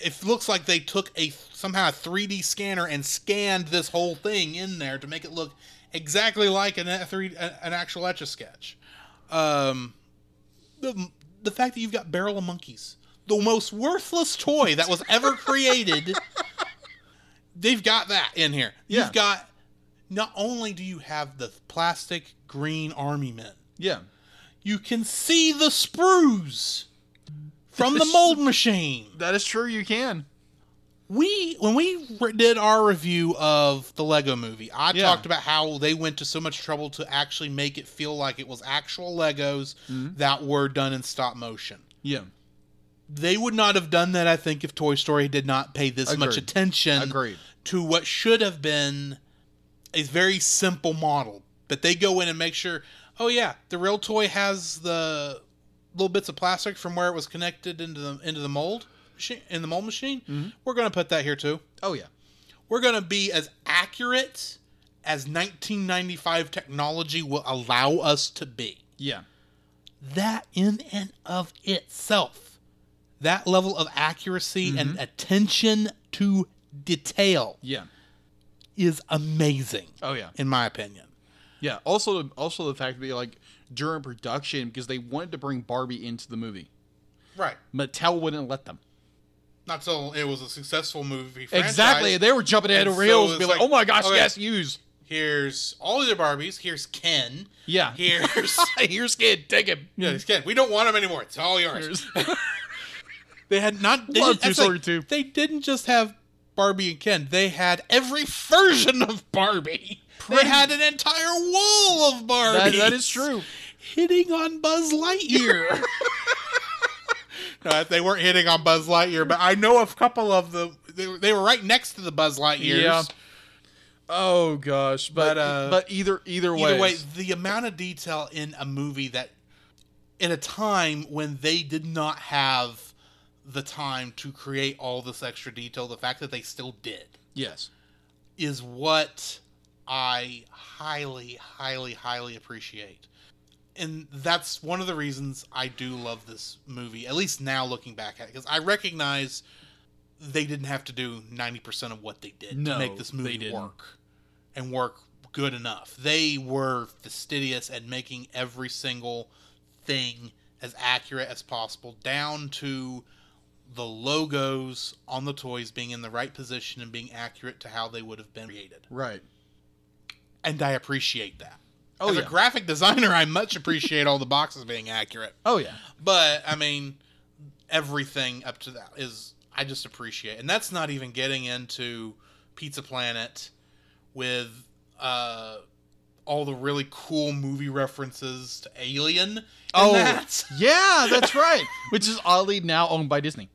It looks like they took a somehow a 3D scanner and scanned this whole thing in there to make it look exactly like an a three an actual etch a sketch. Um, the the fact that you've got Barrel of Monkeys, the most worthless toy that was ever created, they've got that in here. Yeah. You've got not only do you have the plastic green army men, yeah you can see the sprues from the mold machine. that is true you can We when we re- did our review of the Lego Movie, I Yeah. talked about how they went to so much trouble to actually make it feel like it was actual Legos Mm-hmm. that were done in stop motion. yeah They would not have done that, I think, if Toy Story did not pay this much Agreed. attention Agreed. to what should have been a very simple model. But they go in and make sure, oh yeah, the real toy has the little bits of plastic from where it was connected into the into the mold machine in the mold machine. We're gonna put that here too. oh yeah We're gonna be as accurate as 1995 technology will allow us to be yeah that in and of itself that level of accuracy and attention to detail yeah is amazing oh yeah in my opinion yeah also also the fact that like during production because they wanted to bring Barbie into the movie right Mattel wouldn't let them not till it was a successful movie Exactly. They were jumping ahead And of so reels and it's be like, like, oh my gosh, okay. yes, use. here's all the barbies here's ken Yeah. here's Here's kid, take him. yeah here's ken we don't want him anymore it's all yours they had not they Love didn't- Toy that's like- Story 2. they didn't just have barbie and ken they had every version of barbie Pretty- they had an entire wall of That- Barbie. that is true. hitting on Buzz Lightyear. no, they weren't hitting on Buzz Lightyear, but I know a couple of the they, were- they were right next to the Buzz Lightyears. Yeah. Oh gosh, but But, uh, but uh, either either way, Either way, the amount of detail in a movie that in a time when they did not have the time to create all this extra detail, the fact that they still did Yes. is what I highly, highly, highly appreciate. And that's one of the reasons I do love this movie, at least now looking back at it, because I recognize they didn't have to do 90% of what they did to No, make this they movie didn't. work and work good enough. They were fastidious at making every single thing as accurate as possible, down to the logos on the toys being in the right position and being accurate to how they would have been created. Right. And I appreciate that. Oh, As yeah. a graphic designer, I much appreciate all the boxes being accurate. Oh yeah. But I mean, everything up to that is I just appreciate, and that's not even getting into Pizza Planet with uh, all the really cool movie references to Alien. and Oh that. yeah, that's right. Which is oddly now owned by Disney.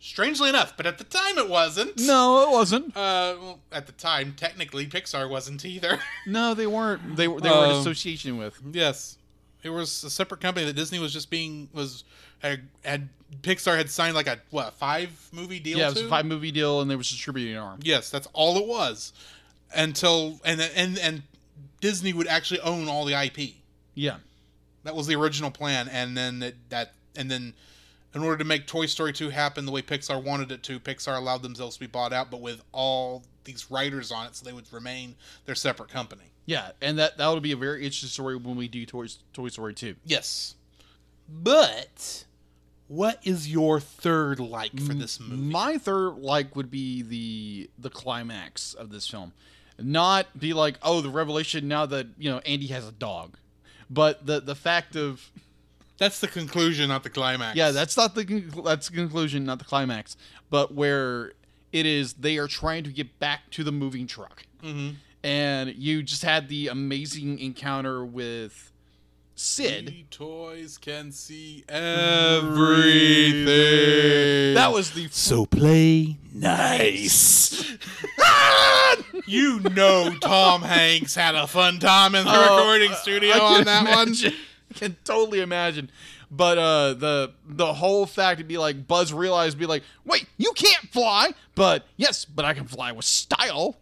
strangely enough, but at the time it wasn't. No, it wasn't. Uh, well, at the time, technically, Pixar wasn't either. No, they weren't. They were. They were in Um, association with. Yes, it was a separate company that Disney was just being was had, had Pixar had signed like a what five movie deal. Yeah, it was to? a five movie deal, and they were distributing arm. Yes, that's all it was until and and and Disney would actually own all the IP. Yeah. That was the original plan, and then it, that and then in order to make Toy Story two happen the way Pixar wanted it to, Pixar allowed themselves to be bought out, but with all these writers on it, so they would remain their separate company. Yeah, and that that will be a very interesting story when we do Toy Toy Story two. Yes. But what is your third like for this movie? My third like would be the the climax of this film, not be like oh the revelation now that you know Andy has a dog, but the the fact of That's the conclusion, not the climax. yeah that's not the conc- that's the conclusion not the climax, but where it is they are trying to get back to the moving truck, Mhm. and you just had the amazing encounter with Sid. We toys can see everything. That was the so play nice. you know Tom Hanks had a fun time in the Oh, recording I- studio I can on that imagine- one. I can totally imagine. But uh, the the whole fact to be like Buzz realized be like, wait, you can't fly, but yes, but I can fly with style.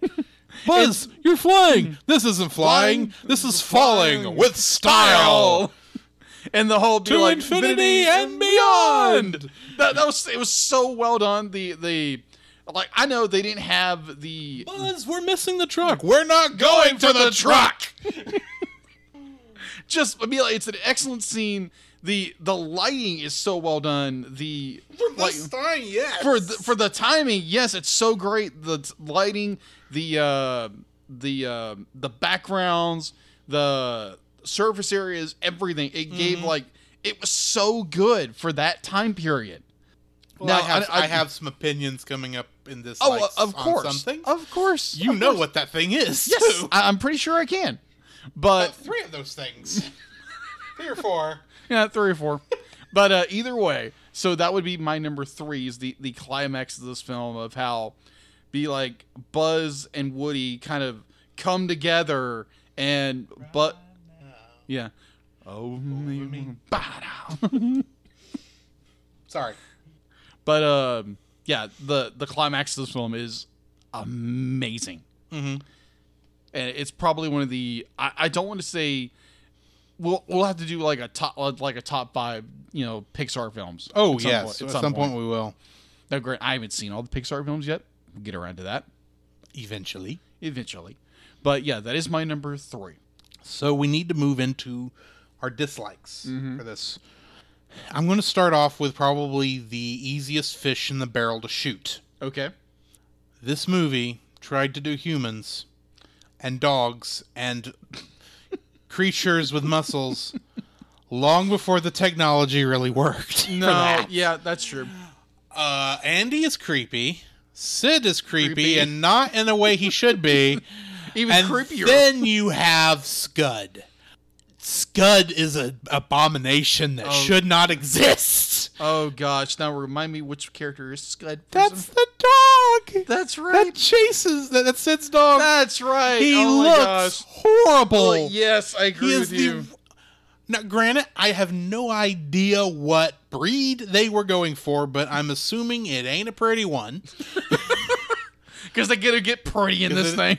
Buzz, you're flying. Mm. This isn't flying. Flying. This is falling Flying. with style. and the whole be To like, infinity and beyond. That, that was it was so well done. The the like I know they didn't have the Buzz, we're missing the truck. We're not going to the truck. just I mean, like, it's an excellent scene. The the lighting is so well done. The like, Stein, yes. for the, for the timing, yes, it's so great. The t- lighting, the uh, the uh, the backgrounds, the surface areas, everything. It gave like it was so good for that time period. Well, I, have, I, have some opinions coming up in this. Oh, like, of on course, something. of course, you of know course. what that thing is. Yes, too. I, I'm pretty sure I can, but About three of those things. three or four. yeah, three or four. but uh, either way, so that would be my number three is the the climax of this film of how be like Buzz and Woody kind of come together and but yeah. Oh, me. Ba-da. Sorry. but um, yeah, the the climax of this film is amazing. Mhm. And it's probably one of the I, I don't want to say we'll we'll have to do like a top like a top five you know Pixar films. Oh at some yes. point- at, some point. we will. Now, grant I haven't seen all the Pixar films yet. We'll get around to that Eventually. eventually. But yeah, that is my number three. So we need to move into our dislikes Mm-hmm. for this. I'm going to start off with probably the easiest fish in the barrel to shoot. Okay. This movie tried to do humans and dogs and creatures with muscles long before the technology really worked. for No, that. yeah, that's true. uh, Andy is creepy. Sid is creepy, Creepy. and not in a way he should be. Even and creepier. then you have Scud. Scud is an abomination that should not exist. oh gosh, now remind me which character is Scud. for That's some- the dog that's right. that chases that, that's Sid's dog. That's right. he oh my looks gosh. horrible. yes, I agree he is with you. the Now, granted, I have no idea what breed they were going for, but I'm assuming it ain't a pretty one. because they get to get pretty in this it- thing.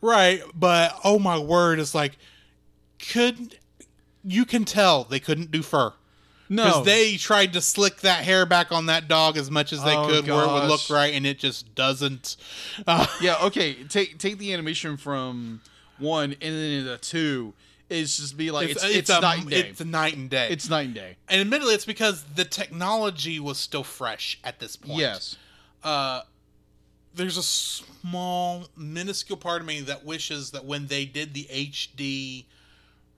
Right, but oh my word, it's like could you can tell they couldn't do fur because No, they tried to slick that hair back on that dog as much as they Oh, could where it would look gosh. right, and it just doesn't. yeah, okay. Take take the animation from one and then the two. It's just be like it's it's, a- night and day. It's night and day. It's night and day. and admittedly, it's because the technology was still fresh at this point. Yes. there's a small, minuscule part of me that wishes that when they did the HD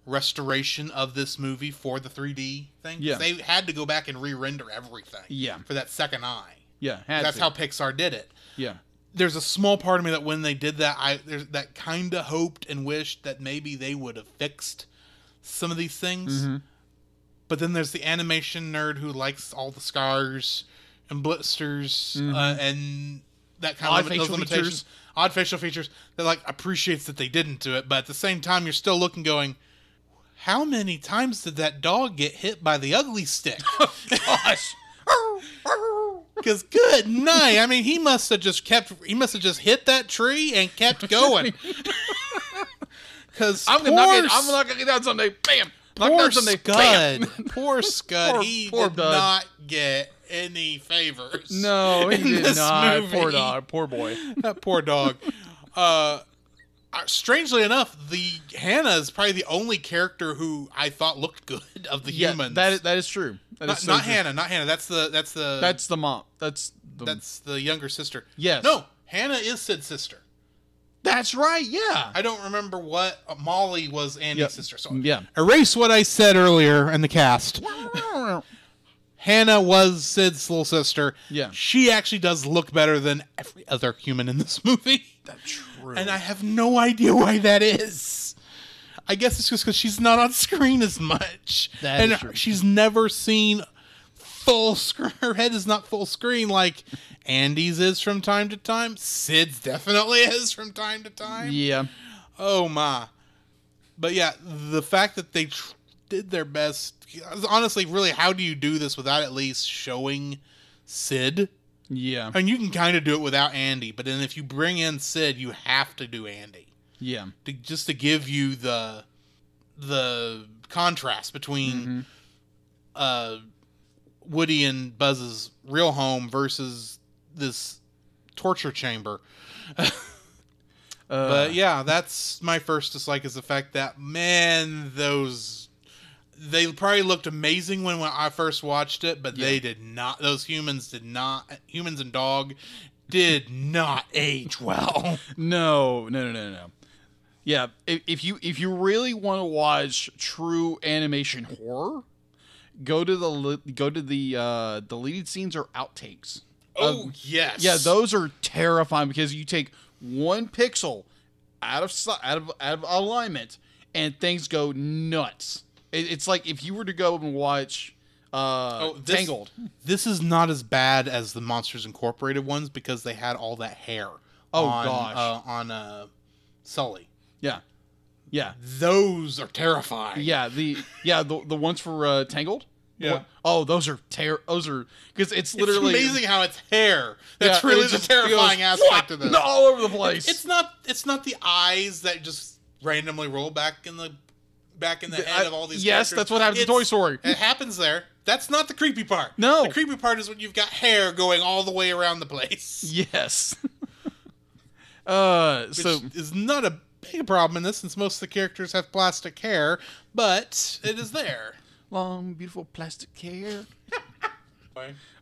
restoration of this movie for the 3D thing, 'cause Yeah. they had to go back and re-render everything. Yeah. for that second eye. Yeah. had That's to. how Pixar did it. Yeah. There's a small part of me that when they did that, I there's that kind of hoped and wished that maybe they would have fixed some of these things. Mm-hmm. But then there's the animation nerd who likes all the scars and blisters uh, and that kind Mm-hmm. Odd of limit- those facial limitations, features. odd facial features. That like appreciates that they didn't do it, but at the same time, you're still looking going. How many times did that dog get hit by the ugly stick? Gosh. Because good night. I mean, he must have just kept. He must have just hit that tree and kept going. Because I'm gonna knock it. I'm gonna knock it down someday. Bam. Knock it poor down someday. Bam. Scud. poor Scud. Poor- he poor did bud. not get any favors. No, he in did this not. Poor movie. dog. Poor boy. That poor dog. Uh, uh, strangely enough, the Hannah is probably the only character who I thought looked good of the Yeah, humans. that is, that is true. That is not, so not true. Hannah. Not Hannah. That's the. That's the. That's the mom. That's the, that's the younger sister. Yes. No, Hannah is Sid's sister. that's right. Yeah. I don't remember what uh, Molly was Andy's Yep. sister. So Yeah. erase what I said earlier in the cast. Hannah was Sid's little sister. Yeah. She actually does look better than every other human in this movie. True. And I have no idea why that is. I guess it's just because she's not on screen as much. That and is true. she's never seen full screen. Her head is not full screen like Andy's is from time to time. Sid's definitely is from time to time. yeah. Oh my! But yeah, the fact that they tr- did their best. Honestly, really, how do you do this without at least showing Sid? Yeah. I mean, you can kind of do it without Andy, but then if you bring in Sid, you have to do Andy Yeah. to, just to give you the the contrast Mm-hmm. between uh, Woody and Buzz's real home versus this torture chamber. Uh, But yeah, that's my first dislike is the fact that man, those they probably looked amazing when, when I first watched it, but they did not. Those humans did not. Humans and dog did not age well. No, no, no, no, no. Yeah, if, if you if you really want to watch true animation horror, go to the li- go to the uh, deleted scenes or outtakes. Oh yes, Yeah, those are terrifying because you take one pixel out of si- out of out of alignment and things go nuts. It, it's like if you were to go and watch uh, Oh, this- Tangled. This is not as bad as the Monsters Incorporated ones because they had all that hair. Oh, on, gosh. uh, on uh, Sully. Yeah, yeah. Those are terrifying. Yeah, the yeah the the ones for uh, Tangled. The Yeah. one- Oh, those are ter- those are because it's literally it's amazing how it's hair. Yeah, That's really it the just terrifying goes, aspect of this. all over the place. It's not. It's not the eyes that just randomly roll back in the back in the, The- head I- of all these. yes, characters. that's what happens in It's- Toy Story. It happens there. That's not the creepy part. No. the creepy part is when you've got hair going all the way around the place, yes. uh, which so is not a big problem in this since most of the characters have plastic hair, but it is there. long, beautiful plastic hair.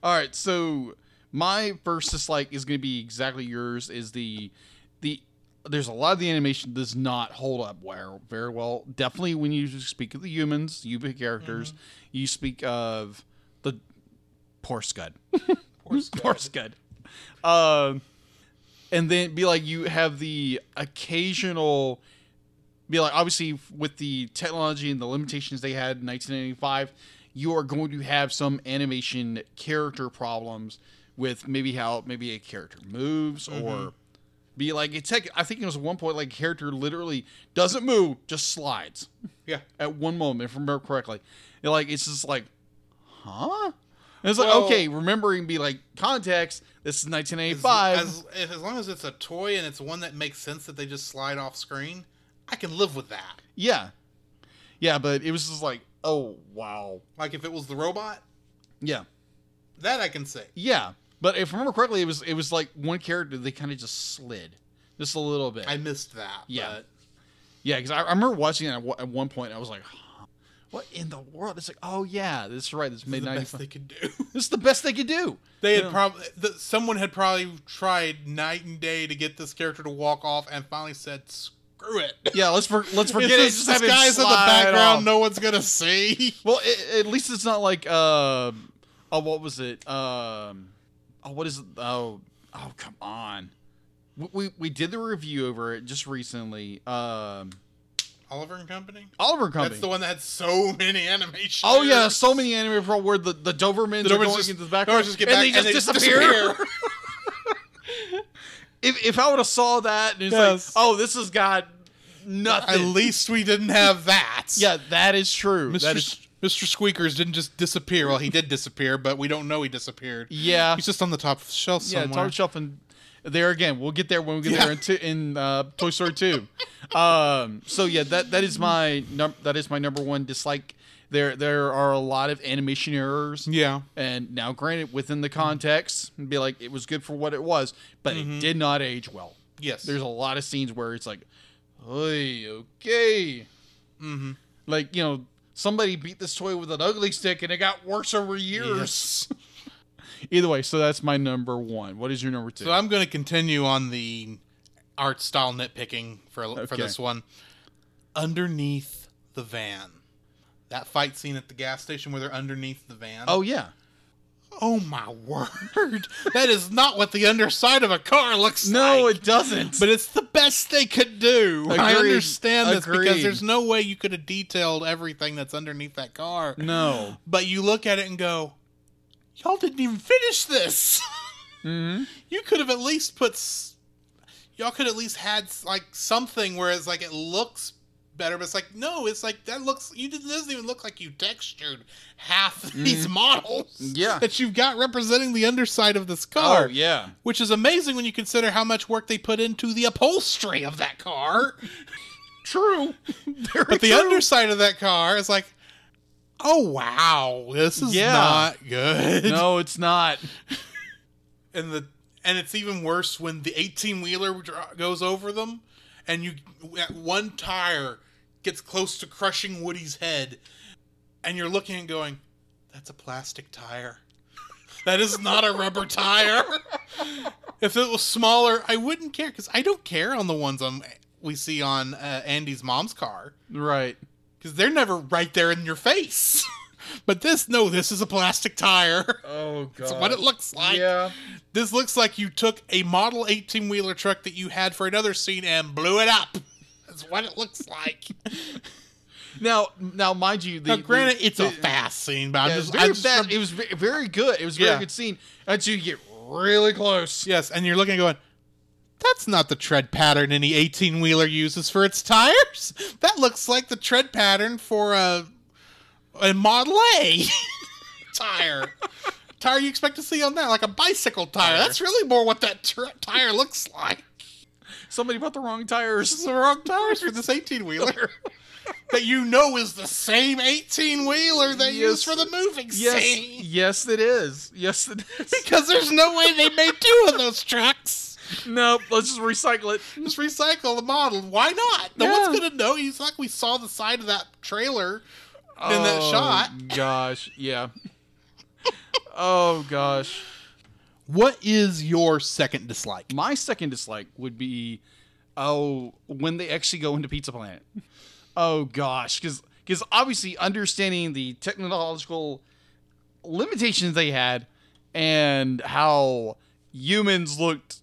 All right, so my first dislike is going to be exactly yours. Is the the there's a lot of the animation does not hold up well, very well. Definitely when you speak of the humans, you pick characters, you speak of the poor Scud, poor Scud, poor Scud. Um, and then be like you have the occasional be like obviously with the technology and the limitations they had in 1985 you are going to have some animation character problems with maybe how maybe a character moves or Be like it's like I think it was at one point like character literally doesn't move, just slides Yeah. at one moment, if I remember correctly. And, like it's just like, huh? And it's Well- like okay, remembering be like context. This is 1985. As, as, as long as it's a toy and it's one that makes sense that they just slide off screen, I can live with that. yeah, yeah, but it was just like, oh wow, Like if it was the robot, yeah, that I can see. yeah. But if I remember correctly, it was it was like one character they kind of just slid just a little bit. I missed that. Yeah. Yeah, because I, I remember watching it at, one- at one point. I was like, huh, "What in the world?" It's like, "Oh yeah, this is right. This is but mid the best '95. they could do. This is the best they could do." They had Yeah. probably someone had probably tried night and day to get this character to walk off, and finally said, "Screw it." Yeah, let's for, let's forget it. It's Just just have this it guy's in the slide background. off. No one's gonna see. Well, a- at least it's not like um, oh, what was it? Um, oh, what is it? Oh, oh, come on. We, we we did the review over it just recently. Um, Oliver and Company. Oliver and Company. That's the one that had so many animations. Oh yeah, so many anime pro where the the Dobermans The are Dobermans going just- into the background Dobermans just get and back they just and they disappear. disappear. if if I would have saw that and it's Yes. like, oh, this has got At nothing. least we didn't have that. yeah, that is true. Mr. That is, Mr. Squeakers didn't just disappear. Well, he did disappear, but we don't know he disappeared. yeah, He's just on the top shelf yeah. somewhere. Tom Shelf and there again. We'll get there when we get Yeah. there in, two, in uh, Toy Story two. um, so yeah, that that is my num- that is my number one dislike. There there are a lot of animation errors. yeah. And now, granted, within the context, it'd be like it was good for what it was, but Mm-hmm. it did not age well. Yes. There's a lot of scenes where it's like, "Hey, okay," mm-hmm. like you know, somebody beat this toy with an ugly stick, and it got worse over years. Either way, so that's my number one. What is your number two? So I'm going to continue on the art style nitpicking for for Okay. this one. Underneath the van, that fight scene at the gas station where they're underneath the van. oh yeah, oh my word! that is not what the underside of a car looks like. no, it doesn't. But it's the best they could do. I Agreed. understand this Agreed. because there's no way you could have detailed everything that's underneath that car. no, But you look at it and go, y'all didn't even finish this. mm-hmm. you could have at least put, s- y'all could at least had s- like something where it's like it looks better, but it's like no, it's like that looks. You didn't, it doesn't even look like you textured half of these models. Mm. Yeah. that you've got representing the underside of this car oh yeah, which is amazing when you consider how much work they put into the upholstery of that car. true. But the underside of that car is like, oh wow, this is Yeah. not good. no, it's not. And the and it's even worse when the eighteen wheeler goes over them, and you at one tire gets close to crushing Woody's head, and you're looking and going, that's a plastic tire. That is not a rubber tire. If it was smaller, I wouldn't care because I don't care on the ones on we see on uh, Andy's mom's car Right. because they're never right there in your face. but this, no, this is a plastic tire. Oh god. That's what it looks like. Yeah. This looks like you took a model 18 wheeler truck that you had for another scene and blew it up. That's what it looks like. Now, now, mind you, the now, granted, it's a the- fast scene, but I'm Yeah, it was just, very I just bad. rem- It was ve- very good. It was a very Yeah. good scene until you get really close. yes, and you're looking and going, that's not the tread pattern any 18 wheeler uses for its tires. That looks like the tread pattern for a, a Model A tire. tire you expect to see on that, like a bicycle tire. That's really more what that tr- tire looks like. Somebody bought the wrong tires. the wrong tires for this 18 wheeler that you know is the same 18 wheeler they Yes. use for the moving Yes, scene. yes, it is. Yes, it is. Because there's no way they made two of those trucks. nope, let's just recycle it. Just recycle the model. Why not? No Yeah. one's going to know. He's like, we saw the side of that trailer in that Oh, shot. Gosh, yeah. oh gosh. What is your second dislike? My second dislike would be, oh, when they actually go into Pizza Planet. Oh gosh, because because obviously understanding the technological limitations they had and how humans looked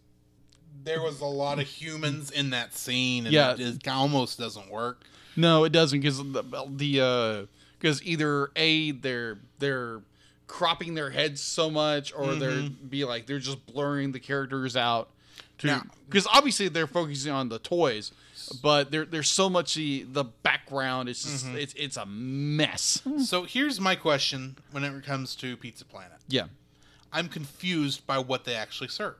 There was a lot of humans in that scene, and Yeah. it, it almost doesn't work. No, it doesn't because the the because either a they're they're Mm-hmm. cropping their heads so much, or they're be like they're just blurring the characters out. to because obviously they're focusing on the toys, but there, there's so much the, the background. It's just it's it's a mess. So here's my question when it comes to Pizza Planet. Yeah. I'm confused by what they actually serve.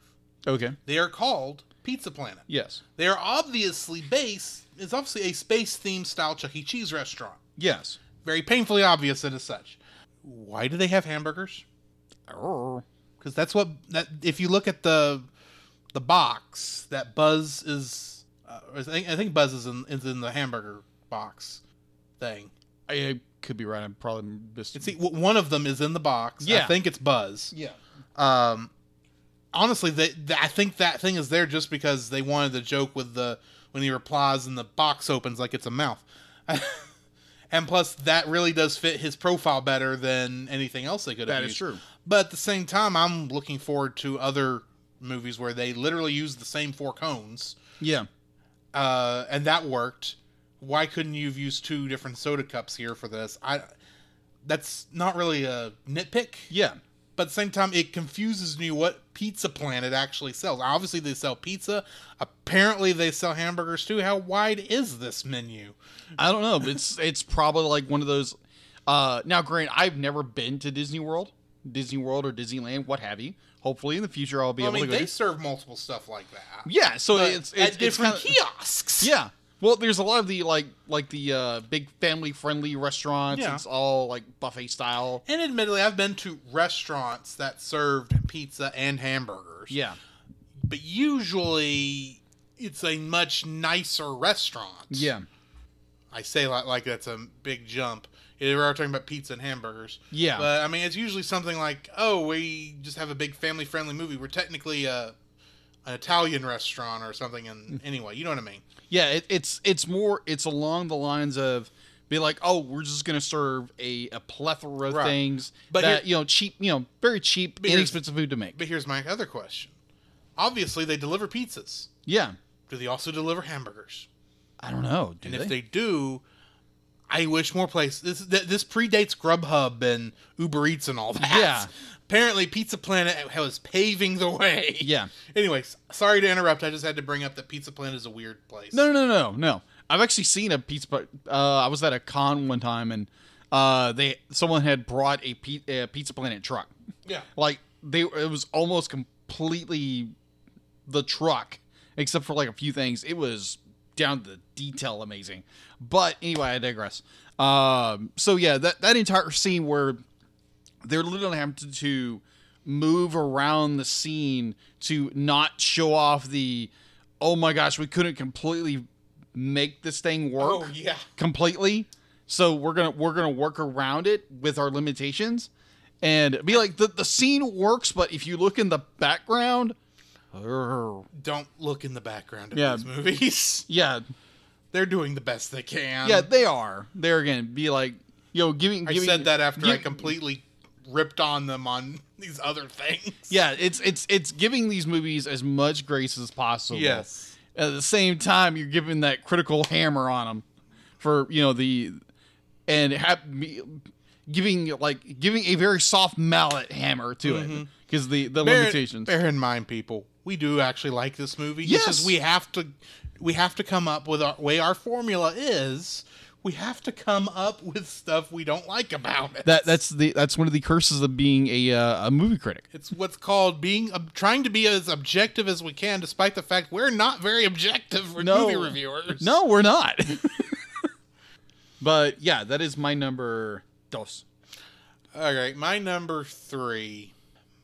Okay. They are called Pizza Planet. Yes. They are obviously base it's obviously a space themed style Chuck E. Cheese restaurant. Yes. Very painfully obvious it is such. Why do they have hamburgers? Because that's what that if you look at the the box that Buzz is, uh, I think I think Buzz is in is in the hamburger box thing. I, I could be right. I'm probably missed. See, w- one of them is in the box. I Yeah. think it's Buzz. yeah. Um, honestly, they, th I think that thing is there just because they wanted the joke with the when he replies and the box opens like it's a mouth. and plus, that really does fit his profile better than anything else they could have That is used. true. But at the same time, I'm looking forward to other movies where they literally use the same four cones, Yeah. uh, and that worked. Why couldn't you have used two different soda cups here for this? I that's not really a nitpick Yeah. but at the same time it confuses me what pizza planet actually sells obviously they sell pizza apparently they sell hamburgers too how wide is this menu I don't know. but It's it's probably like one of those. Uh, now, Grant, I've never been to Disney World, Disney World or Disneyland, what have you. Hopefully, in the future, I'll be i able mean to go. they to- serve multiple stuff like that yeah. So But it's, it's at it's different kinda- kiosks Yeah. Well, there's a lot of the like like the uh, big family friendly restaurants. Yeah. It's all like buffet style. and admittedly i've been to restaurants that served pizza and hamburgers Yeah. but usually it's a much nicer restaurant Yeah. i say like, like that's a big jump we're talking about pizza and hamburgers Yeah. But I mean, it's usually something like, "Oh, we just have a big family-friendly movie. We're technically uh, an Italian restaurant or something." Mm. And anyway, you know what I mean? Yeah, it, it's it's more it's along the lines of be like, oh, we're just gonna serve a, a plethora of Right. things, But but that here- you know, cheap, you know, very cheap, But here's- inexpensive food to make. But here's my other question: Obviously, they deliver pizzas. yeah, Do they also deliver hamburgers? I don't know. Do And they? if they do, I wish more places. This th- this predates Grubhub and Uber Eats and all that. Yeah. Apparently, Pizza Planet was paving the way. Yeah. Anyways, sorry to interrupt. I just had to bring up that Pizza Planet is a weird place. No, no, no, no, no. I've actually seen a pizza. pla- Uh, I was at a con one time, and uh, they someone had brought a, pe- a Pizza Planet truck. Yeah. Like they, it was almost completely the truck, except for like a few things. It was down to the detail amazing. But anyway, I digress. Um, so yeah, that that entire scene where they're literally having to, to move around the scene to not show off the oh my gosh we couldn't completely make this thing work Oh yeah. completely so we're gonna we're gonna work around it with our limitations and be like the, the scene works but if you look in the background don't look in the background of Yeah. these movies. yeah They're doing the best they can. yeah they are they're gonna be like yo giving, I giving said that after I gi- completely ripped on them on these other things. yeah it's it's it's giving these movies as much grace as possible Yes. at the same time you're giving that critical hammer on them for you know the and have me giving like giving a very soft mallet hammer to Mm-hmm. it because the the Bear, limitations bear in mind, people, we do actually like this movie. It's Yes. just we have to, we have to come up with our way. Our formula is we have to come up with stuff we don't like about it. that that's the that's one of the curses of being a uh, a movie critic it's what's called being ob- trying to be as objective as we can, despite the fact we're not very objective for No. movie reviewers. no we're not but yeah that is my number dos All right, my number three.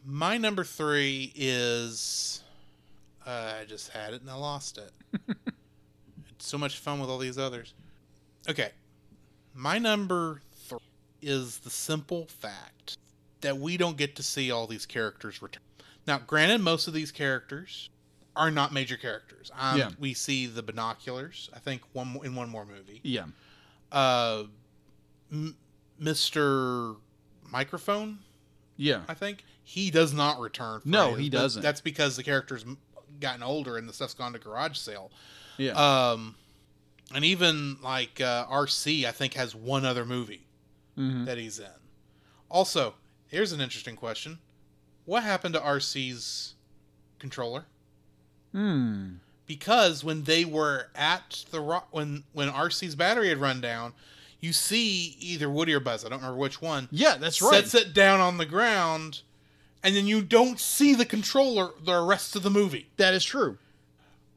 My number three is. Uh, I just had it and I lost it. it's so much fun with all these others. Okay, my number three is the simple fact that we don't get to see all these characters return. Now, granted, most of these characters are not major characters. Um, Yeah. We see the binoculars. I think one mo- in one more movie. yeah Uh, M- Mr. Microphone, yeah I think he does not return. for No, his- he but doesn't. That's because the character's m- gotten older and the stuff's gone to garage sale. yeah Um, and even like uh, RC, I think has one other movie Mhm. that he's in. Also, here's an interesting question: What happened to RC's controller? hmm. Because when they were at the rock, when when RC's battery had run down, you see either Woody or Buzz. I don't remember which one. Yeah, that's right. Sets it down on the ground, and then you don't see the controller the rest of the movie. That is true.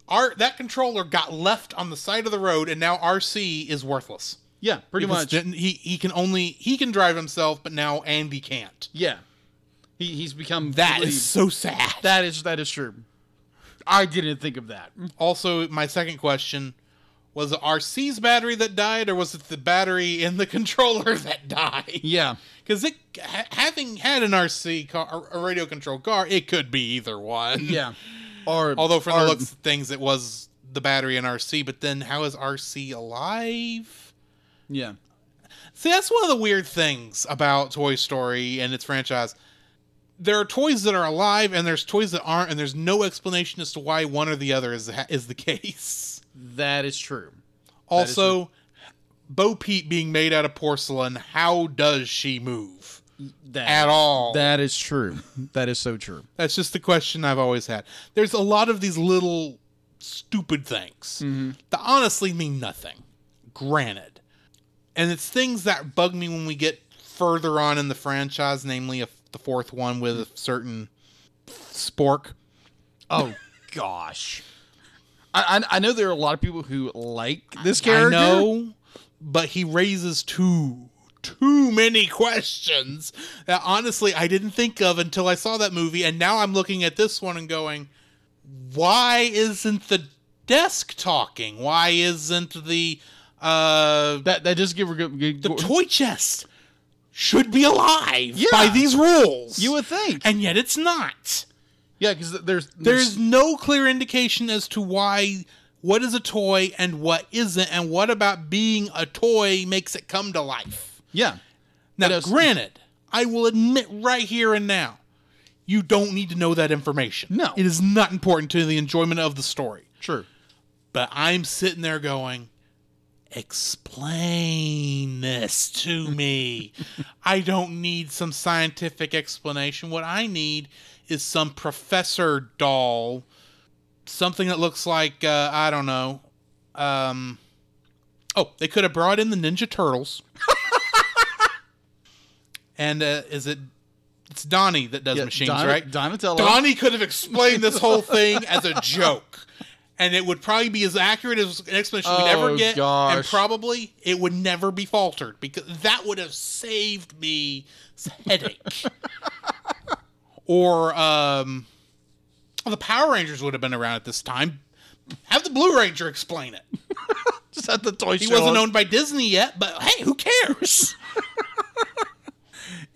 Our that controller got left on the side of the road, and now RC is worthless. Yeah, pretty Because much. then he he can only he can drive himself, but now Andy can't. yeah, he, he's become That really- is so sad. that is that is true. I didn't think of that. Also, my second question was it RC's battery that died, or was it the battery in the controller that died? Yeah, Because it ha- having had an RC car, a radio control car, it could be either one. yeah. Or Although from the or- looks of things, it was the battery in RC. But then, how is RC alive? yeah, See, that's one of the weird things about Toy Story and its franchise. There are toys that are alive, and there's toys that aren't, and there's no explanation as to why one or the other is is the case. that is true. Also, Bo Peep being made out of porcelain, how does she move That at all? That is true. That is so true. That's just the question I've always had. There's a lot of these little stupid things that honestly mean nothing. Granted. And it's things that bug me when we get further on in the franchise, namely a, the fourth one with a certain spork. Oh gosh. I, I I know there are a lot of people who like this character. I know, but he raises too too many questions that honestly I didn't think of until I saw that movie, and now I'm looking at this one and going, why isn't the desk talking? Why isn't the uh That that does give her good, good the toy chest should be alive Yeah. by these rules? You would think. and yet it's not. yeah, because there's There's no clear indication as to why what is a toy and what isn't, and what about being a toy makes it come to life. yeah. Now, It is- granted, I will admit right here and now, you don't need to know that information. No. It is not important to the enjoyment of the story. Sure. But I'm sitting there going, explain this to me. I don't need some scientific explanation. What I need is some professor doll, something that looks like, uh, I don't know. Um, oh, they could have brought in the Ninja Turtles. and uh, is it. It's Donnie that does Yeah, machines, Don- right? Donatello. Donnie could have explained this whole thing as a joke. And it would probably be as accurate as an explanation we'd ever Oh, get. And gosh. probably it would never be faltered because that would have saved me s- headache. or um, the Power Rangers would have been around at this time. Have the Blue Ranger explain it. Just at the toy He store. wasn't owned by Disney yet, but hey, who cares?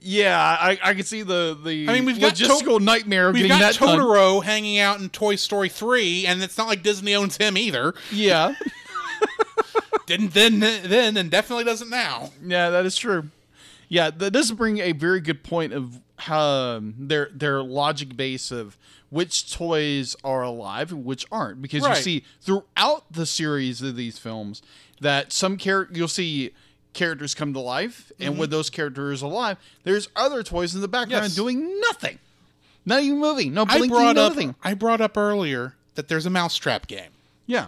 Yeah, I, I could see the the. I mean, we've got to- logistical nightmare of We've getting got that done. Totoro hanging out in Toy Story 3, and it's not like Disney owns him either. Yeah, didn't then then and definitely doesn't now. yeah, that is true. Yeah, that does bring a very good point of how um, their their logic base of which toys are alive and which aren't, because Right. you see throughout the series of these films that some character you'll see characters come to life, and when those characters are alive, there's other toys in the background Mm-hmm. Yes. doing nothing, not even moving, no I blinking, brought up nothing. I brought up earlier that there's a mousetrap game. Yeah,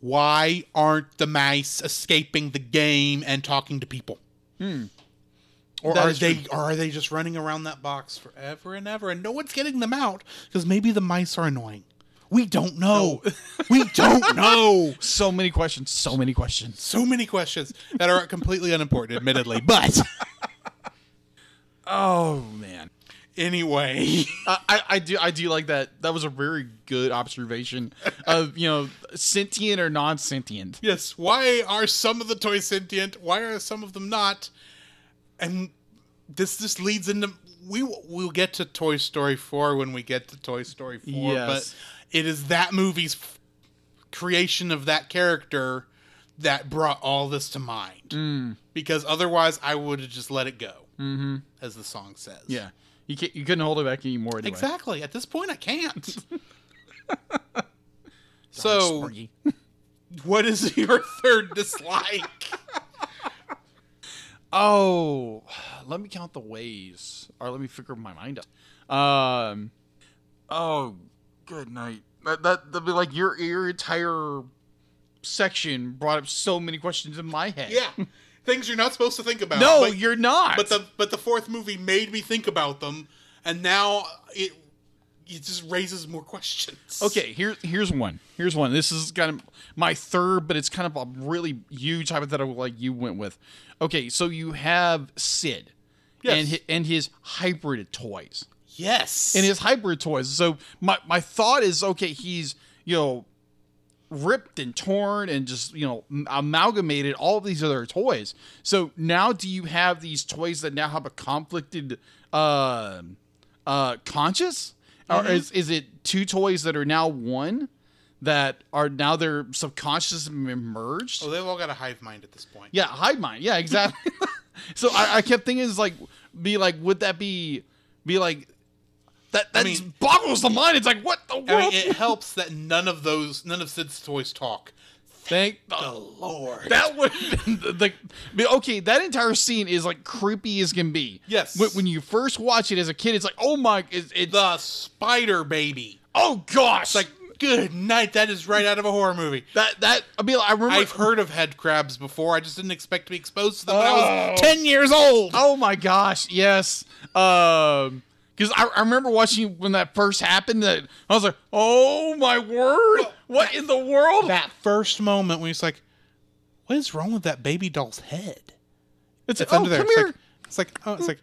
Why aren't the mice escaping the game and talking to people? Hmm. Or That are is they true. or are they just running around that box forever and ever and no one's getting them out because maybe the mice are annoying. We don't know. we don't know. so many questions, so many questions. So many questions that are completely unimportant, admittedly. But Oh man, anyway. I, I, I do I do like that. That was a very good observation of you know sentient or non sentient. Yes. Why are some of the toys sentient? Why are some of them not? And this just leads into we we'll get to Toy Story four when we get to Toy Story four. Yes. But it is that movie's f- creation of that character that brought all this to mind. Mm. Because otherwise, I would have just let it go, mm-hmm. as the song says. Yeah, you can't, you couldn't hold it back anymore. Anyway. Exactly. At this point, I can't. so, what is your third dislike? Oh, let me count the ways, or let me figure my mind out. Um, oh, good night. That that that'd be like your your entire section brought up so many questions in my head. Yeah, things you're not supposed to think about. No, but, you're not. but the but the fourth movie made me think about them, and now it it just raises more questions. Okay, here's here's one. Here's one. This is kind of my third, but it's kind of a really huge hypothetical, like you went with. Okay, so you have Sid, and Yes. hi- and his hybrid toys, Yes. and his hybrid toys. So my my thought is, okay, he's you know ripped and torn and just you know am- amalgamated all of these other toys. So now, do you have these toys that now have a conflicted uh, uh, conscious, or is is it two toys that are now one that are now their subconscious and merged? oh, they've all got a hive mind at this point. Yeah, hide mine. Yeah, exactly. so I, I kept thinking, is like, be like, would that be, be like, that that mean- boggles the mind. It's like, what the world? I mean, it helps that none of those, none of Sid's toys talk. Thank The the, Lord. that would have been the, the be- okay. That entire scene is like creepy as can be. Yes. When, when you first watch it as a kid, it's like, oh my, it's, it's the Spider Baby. oh gosh, Like, good night. That is right out of a horror movie. that that. I mean, I remember. I've heard of head crabs before. I just didn't expect to be exposed to them when I Oh. was ten years old. Oh my gosh, yes. Um because I, I remember watching when that first happened that I was like, "Oh my word. What in the world?" That first moment when he's like, "What is wrong with that baby doll's head?" it's It's oh, under there. Come it's, here. Like, it's like, oh, it's like,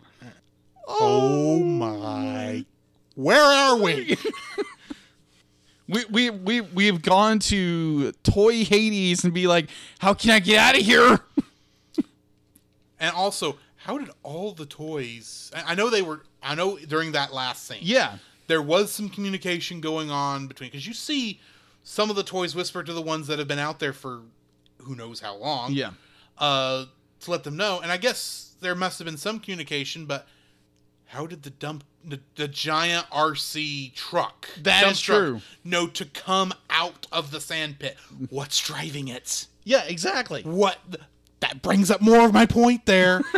oh. oh my, where are we? We, we we we've gone to toy Hades and be like, "How can I get out of here?" and also, how did all the toys? I I know they were. I know during that last scene. Yeah. there was some communication going on between because you see some of the toys whisper to the ones that have been out there for who knows how long Yeah. uh to let them know and i guess there must have been some communication but how did the dump the, the giant rc truck That dump is truck true. know to come out of the sand pit what's driving it Yeah, exactly. what that brings up more of my point there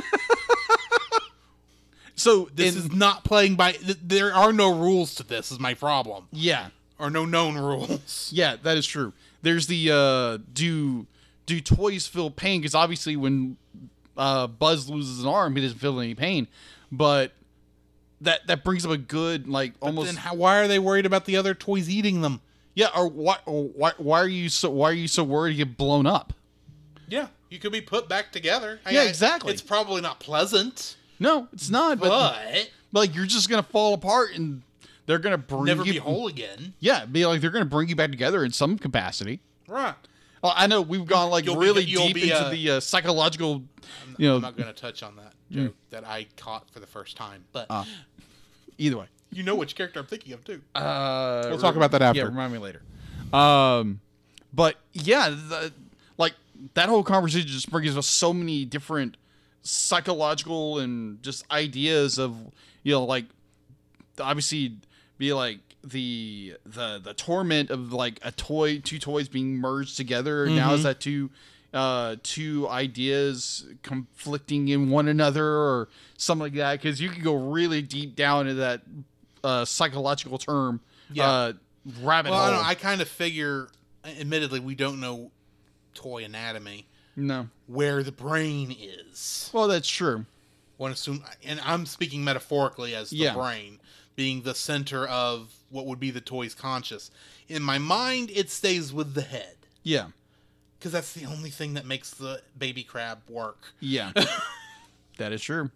So this and- is not playing by th- there are no rules to this is my problem yeah. or no known rules Yeah, that is true. There's the uh, do do toys feel pain? Because obviously, when uh, Buzz loses an arm, he doesn't feel any pain. But that that brings up a good like almost then how, why are they worried about the other toys eating them? yeah. Or why, or why why are you so why are you so worried you get blown up? Yeah, you could be put back together. I- Yeah, I- exactly. It's probably not pleasant, No, it's not. But, but like you're just gonna fall apart, and they're gonna bring never you, be whole again. Yeah, be like they're gonna bring you back together in some capacity. Right. Well, I know we've gone like You'll be- really you'll deep be, into uh, the uh, psychological, you know. I'm not going to touch on that Hmm. joke that I caught for the first time, but Ah. either way. you know which character I'm thinking of too. Uh, We'll talk about that after. Yeah, remind me later. Um, but yeah, the, like that whole conversation just brings us so many different psychological and just ideas of you know like obviously be like the the the torment of like a toy two toys being merged together now is Mm-hmm. that two uh two ideas conflicting in one another or something like that because you can go really deep down into that uh psychological term Yeah. uh rabbit well, I, hole don't know, I kind of figure, admittedly, we don't know toy anatomy no where the brain is. well that's true One assume, and I'm speaking metaphorically as the Yeah. brain being the center of what would be the toy's conscious. In my mind, it stays with the head. yeah because that's the only thing that makes the baby crab work. yeah that is true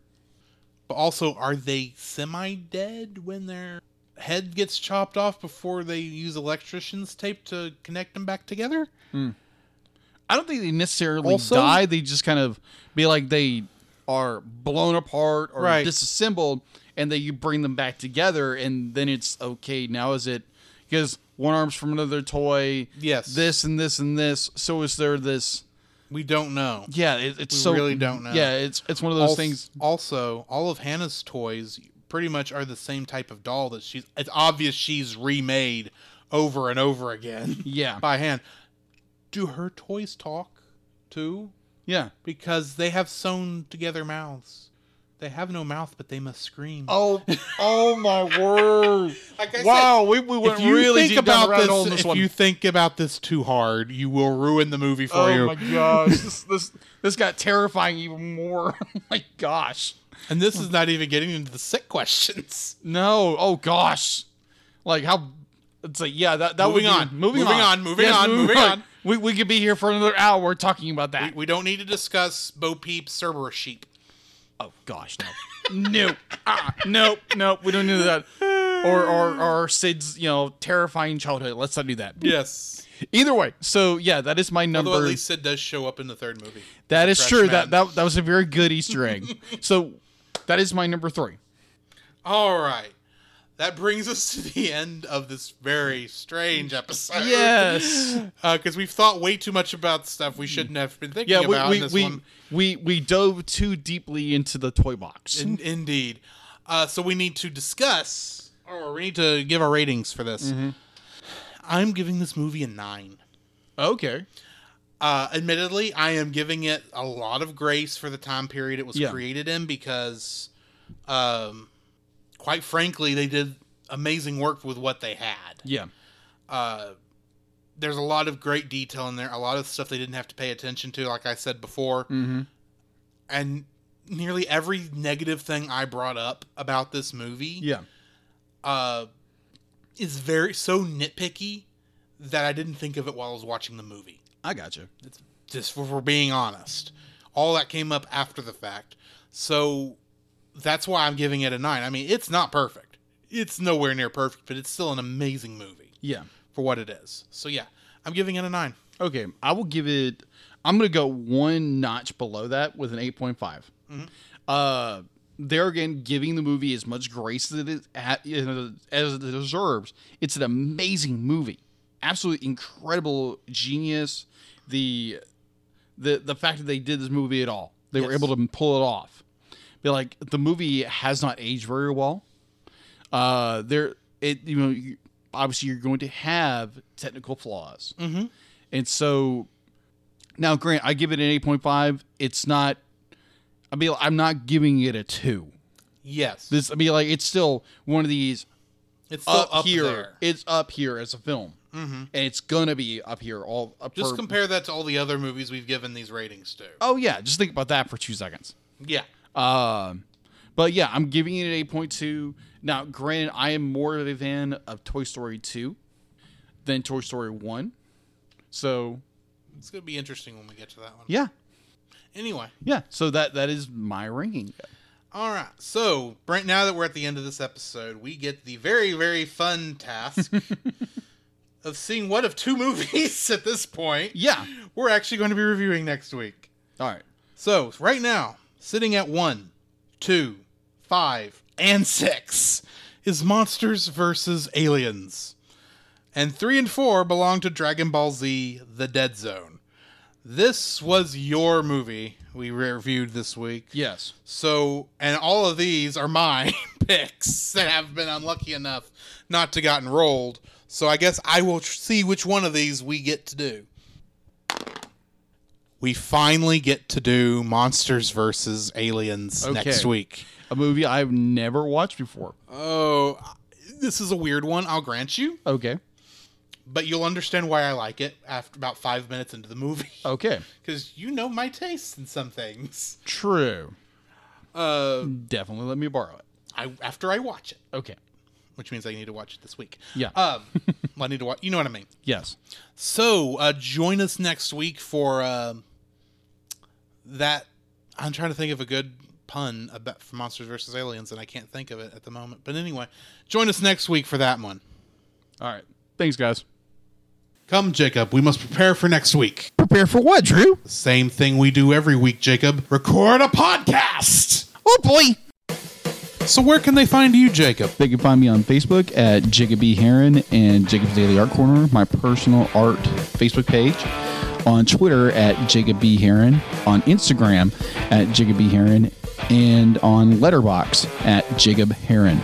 But also, are they semi dead when their head gets chopped off before they use electrician's tape to connect them back together? I don't think they necessarily Also- die. They just kind of be like they are blown apart or Right. disassembled, and then you bring them back together, and then it's okay. Now is it because one arm's from another toy? Yes. This and this and this. So is there this? We don't know. Yeah, it, it's We so really don't know. Yeah, it's it's one of those Als- things. Also, all of Hannah's toys pretty much are the same type of doll that she's. It's obvious she's remade over and over again Yeah, by hand. Do her toys talk too? yeah. Because they have sewn together mouths. They have no mouth, but they must scream. Oh, oh my word! Like I said, wow, we, we went if you really think deep down about the rabbit hole in this, this if one. you think about this too hard, you will ruin the movie for oh you. my gosh, this, this this got terrifying even more. Oh my gosh, And this is not even getting into the sick questions. no, oh gosh, like how? It's like yeah, that that Moving would be- on, moving on, moving on, moving on. We we could be here for another hour talking about that. We don't need to discuss Bo Peep, Cerberus Sheep. oh gosh, no, no, ah, nope, nope, we don't do that. Or or or Sid's you know terrifying childhood. Let's not do that. Yes. Either way, so yeah, that is my number. Although at least Sid does show up in the third movie. That is Fresh true. man. That, that that was a very good Easter egg. so that is my number three. All right. That brings us to the end of this very strange episode. Yes. Because we've thought way too much about stuff we shouldn't have been thinking Yeah, we about in we this we, one. we we dove too deeply into the toy box. In- indeed. Uh, so we need to discuss, or we need to give our ratings for this. Mm-hmm. I'm giving this movie a nine. okay. Uh, admittedly, I am giving it a lot of grace for the time period it was Yeah. created in because, um, quite frankly, they did amazing work with what they had. Yeah. Uh, there's a lot of great detail in there, a lot of stuff they didn't have to pay attention to, like I said before. Mm-hmm. And nearly every negative thing I brought up about this movie Yeah. uh, is very so nitpicky that I didn't think of it while I was watching the movie. I got you. just if we're being honest. All that came up after the fact. So that's why I'm giving it a nine. I mean, it's not perfect. It's nowhere near perfect, but it's still an amazing movie Yeah. for what it is. So yeah, I'm giving it a nine. Okay. I will give it. I'm gonna go one notch below that with an eight point five. Uh, there again, giving the movie as much grace as it ha- you know, as it deserves. It's an amazing movie, absolutely incredible genius. The the the fact that they did this movie at all, they were Yes. able to pull it off. Be like the movie has not aged very well. Uh, there it you know you, obviously you're going to have technical flaws, mm-hmm. and so now, Grant, I give it an eight point five. It's not. I mean, I'm not giving it a two. Yes, This, I mean, like it's still one of these it's still up, up, here. there. Mm-hmm. It's up here as a film, and it's gonna be up here all uh, up. Just for- compare that to all the other movies we've given these ratings to. Oh yeah, just think about that for two seconds. Yeah, Um, but yeah, I'm giving it an eight point two. Now, granted, I am more of a fan of Toy Story two than Toy Story one. So it's gonna be interesting when we get to that one. yeah, Anyway, yeah. So that that is my ranking. All right. So, Brent, now that we're at the end of this episode, we get the very, very fun task of seeing what of two movies at this point Yeah. we're actually going to be reviewing next week. All right. So, right now, sitting at one, two, five, and six is Monsters versus Aliens. And three and four belong to Dragon Ball Z The Dead Zone. This was your movie we reviewed this week. Yes. So, and all of these are my picks that have been unlucky enough not to gotten rolled. So I guess I will tr- see which one of these we get to do. We finally get to do Monsters versus Aliens Okay. next week. a movie I've never watched before. Oh, this is a weird one, I'll grant you, Okay. but you'll understand why I like it after about 5 minutes into the movie Okay. cuz you know my taste in some things. True. Uh Definitely let me borrow it. I after I watch it. Okay. which means I need to watch it this week. Yeah. Um, well, I need to watch. You know what I mean. Yes. So uh, join us next week for um that. I'm trying to think of a good pun about for Monsters versus Aliens, and I can't think of it at the moment. But anyway, join us next week for that one. All right. Thanks, guys. Come, Jacob. We must prepare for next week. Prepare for what, Drew? The same thing we do every week, Jacob. Record a podcast. Oh boy. So where can they find you, Jacob? They can find me on Facebook at Jacob B. Heron and Jacob's Daily Art Corner, my personal art Facebook page. On Twitter at Jacob B. Heron, on Instagram E. at Jacob B. Heron, and on Letterbox at Jacob Heron.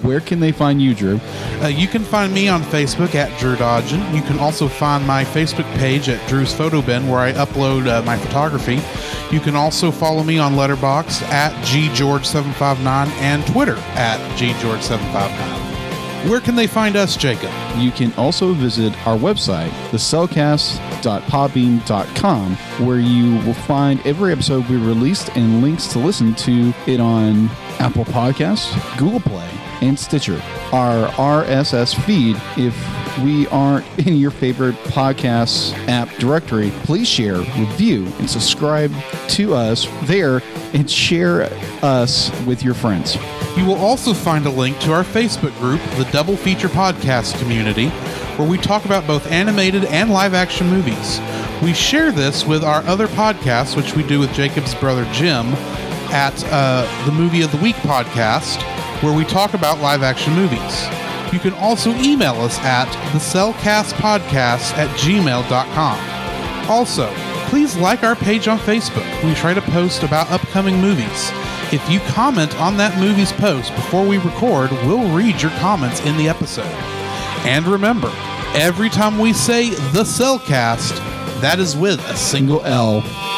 Where can they find you, Drew? Uh, you can find me on Facebook at Drew Dodgen. You can also find my Facebook page at Drew's Photo Bin, where I upload uh, my photography. You can also follow me on Letterbox at ggeorge759 and Twitter at ggeorge759. Where can they find us, Jacob? You can also visit our website, thecellcast.podbean.com, where you will find every episode we released and links to listen to it on Apple Podcasts, Google Play, and Stitcher. Our RSS feed, if we aren't in your favorite podcast app directory, please share, review, and subscribe to us there and share us with your friends. You will also find a link to our Facebook group, the Double Feature Podcast Community, where we talk about both animated and live action movies. We share this with our other podcasts, which we do with Jacob's brother Jim at uh, the Movie of the Week podcast, where we talk about live action movies. You can also email us at thecellcastpodcast at gmail.com. Also, please like our page on Facebook. We try to post about upcoming movies. If you comment on that movie's post before we record, we'll read your comments in the episode. And remember, every time we say the Cellcast, that is with a single L.